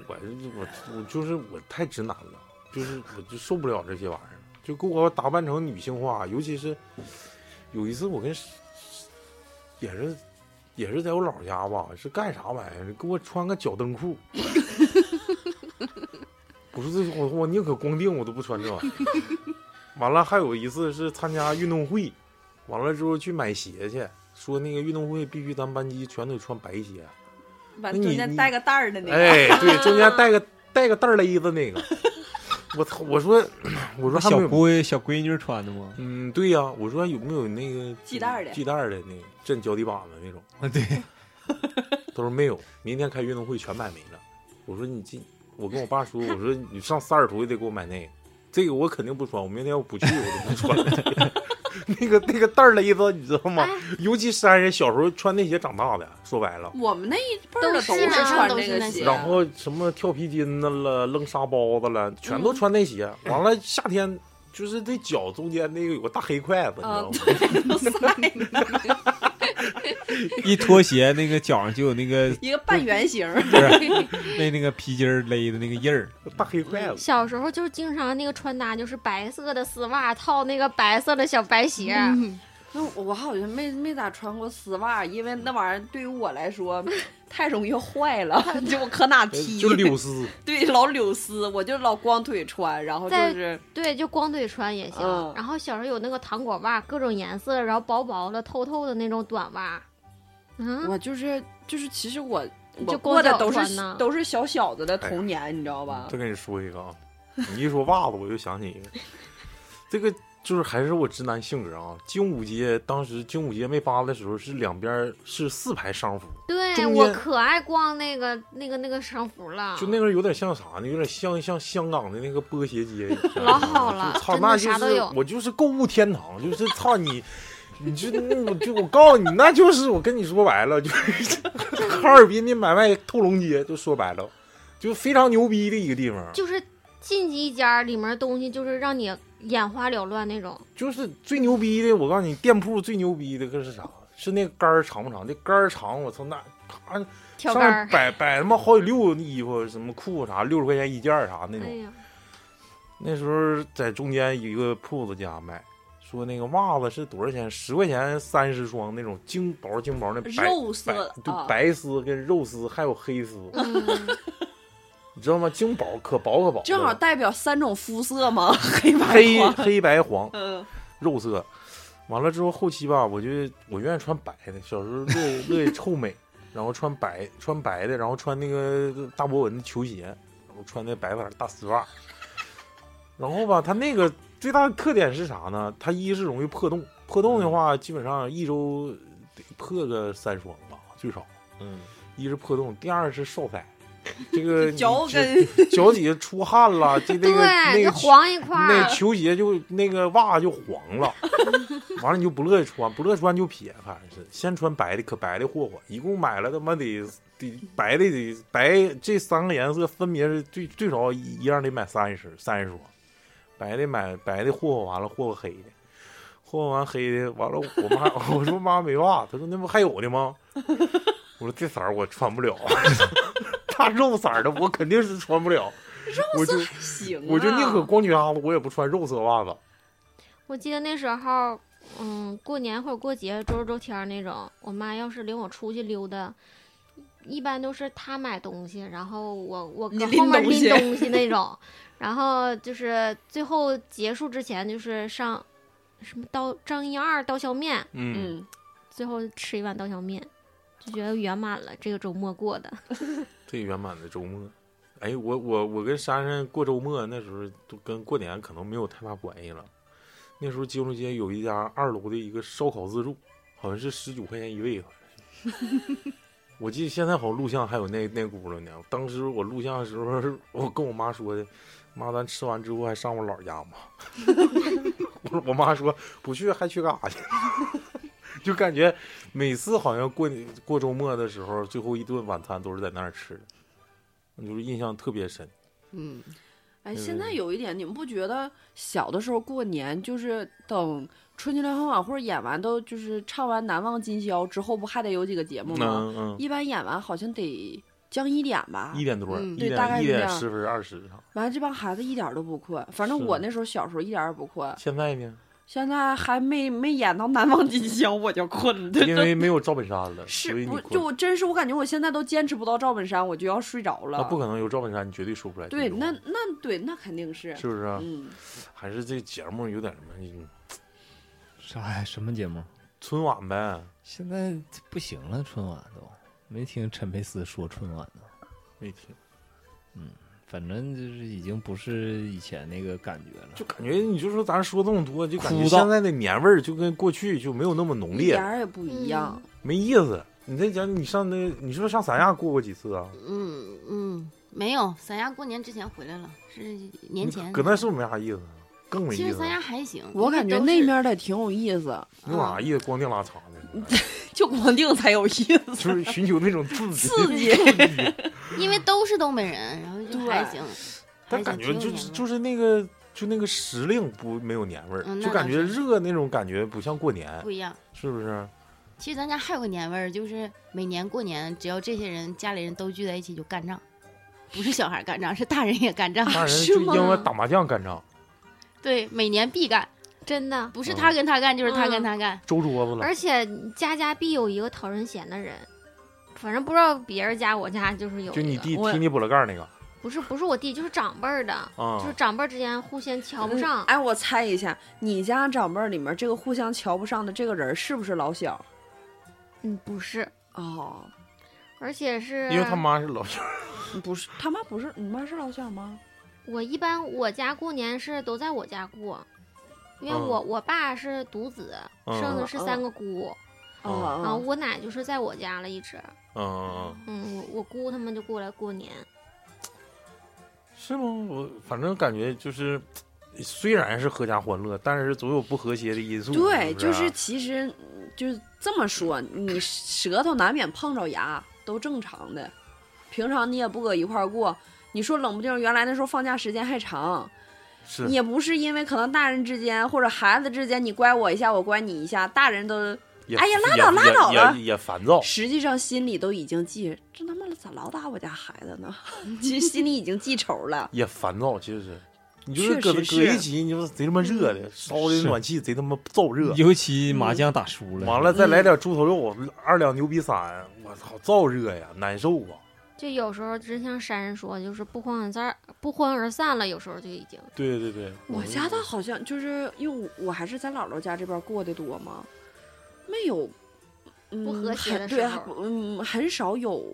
S1: 我我我就是我太直男了，就是我就受不了这些玩意儿，就给我打扮成女性化，尤其是有一次我跟也是也是在我姥家吧，是干啥玩意儿？给我穿个脚蹬裤。我说这我我宁可光腚我都不穿这玩意儿。完了还有一次是参加运动会，完了之后去买鞋去，说那个运动会必须咱班级全得穿白鞋。那
S4: 完中
S1: 你
S4: 间
S1: 你
S4: 带个袋儿的那个，
S1: 哎，对，中间带个 [LAUGHS] 带个带儿勒子那
S4: [LAUGHS]
S1: 个，我操！我说 [LAUGHS] 我说还
S3: 小
S1: 没有，
S3: 闺小闺女穿的吗？
S1: 嗯，对呀、我说有没有那个
S4: 系带儿的
S1: 系带儿的那个震脚底板子那种？
S3: 啊，对，
S1: 他说没有，明天开运动会全买没了。我说你这，我跟我爸说，我说你上三尔图也得给我买那个，这个我肯定不穿，我明天要不去我就不穿 [LAUGHS] 了。那个那个带儿勒子，你知道
S4: 哎
S1: 吗？尤其山人小时候穿那鞋长大的，说白了。
S4: 我们那一辈儿的
S5: 都
S4: 都
S5: 是啊
S4: 穿
S2: 都
S4: 那
S2: 是
S4: 个
S2: 那
S4: 鞋，
S2: 些
S1: 然后什么跳皮筋的了，扔沙包子了，全都穿那鞋。
S4: 嗯
S1: 完了，夏天就是这脚中间那个有个大黑筷子，你知道吗？，
S4: 啊对，都塞呢，
S3: [LAUGHS] 一脱鞋那个脚上就有那个
S4: 一个半圆形，
S3: 不是那那个皮筋儿勒的那个印儿，
S1: 大黑筷子。
S5: 小时候就是经常那个穿搭就是白色的丝袜套那个白色的小白鞋，
S2: 嗯
S4: 那我我好像没没咋穿过丝袜，因为那玩意儿对于我来说
S5: [LAUGHS]
S4: 太容易坏了，就我可哪
S1: 呃
S4: 踢， [LAUGHS]
S1: 就柳丝，
S4: 对老柳丝，我就老光腿穿，然后就
S5: 在
S4: 是
S5: 对，就光腿穿也行。
S4: 嗯
S5: 然后小时候有那个糖果袜，各种颜色，然后薄薄的、透透的那种短袜。嗯，
S4: 我就是就是，其实我我
S5: 就
S4: 过的
S5: 光脚
S4: 都
S5: 穿
S4: 是
S5: 呢
S4: 都是小小子的
S1: 哎
S4: 童年，你知道吧
S1: 再？跟你说一个啊，你一说袜子，我就想起一个，这个就是还是我直男性格啊。精武街当时精武街没发的时候，是两边是四排商服，
S5: 对
S1: 中
S5: 我
S1: 间
S5: 可爱逛那个那个那个商服了，
S1: 就那个有点像啥呢？有点像像香港的那个波鞋街一样，
S5: 老好了
S1: 就操，
S5: 真的
S1: 那就
S5: 啥都
S1: 是
S5: 有
S1: 我就是购物天堂，就是操你，你就我就我告诉你，那就是我跟你说白了，就是 [LAUGHS] 哈尔滨的买卖透龙街，就说白了，就非常牛逼的一个地方，
S5: 就是进去一家，里面东西就是让你眼花缭乱那种。
S1: 就是最牛逼的。我告诉你，店铺最牛逼的个是啥？是那杆儿长不长？那杆儿长，我操那。咔，
S5: 挑
S1: 上
S5: 杆儿
S1: 面摆摆他妈好几溜衣服，什么裤啥，六十块钱一件儿啥那种
S5: 哎。呀，
S1: 那时候在中间一个铺子家卖，说那个袜子是多少钱？十块钱三十双那种精薄精薄那白
S4: 肉丝
S1: 白对、
S4: 啊
S1: 白丝跟肉丝还有黑丝，
S5: 嗯，
S1: 你知道吗？精薄可薄可薄了，
S4: 正好代表三种肤色嘛， [LAUGHS] 黑白
S1: 嗯黑
S4: 黄，
S1: 黑白黄
S4: 嗯，
S1: 肉色。完了之后后期吧，我就我愿意穿白的，小时候乐意乐意臭美，然后穿白穿白的，然后穿那个大博文的球鞋，然后穿那白色儿大丝袜。然后吧，它那个最大的特点是啥呢？它一是容易破洞，破洞的话，基本上一周得破个三双吧，最少。
S3: 嗯，
S1: 一是破洞，第二是少塞，这
S5: [LAUGHS]
S1: 个你
S4: 脚
S1: 这
S4: 跟
S1: 脚底下出汗了，这 [LAUGHS] 那
S5: 对，
S1: 个那
S5: 就
S1: 个
S5: 黄一块
S1: 那
S5: 儿，
S1: 球鞋就那个袜就黄
S5: [LAUGHS]
S1: 了，完了你就不乐意穿，不乐意穿就撇，反正是先穿白的，可白的霍霍，一共买了他妈得得白的得白这三个颜色分别是最最少一样得买三十三十双，白的买白的霍霍完了霍霍黑的，霍霍完黑的完了我妈 [LAUGHS] 我说妈没袜，她说那不还有的吗？ [LAUGHS] 我说这色儿我穿不了， [LAUGHS] 大肉色儿的我肯定是穿不
S5: [LAUGHS]
S1: 了，我就。
S4: [LAUGHS] 行啊，
S1: 我就宁可光脚丫子，我也不穿肉色袜子。
S5: 我记得那时候，嗯，过年或者过节，周六周天儿那种，我妈要是领我出去溜达，一般都是她买东西，然后我我
S4: 你
S5: 搁
S4: 拎
S5: 后面
S4: 东
S5: 拎
S4: 西 [LAUGHS]
S5: 东西那种，然后就是最后结束之前就是上什么刀张一二刀削面，
S1: 嗯，
S4: 嗯，
S5: 最后吃一碗刀削面，就觉得圆满了这个周末过的。
S1: 最圆满的周末。哎，我我我跟珊珊过周末那时候都跟过年可能没有太大关系了。那时候金融街有一家二楼的一个烧烤自助，好像是十九块钱一位，好像是 [LAUGHS] 我记得现在好像录像还有那那轱辘呢。当时我录像的时候，我跟我妈说的，妈，咱吃完之后还上我姥家吗？ [LAUGHS] 我说我妈说不去，还去干啥去？ [LAUGHS] 就感觉每次好像过年过周末的时候，最后一顿晚餐都是在那儿吃的，我就是印象特别深。
S2: [LAUGHS] 嗯，
S4: 哎，
S1: 嗯
S4: 现在有一点，你们不觉得小的时候过年就是等春节联欢晚会演完，都就是唱完《难忘今宵》之后，不还得有几个节目吗？
S1: 嗯
S4: 一般演完好像得将一点吧
S1: 嗯，一，点多，
S2: 嗯
S1: 一
S4: 对大
S1: 点
S4: 概是
S1: 一
S4: 这
S1: 点
S4: 样
S1: 十分二十上。
S4: 完了这帮孩子一点儿都不困。反正
S1: 是
S4: 我那时候小时候一点儿也不困，
S1: 现在
S4: [LAUGHS]
S1: 呢，
S4: 现在还没没演到《难忘今宵》我就困了。
S1: 因为没有赵本山了，所
S4: 是
S1: 以
S4: 不
S1: 你
S4: 就我真是我感觉我现在都坚持不到赵本山，我就要睡着
S1: 那
S4: 了。
S1: 啊不可能有赵本山，你绝对说不出来这
S4: 对，
S1: 句话。
S4: 那那对那肯定是，
S1: 是不是啊？
S4: 嗯，
S1: 还是这节目有点什么嗯
S3: 啥呀？什么节目？
S1: 春晚呗？
S3: 现在不行了，春晚都没听陈佩斯说春晚呢。
S1: 没听，
S3: 反正就是已经不是以前那个感觉了，
S1: 就感觉你就说咱说这么多，就感觉
S3: 枯燥
S1: 现在的年味儿就跟过去就没有那么浓
S4: 一
S1: 烈
S4: 点
S1: 了，
S4: 儿也不一
S5: 嗯
S4: 样。
S1: 没意思。你再讲，你上那，你是不是上三亚过过几次啊？
S2: 嗯嗯，没有，三亚过年之前回来了，是年前。
S1: 搁那是不是没啥意思啊？更没
S2: 其
S1: 意
S2: 实
S1: 思
S2: 三
S1: 了，
S2: 亚还行，
S4: 我
S2: 因为
S4: 感觉
S2: 都
S4: 那
S2: 是
S4: 面儿的挺有意思，
S1: 有
S2: 啊
S1: 啥意思？光腚拉长的，
S4: [LAUGHS] 就光腚才有意 [LAUGHS] 思，
S1: [LAUGHS] 就是寻求那种刺激。
S4: 刺激。
S2: 因为都是东北人，然后就
S4: 对
S2: 还行。还
S1: 但
S2: 行
S1: 感觉
S2: 挺有
S1: 就
S2: 年
S1: 是
S2: 味
S1: 就是那个就那个时令不没有年味儿，
S2: 嗯那
S1: 就感
S2: 倒
S1: 觉
S2: 是
S1: 热那种感觉不像过年，
S2: 不一样。
S1: 是不是？
S2: 其实咱家还有个年味儿，就是每年过年，只要这些人家里人都聚在一起就干仗，不是小孩干仗，是大人也干仗。
S1: 大人
S4: 是
S1: 就
S4: 吗
S1: 因为打麻将干仗，
S2: [LAUGHS] 对，每年必干，
S5: 真的，
S2: 不是他
S1: 哦
S2: 跟他干，就是他
S5: 嗯
S2: 跟他干。
S1: 周桌子了。
S5: 而且家家必有一个讨人嫌的人，反正不知道别人家，我家就是有一
S1: 就
S5: 个。
S1: 你弟
S4: 我
S1: 踢你补了盖儿那个
S5: 不是不是我弟，就是长辈儿的，
S1: 啊
S5: 就是，长辈儿之间互相瞧不上。
S4: 哎，我猜一下，你家长辈儿里面这个互相瞧不上的这个人是不是老小？
S5: 嗯，不是，
S4: 哦，
S5: 而且是
S1: 因为他妈是老乡，
S4: 不是，他妈不是，你妈是老小吗？
S5: 我一般我家过年是都在我家过，因为
S1: 嗯
S5: 我、我爸是独子，
S1: 嗯
S5: 生的是三
S4: 嗯
S5: 个姑，
S1: 哦
S4: 哦
S5: 然后我奶就是在我家了一直。
S1: 嗯嗯嗯，
S5: 嗯，我我姑他们就过来过年。
S1: 是吗？我反正感觉就是。虽然是合家欢乐，但是总有不和谐的因素。
S4: 对，
S1: 是不
S4: 就是是
S1: 啊
S4: 其实嗯就是这么说，你舌头难免碰着牙，都正常的。平常你也不搁一块儿过，你说冷不丁儿原来那时候放假时间还长，
S1: 是
S4: 也不是因为可能大人之间或者孩子之间你乖我一下，我乖你一下，大人都
S1: 也
S4: 哎呀拉
S1: 也
S4: 倒拉
S1: 也
S4: 倒
S1: 也
S4: 了
S1: 也也烦躁。
S4: 实际上心里都已经记，这他妈咋老打我家孩子 [LAUGHS] 呢？其实心里已经记仇了。
S1: 也烦躁，其实嗯是。你就
S4: 确
S1: 搁
S4: 实
S1: 搁一
S4: 是
S1: 起，你就是贼他妈热的，烧的
S3: 是
S1: 暖气贼他妈燥热。嗯
S3: 尤其麻将打输了，
S1: 完了再来点猪头肉，二两牛逼散，我操，燥热呀，难受啊！
S5: 就有时候真像珊珊说，就是不欢而散，不欢而散了。有时候就已经，
S1: 对对对，
S4: [LAUGHS] 我家倒好像就是因为我我还是在姥姥家这边过得多嘛，没有，嗯，
S5: 不和谐的
S4: 很
S5: 时
S4: 对，啊
S5: 候
S4: 嗯，很少有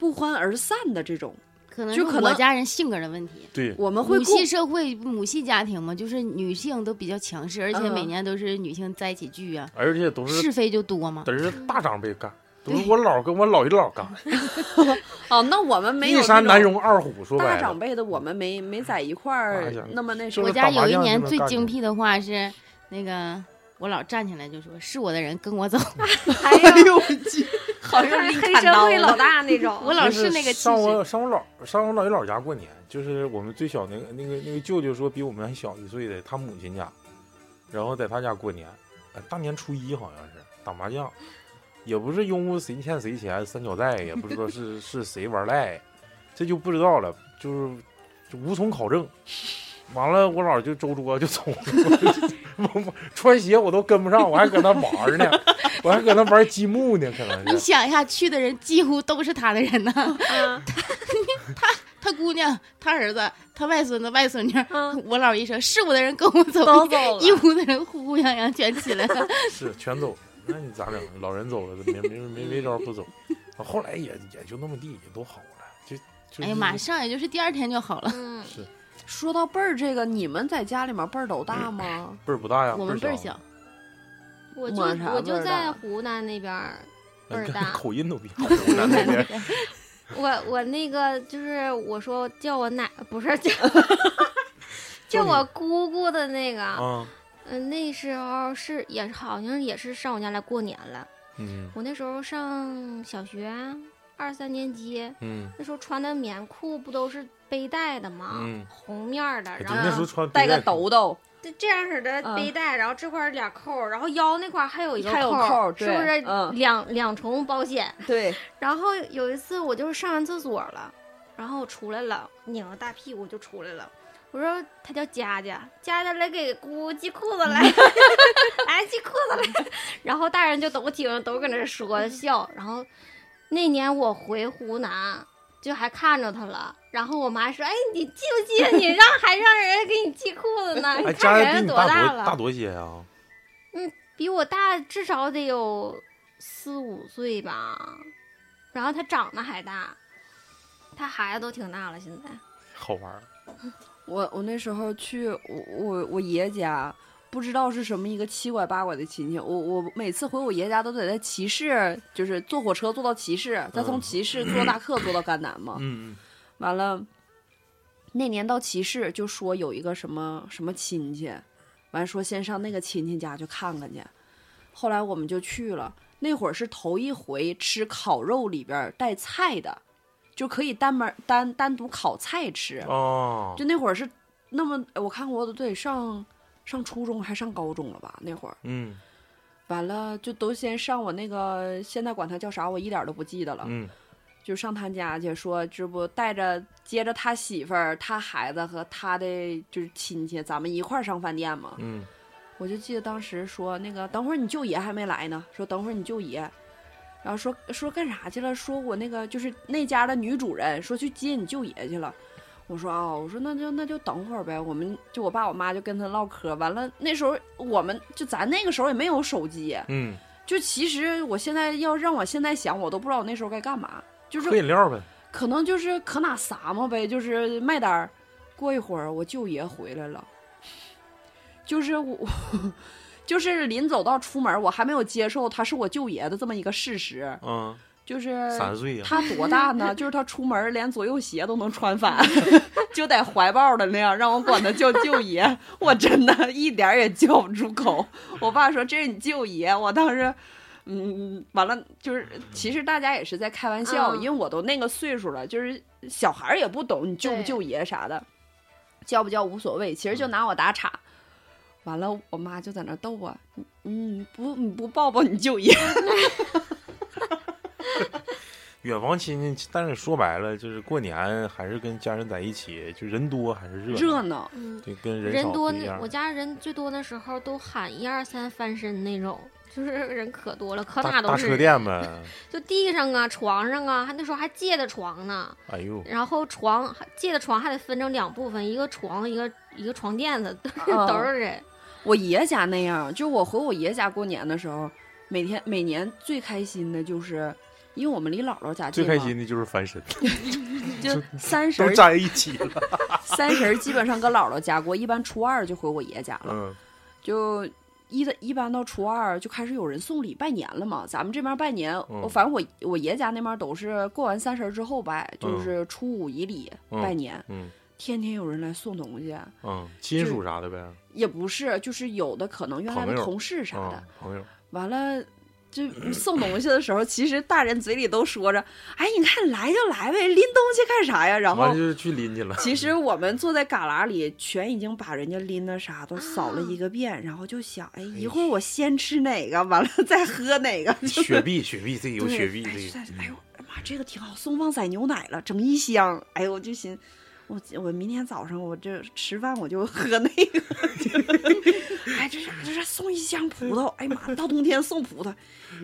S4: 不欢而散的这种。
S2: 可能
S4: 就是可
S2: 我
S4: 能
S2: 家人性格的问题。
S1: 对，
S4: 我们会
S2: 母
S4: 顾
S2: 系社会、母系家庭嘛，就是女性都比较强势，而且每
S4: 嗯
S2: 年都是女性在一起聚啊，
S1: 而且都是
S2: 是非就多嘛。
S1: 都是大长辈干，都是我姥跟我姥爷姥干，
S4: 哦，那我们没有
S1: 一山
S4: 那
S1: 难
S4: 种
S1: 容二虎，说
S4: 大
S1: 白
S4: 长
S1: 了，
S4: 辈的，我们没没在一块
S1: 哎
S4: 儿
S1: 呀，
S4: 那么那什
S1: 就
S4: 么
S1: 是
S2: 我家有一
S1: 打麻将
S2: 年
S1: 就能
S2: 最
S1: 干
S2: 精
S1: 的
S2: 辟的话是那个。我老站起来就说：“是我的人跟我走。
S4: 哦
S5: 还有
S4: 呦我去， [LAUGHS] 好
S5: [LAUGHS]
S4: 像
S5: 就是
S4: 拎
S5: 黑
S4: 砍
S5: 社
S4: 刀
S5: 会老
S4: 了。
S5: 大那种”。
S2: 我老
S1: 就是
S2: 那个气
S1: 上
S2: 质，
S1: 我上我姥上我姥爷姥家过年，就是我们最小那个那个那个舅舅说比我们还小一岁的，他母亲家，然后在他家过年，呃大年初一好像是打麻将，也不是拥护谁欠谁钱，三角债也不知道是 [LAUGHS] 是谁玩赖，这就不知道了，就是就无从考证。完了，我姥就周桌就走了，我 [LAUGHS] 我穿鞋我都跟不上，我还搁那玩呢，我还搁那玩积木呢，可能
S2: 你
S1: 是。
S2: 想一下，去的人几乎都是他的人呢，
S5: 嗯
S2: 他姑娘、他儿子、他外孙子、外孙女。
S5: [LAUGHS] 嗯，
S2: 我姥一说：“是我的人跟我走。
S5: [LAUGHS] 都走
S2: 一
S5: 了。
S2: 屋子人呼呼泱泱全起来 [LAUGHS] 了。
S1: [LAUGHS] 是全走了，那你咋整？啊老人走了，没没没没招不走。后来也也就那么地，也都好了，就就
S2: 哎呀，
S1: 是
S2: 马上也就是第二天就好了。
S5: 嗯，
S4: 说到辈儿这个，你们在家里面辈儿都大吗？
S1: 辈儿不大呀，
S2: 我们
S1: 辈
S2: 辈
S1: 儿
S2: 儿
S1: 小
S2: 小，
S5: 我就
S4: 抹茶
S5: 我就
S4: 味儿
S5: 在
S4: 大
S5: 湖南那
S1: [LAUGHS]
S5: 边儿，
S1: 哎你
S5: 辈儿
S1: 看
S5: 大
S1: 口音都比较湖南那边
S5: 我我那个就是我说叫我奶不
S1: [LAUGHS]
S5: 是叫叫
S1: 你
S5: 我姑姑的那个，
S1: 啊，
S5: 嗯，那时候是也好像也是上我家来过年了。
S1: 嗯
S5: 我那时候上小学二三年级，
S1: 嗯
S5: 那时候穿的棉裤不都是背带的吗？
S1: 嗯，
S5: 红面儿的，
S1: 哎对
S5: 啊然
S1: 那时
S5: 后
S1: 候穿
S4: 带个
S1: 背带裤
S4: 兜兜，
S5: 这这样式的
S4: 嗯
S5: 背带，然后这块儿俩扣儿，然后腰那块儿还有一个
S4: 还有
S5: 扣
S4: 扣儿
S5: 儿，是不
S4: 对
S5: 是
S4: 嗯
S5: 两两重保险？
S4: 对，
S5: 然后有一次我就是上完厕所了，然后我出来了，拧个大屁股就出来了。我说她叫佳佳，佳佳来给姑姑系裤子来， [LAUGHS] 来系裤子来。 [LAUGHS] 然后大人就都听，都搁那
S1: 嗯
S5: 说笑。然后那年我回湖南，就还看着她了。然后我妈说：“哎，你记不记得你让 [LAUGHS] 还让人给你系裤子呢？你
S1: 哎，
S5: [LAUGHS] 看
S1: 家人
S5: 人
S1: 比
S5: 家
S1: 你
S5: 多
S1: 大
S5: 大
S1: 多
S5: 了？
S1: 大多些啊？
S5: 比我大至少得有四五岁吧，然后他长得还大，他孩子都挺大了，现在
S1: 好玩儿，
S4: 我我那时候去我我我爷家，不知道是什么一个七拐八拐的亲戚，我我每次回我爷家都得在骑士，就是坐火车坐到骑士，再从
S1: 嗯
S4: 骑士坐大客坐到甘南嘛。
S1: 嗯
S4: 完了，那年到骑士就说有一个什么什么亲戚，完说先上那个亲戚家去看看去。后来我们就去了，那会儿是头一回吃烤肉里边儿带菜的，就可以单门儿单单独烤菜吃。
S1: 嗯哦，
S4: 就那会儿是那么，我看过，我都得上上初中还上高中了吧？那会儿
S1: 嗯
S4: 完了就都先上我那个，现在管他叫啥，我一点儿都不记得了。
S1: 嗯
S4: 就上他家去说，这不带着接着他媳妇儿、他孩子和他的就是亲戚，咱们一块儿上饭店嘛。
S1: 嗯，
S4: 我就记得当时说那个，等会儿你舅爷还没来呢，说等会儿你舅爷，然后说说干啥去了？说我那个就是那家的女主人说去接你舅爷去了。我说啊、我说那就那就等会儿呗，我们就我爸我妈就跟他唠嗑，完了那时候我们就咱那个时候也没有手机，
S1: 嗯，
S4: 就其实我现在要让我现在想，我都不知道我那时候该干嘛，就是
S1: 喝饮料呗，
S4: 可能就是可哪撒嘛呗，就是卖单儿。过一会儿我舅爷回来了，就是我， [LAUGHS] 就是临走到出门，我还没有接受他是我舅爷的这么一个事实，
S1: 嗯，
S4: 就是
S1: 三岁呀，
S4: 呃 [LAUGHS] 他多
S1: [LAUGHS]
S4: 大呢？就是他出门连左右鞋都能穿反， [LAUGHS] 就得怀抱的那样，让我管他叫舅爷， [LAUGHS] 我真的一点儿也叫不出口。我爸说这是你舅爷，我当时。嗯，完了，就是其实大家也是在开玩笑，
S5: 嗯
S4: 因为我都那个岁数了，就是小孩儿也不懂你舅不
S5: 对
S4: 舅爷啥的，叫不叫无所谓，其实就拿我打岔。
S1: 嗯
S4: 完了，我妈就在那儿逗我，你你不你不抱抱你舅爷？
S1: 远房亲戚，但是说白了就是过年还是跟家人在一起，就人多还是热
S4: 热
S1: 闹，
S4: 闹，
S5: 嗯，
S1: 对，跟
S5: 人
S1: 少
S5: 多
S1: 不一样啊
S5: 那我家人最多的时候都喊一二三翻身那种，就是人可多了，可
S1: 大
S5: 哪
S1: 大
S5: 都
S1: 车
S5: 是，
S1: 店呗，
S5: 就地上啊、床上啊，还那时候还借的床呢，
S1: 哎呦，
S4: [LAUGHS]
S5: 然后床还借的床还得分成两部分，一个床一个一个床垫子，都是
S4: 嗯
S5: 都是人，
S4: 我爷家那样，就我回我爷家过年的时候，每天每年最开心的就是因为我们离姥姥家近
S1: 最
S4: 嘛，
S1: 开心的就是翻身，
S4: 就三十 [LAUGHS]
S1: 都
S4: 儿
S1: 粘一起了。
S4: 三十儿基本上搁姥姥家过，一般初二就回我爷家了。
S1: 嗯，
S4: 就一的一般到初二就开始有人送礼拜年了嘛。咱们这边拜年，
S1: 嗯
S4: 我反正我我爷家那边都是过完三十儿之后拜，就
S1: 嗯
S4: 是初五以里
S1: 嗯
S4: 拜年，
S1: 嗯
S4: 天天有人来送东西，
S1: 嗯，亲属啥的呗，
S4: 也不是，就是有的可能原来的
S1: 朋友
S4: 同事啥的
S1: 嗯，，朋友，
S4: 完了。就送东西的时候，其实大人嘴里都说着：“哎，你看来就来呗，拎东西干啥呀？”然后
S1: 完了就是去拎去
S4: [LAUGHS]
S1: 了。
S4: 其实我们坐在旮旯里，全已经把人家拎的啥都
S1: 啊
S4: 扫了一个遍，然后就想，哎，一会儿我先吃哪个，完了再喝哪个，就是
S1: 雪碧，雪碧，这有
S4: 对
S1: 雪碧，
S4: 哎
S1: 这
S4: 算
S1: 个嗯
S4: 是哎呦，妈，这个挺好，送旺仔牛奶了，整一箱，哎呦，我就寻。我我明天早上我这吃饭我就喝那个， [LAUGHS] 哎，这是这是送一箱葡萄，哎呀妈，到冬天送葡萄，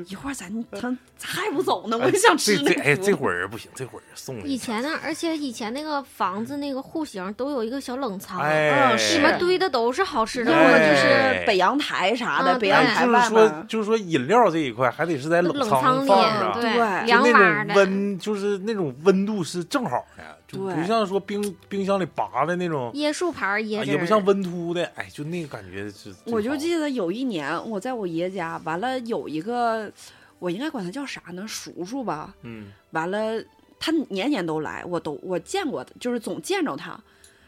S4: 一会儿咱咱咱还不走呢，我
S1: 哎
S4: 就想吃
S1: 这
S4: 那
S1: 这
S4: 个
S1: 哎，
S4: 葡
S1: 这
S4: 萄。
S1: 会儿不行，这会儿送
S5: 以
S1: 你。
S5: 前呢，而且以前那个房子那个户型都有一个小冷藏，
S1: 哎，
S4: 嗯是
S5: 里面堆的都是好吃
S4: 要
S5: 的，
S1: 哎
S4: 么就
S1: 哎
S4: 是北阳台啥的，
S5: 啊
S4: 北
S5: 对
S4: 阳
S1: 哎，
S4: 台
S1: 就是
S4: 外
S1: 说，
S4: 面。
S1: 就是说，饮料这一块还得是在
S5: 冷
S1: 藏
S5: 里，
S1: 放着，
S4: 对
S5: 对，
S1: 就
S4: 就
S5: 凉
S1: 那
S5: 巴
S1: 种
S5: 的。
S1: 温，就是那种温度是正好的，就不
S4: 对
S1: 像说冰冰箱里拔的那种，
S5: 椰树牌儿椰
S1: 啊
S5: 汁
S1: 也
S5: 儿，
S1: 不像温秃的，哎，就那个感觉是。
S4: 我就
S1: 记
S4: 记得有一年我在我爷家，完了有一个，我应该管他叫啥呢？叔叔吧。
S1: 嗯，
S4: 完了，他年年都来，我都我见过他，就是总见着他。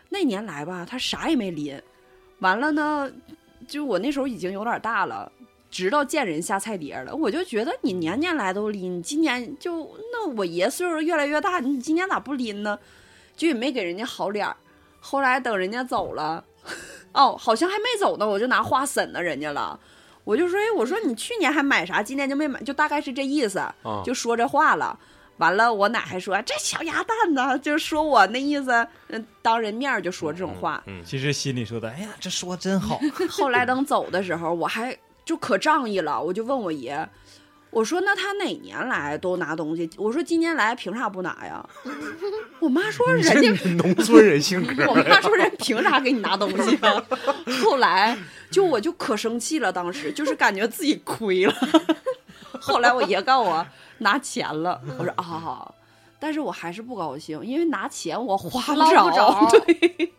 S4: 那年来吧，他啥也没拎。完了呢，就我那时候已经有点大了。直到见人下菜碟了，我就觉得你年年来都拎，你今年就那我爷岁数越来越大，你今年咋不拎呢？就也没给人家好脸儿。后来等人家走了， [LAUGHS] 哦，好像还没走呢，我就拿花审了人家了。我就说，哎，我说你去年还买啥，今年就没买，就大概是这意思，
S1: 啊
S4: 就说这话了。完了，我奶还说哎这小鸭蛋呢，就是说我那意思，嗯，当人面儿就说这种话。
S1: 嗯，
S3: [LAUGHS] 其实心里说的，哎呀，这说真好，
S4: [LAUGHS] 后来等走的时候，我还就可仗义了，我就问我爷，我说那他哪年来都拿东西？我说今年来凭啥不拿呀？我妈说
S1: 嗯
S4: 人家
S1: 这 [LAUGHS] 农村人性格
S4: [LAUGHS] 我妈说人凭啥给你拿东西啊？ [LAUGHS] 后来就我就可生气了，当时就是感觉自己亏了。 [LAUGHS] 后来我爷告我拿钱了，我说啊，但是我还是不高兴，因为拿钱我花
S5: 捞
S4: 着。
S5: 不着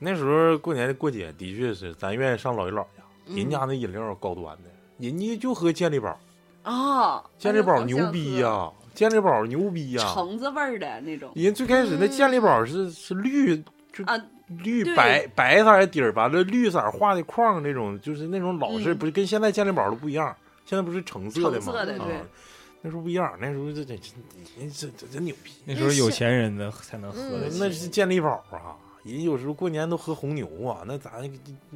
S1: 那时候过年过节的确是，咱愿意上老姨姥家，
S2: 嗯
S1: 人家那饮料高端的，人家就喝健力宝，
S4: 啊，
S1: 健力宝牛逼呀、健力宝牛逼呀、
S4: 橙子味儿的那种。
S1: 人最开始那健力宝是是绿，就
S4: 嗯啊
S1: 绿
S4: 对
S1: 白白色的底儿，完了绿色画的框那种，就是那种老式，
S4: 嗯
S1: 不是跟现在健力宝都不一样，现在不是橙色的吗？
S4: 橙色的对
S1: 啊，那时候不一样，那时候这这这这这真牛逼，
S3: [LAUGHS] 那时候有钱人的才能喝得
S5: 嗯
S3: 起。
S1: 那是健力宝啊。人有时候过年都喝红牛啊，那咱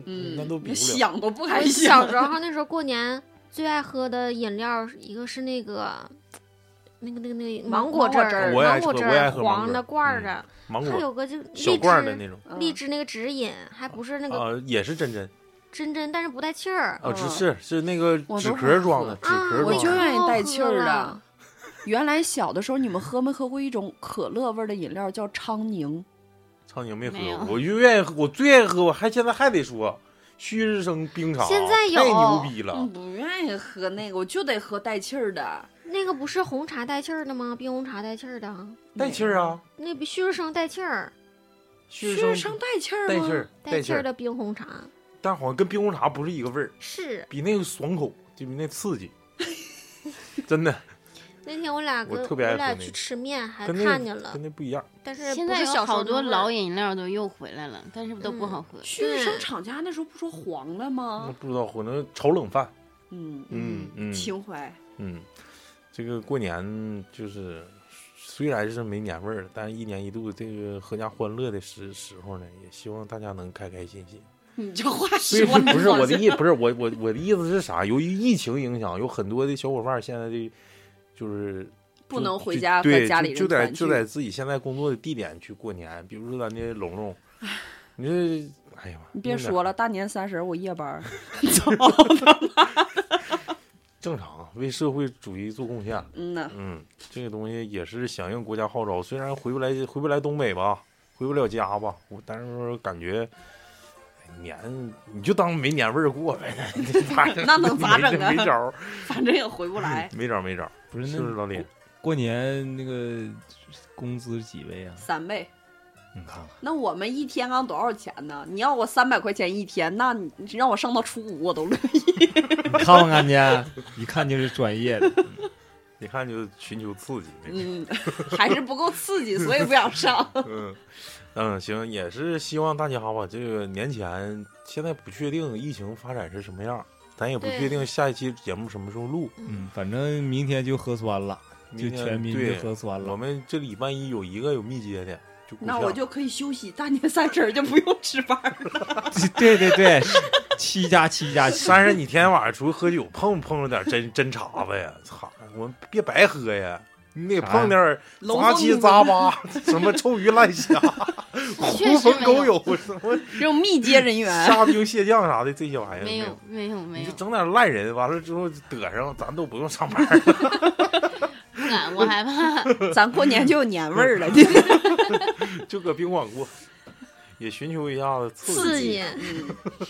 S4: 嗯，
S1: 那都比不了。
S4: 想都不
S5: 我
S4: 敢
S5: 小
S4: 想。
S5: 时候那时候过年最爱喝的饮料，一个是那个。那个、那个、那个
S4: 芒
S5: 芒果汁儿，
S1: 我也爱
S5: 芒果
S1: 喝
S5: 汁
S1: 我也
S5: 儿
S1: 爱喝芒
S5: 黄的
S1: 果
S5: 罐儿
S1: 嗯
S5: 的，
S1: 芒
S5: 还
S1: 果
S5: 有个就荔
S1: 小
S5: 枝
S1: 罐儿的那种，
S4: 嗯
S5: 荔枝那个指饮，还不是那个
S1: 啊，也是真真
S5: 真真，但是不带气儿。
S1: 啊，是
S4: 嗯
S1: 是是那个
S4: 我
S1: 纸
S4: 都
S1: 壳
S4: 不
S1: 装的，纸
S5: 啊
S1: 壳
S4: 我
S1: 装
S4: 就
S1: 的。
S4: 愿意带气儿
S5: 可
S4: 的
S5: 乐。
S4: 原来小的时候，你们喝没喝过一种可乐味儿的饮料，叫昌宁？
S1: 苍蝇没喝
S2: 没有
S1: 过，我就愿意喝，我最爱喝，我还现在还得说，旭日升冰茶，
S5: 现在有
S1: 太牛逼了
S4: 嗯，，不愿意喝那个，我就得喝带气儿的。
S5: 那个不是红茶带气儿的吗？冰红茶带气儿的，
S1: 带气儿啊，
S5: 那比旭日升带气儿，
S1: 旭
S4: 旭
S1: 日
S4: 日
S1: 升
S4: 升带气儿吗？
S1: 带气儿，带
S5: 气
S1: 气
S5: 儿
S1: 儿，
S5: 的冰红茶
S1: 但好像跟冰红茶不是一个味儿，
S5: 是。
S1: 比那个爽口，就比那刺
S5: [LAUGHS]
S1: 激，真的
S5: 那天我俩
S1: 我
S5: 跟
S1: 特别爱喝
S5: 俩
S1: 那
S5: 去
S1: 个
S5: 吃面，还
S1: 跟那
S5: 看
S1: 个
S5: 见了
S1: 跟，那不一样。
S5: 但是
S2: 现
S5: 不
S2: 在
S5: 是
S2: 有
S5: 小时候
S2: 好多
S5: 那味儿
S2: 老饮料都又回来了，但是都不好喝。
S4: 旭日
S5: 对
S4: 升厂家那时候不说黄了
S1: 那
S5: 哦
S4: 吗？
S1: 不知道可能炒冷饭，
S4: 嗯
S1: 嗯嗯
S4: 情怀。
S1: 嗯，这个过年就是虽然是没年味儿，但是一年一度这个阖家欢乐的时时候呢，也希望大家能开开心心。
S4: 你这话
S1: 嗯所以
S4: 说
S1: 说
S4: 的
S1: 不是我的意，不是我我我的意思是啥？由于疫情影响，有很多的小伙伴现在的就是
S4: 不
S1: 就
S4: 能回
S1: 就
S4: 家和
S1: 对就
S4: 家里人
S1: 就在
S4: 团
S1: 就
S4: 聚
S1: 在自己现在工作的地点去过年，比如说咱这龙龙，你这哎呀妈，
S4: 你别
S1: 那点
S4: 说了，大年三十我夜
S1: [LAUGHS]
S4: 班儿，
S1: 正常为社会主义做贡献。
S4: 嗯呐，
S1: 嗯，这个东西也是响应国家号召，虽然回不来回不来东北吧，回不了家吧，我但是说感觉。哎年你就当没年味儿过呗，
S2: 那能咋整啊
S1: 没没招儿，。
S2: 反正也回不来
S4: 哎
S1: 没招儿，没招儿，
S3: 不是
S1: 是不是
S3: 那
S1: 老李？
S3: 过年那个工资几位啊？
S4: 三倍。
S3: 你看看，
S4: 那我们一天刚多少钱呢？你要我三百块钱一天，那你你让我上到初五
S1: [LAUGHS]
S4: 我都乐意。
S3: 你看看去，一看就是专业的。
S1: 一看就寻求刺激那种。
S4: 嗯，还是不够刺激，所以不想上。
S1: [LAUGHS] 嗯，嗯，行，也是希望大家吧，这个年前现在不确定疫情发展是什么样，咱也不
S5: 对
S1: 确定下一期节目什么时候录，
S3: 嗯，反正明天就核酸了，就
S1: 明天
S3: 全民就
S1: 对，
S3: 核酸
S1: 我
S3: 了。
S1: 们这礼拜一有一个有密接的，就
S4: 那我就可以休息，大年三十儿就不用 [LAUGHS] 值班儿了。
S3: [LAUGHS] 对对对，七加七加七。
S1: 三十，你天天晚上出去喝酒，碰不碰着点真真茬子呀？操，我们别白喝呀，你得碰点儿
S4: 龙
S1: 杂
S4: 凤
S1: 七杂八，什么臭鱼烂
S2: [LAUGHS]
S1: 虾、狐
S2: 确实
S1: 朋
S2: 没
S1: 狗
S2: 有，
S1: 友，什么
S4: 这种密接人员，
S1: [LAUGHS] 虾兵蟹将啥的，这些玩意儿
S2: 没
S1: 有。
S2: 有，嗯没有，没
S1: 你就
S2: 有，
S1: 整点烂人，完了之后得上，咱都不用上班
S2: [LAUGHS]
S1: 了。
S2: 不敢，我害 [LAUGHS] 怕。
S4: 咱过年就有年
S1: [LAUGHS]
S4: 味儿了。
S1: 嗯就搁宾馆过，也寻求一下子刺激。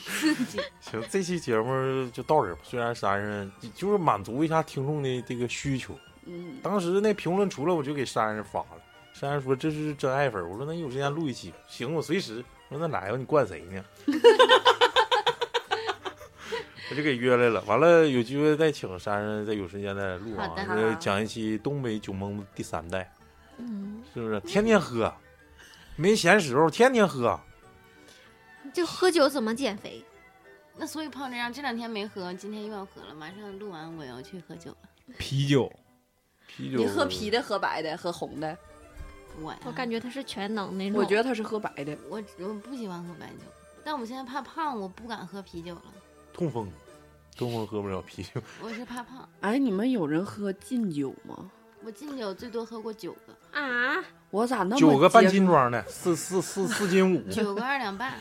S5: 刺激，
S1: 行，这期节目就到这儿吧。虽然珊珊就是满足一下听众的这个需求，
S4: 嗯，
S1: 当时那评论出来我就给珊珊发了，珊珊说这是真爱粉儿。我说那你有时间录一期，行，我随时。我说那来吧，你惯谁
S4: [LAUGHS]
S1: 呢？我就给约来了，完了有机会再请珊珊，再有时间再录啊
S2: 好的，
S4: 好
S1: 呃讲一期东北酒蒙子第三代。
S5: 嗯，
S1: 是不是？天天喝，没闲时候天天喝，
S5: [LAUGHS] 就喝酒怎么减肥？
S2: 那所以胖这样，这两天没喝，今天又要喝了。马上录完我要去喝酒了。
S3: 啤酒，
S1: 啤酒
S4: 你喝啤的、喝白的、喝红的，
S2: 我呀，
S5: 我感觉他是全能那种。
S4: 我觉得他是喝白的。
S2: 我我不喜欢喝白酒，但我现在怕胖，我不敢喝啤酒了。
S1: 痛风，痛风喝不了
S4: [LAUGHS]
S1: 啤酒，
S2: 我是怕胖，
S4: 哎，你们有人喝禁酒吗？
S2: 我敬酒最多喝过九 [LAUGHS] 个，
S5: 啊，
S4: 我咋那么
S1: 九个半
S4: 接
S1: 斤装的，四四四四斤
S4: [LAUGHS]
S1: 五，
S2: 九个二两半，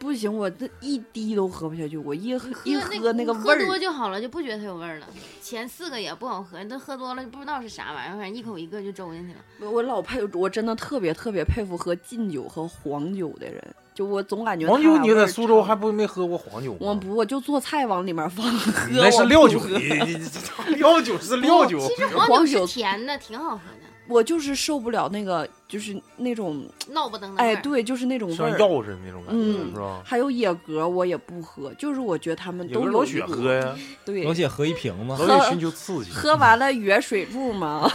S4: 不行，我这一滴都喝不下去，我一喝一
S2: 喝
S4: 喝那个味
S2: 喝多
S4: 儿，
S2: 就好了，就不觉得它有味儿了。前四个也不好喝，都喝多了就不知道是啥玩意儿，反正一口一个就周进去了。
S4: 我我老佩，我真的特别特别佩服喝禁酒和黄酒的人，就我总感觉
S1: 黄
S4: 他
S1: 酒
S4: 俩
S1: 你
S4: 味
S1: 在
S4: 儿
S1: 苏州
S4: 差
S1: 还不没喝过黄酒吗？
S4: 我不，我就做菜往里面放喝，
S1: 那是
S4: 我不
S1: 料酒，
S4: 喝
S1: 你你你这料酒是料酒，
S2: 其实
S4: 黄
S2: 黄
S4: 酒
S2: 酒是甜的，挺好喝的，
S4: 我就是受不了那个，就是那种，
S2: 闹不登的味
S4: 哎，
S2: 儿。
S4: 对，就是那种味
S1: 像
S4: 儿。
S1: 药似的那种感觉，
S4: 嗯
S1: 是吧？
S4: 还有野格，我也不喝，就是我觉得他们
S1: 有
S4: 都
S1: 个
S4: 有
S1: 老
S4: 一
S1: 雪
S4: 股
S1: 喝，呀，
S4: 对
S3: 老，铁喝一瓶吗？
S1: 老雪寻求刺激，
S4: 喝完了圆水
S1: [LAUGHS]
S4: 柱嘛，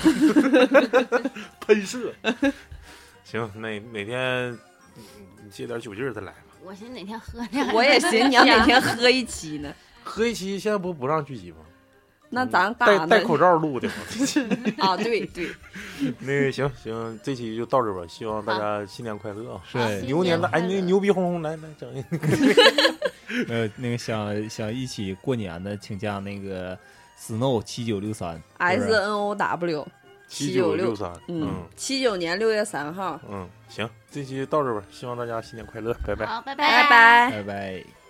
S1: 喷射。 [LAUGHS] 行，哪哪天你借点酒劲儿再来吧。
S2: 我寻思哪天喝两个，
S4: 我也寻你要每天喝一期呢，
S1: 喝一期现在不不让聚集吗？
S4: 那咱干啥
S1: 戴
S4: 呢？
S1: 嗯戴口罩录的嘛。
S4: [LAUGHS] 啊，对
S1: [LAUGHS]
S4: 对，
S1: 那个行行，这期就到这儿吧，希望大家新年快乐啊！
S3: 是，
S5: 新
S1: 牛年的哎，
S5: 年快
S1: 牛
S5: 乐
S1: 牛逼哄哄，来来整一个，
S3: 呃，那个想想一起过年的，请加那个 snow 七九六三
S4: S N O W
S1: 啊九
S4: 六，
S1: 三，
S4: 嗯
S1: 嗯，
S4: 七九年六月三号，
S1: 嗯，行，这期到这儿吧，希望大家新年快乐，拜拜。
S2: 好，拜拜
S4: 拜拜。
S3: 拜拜。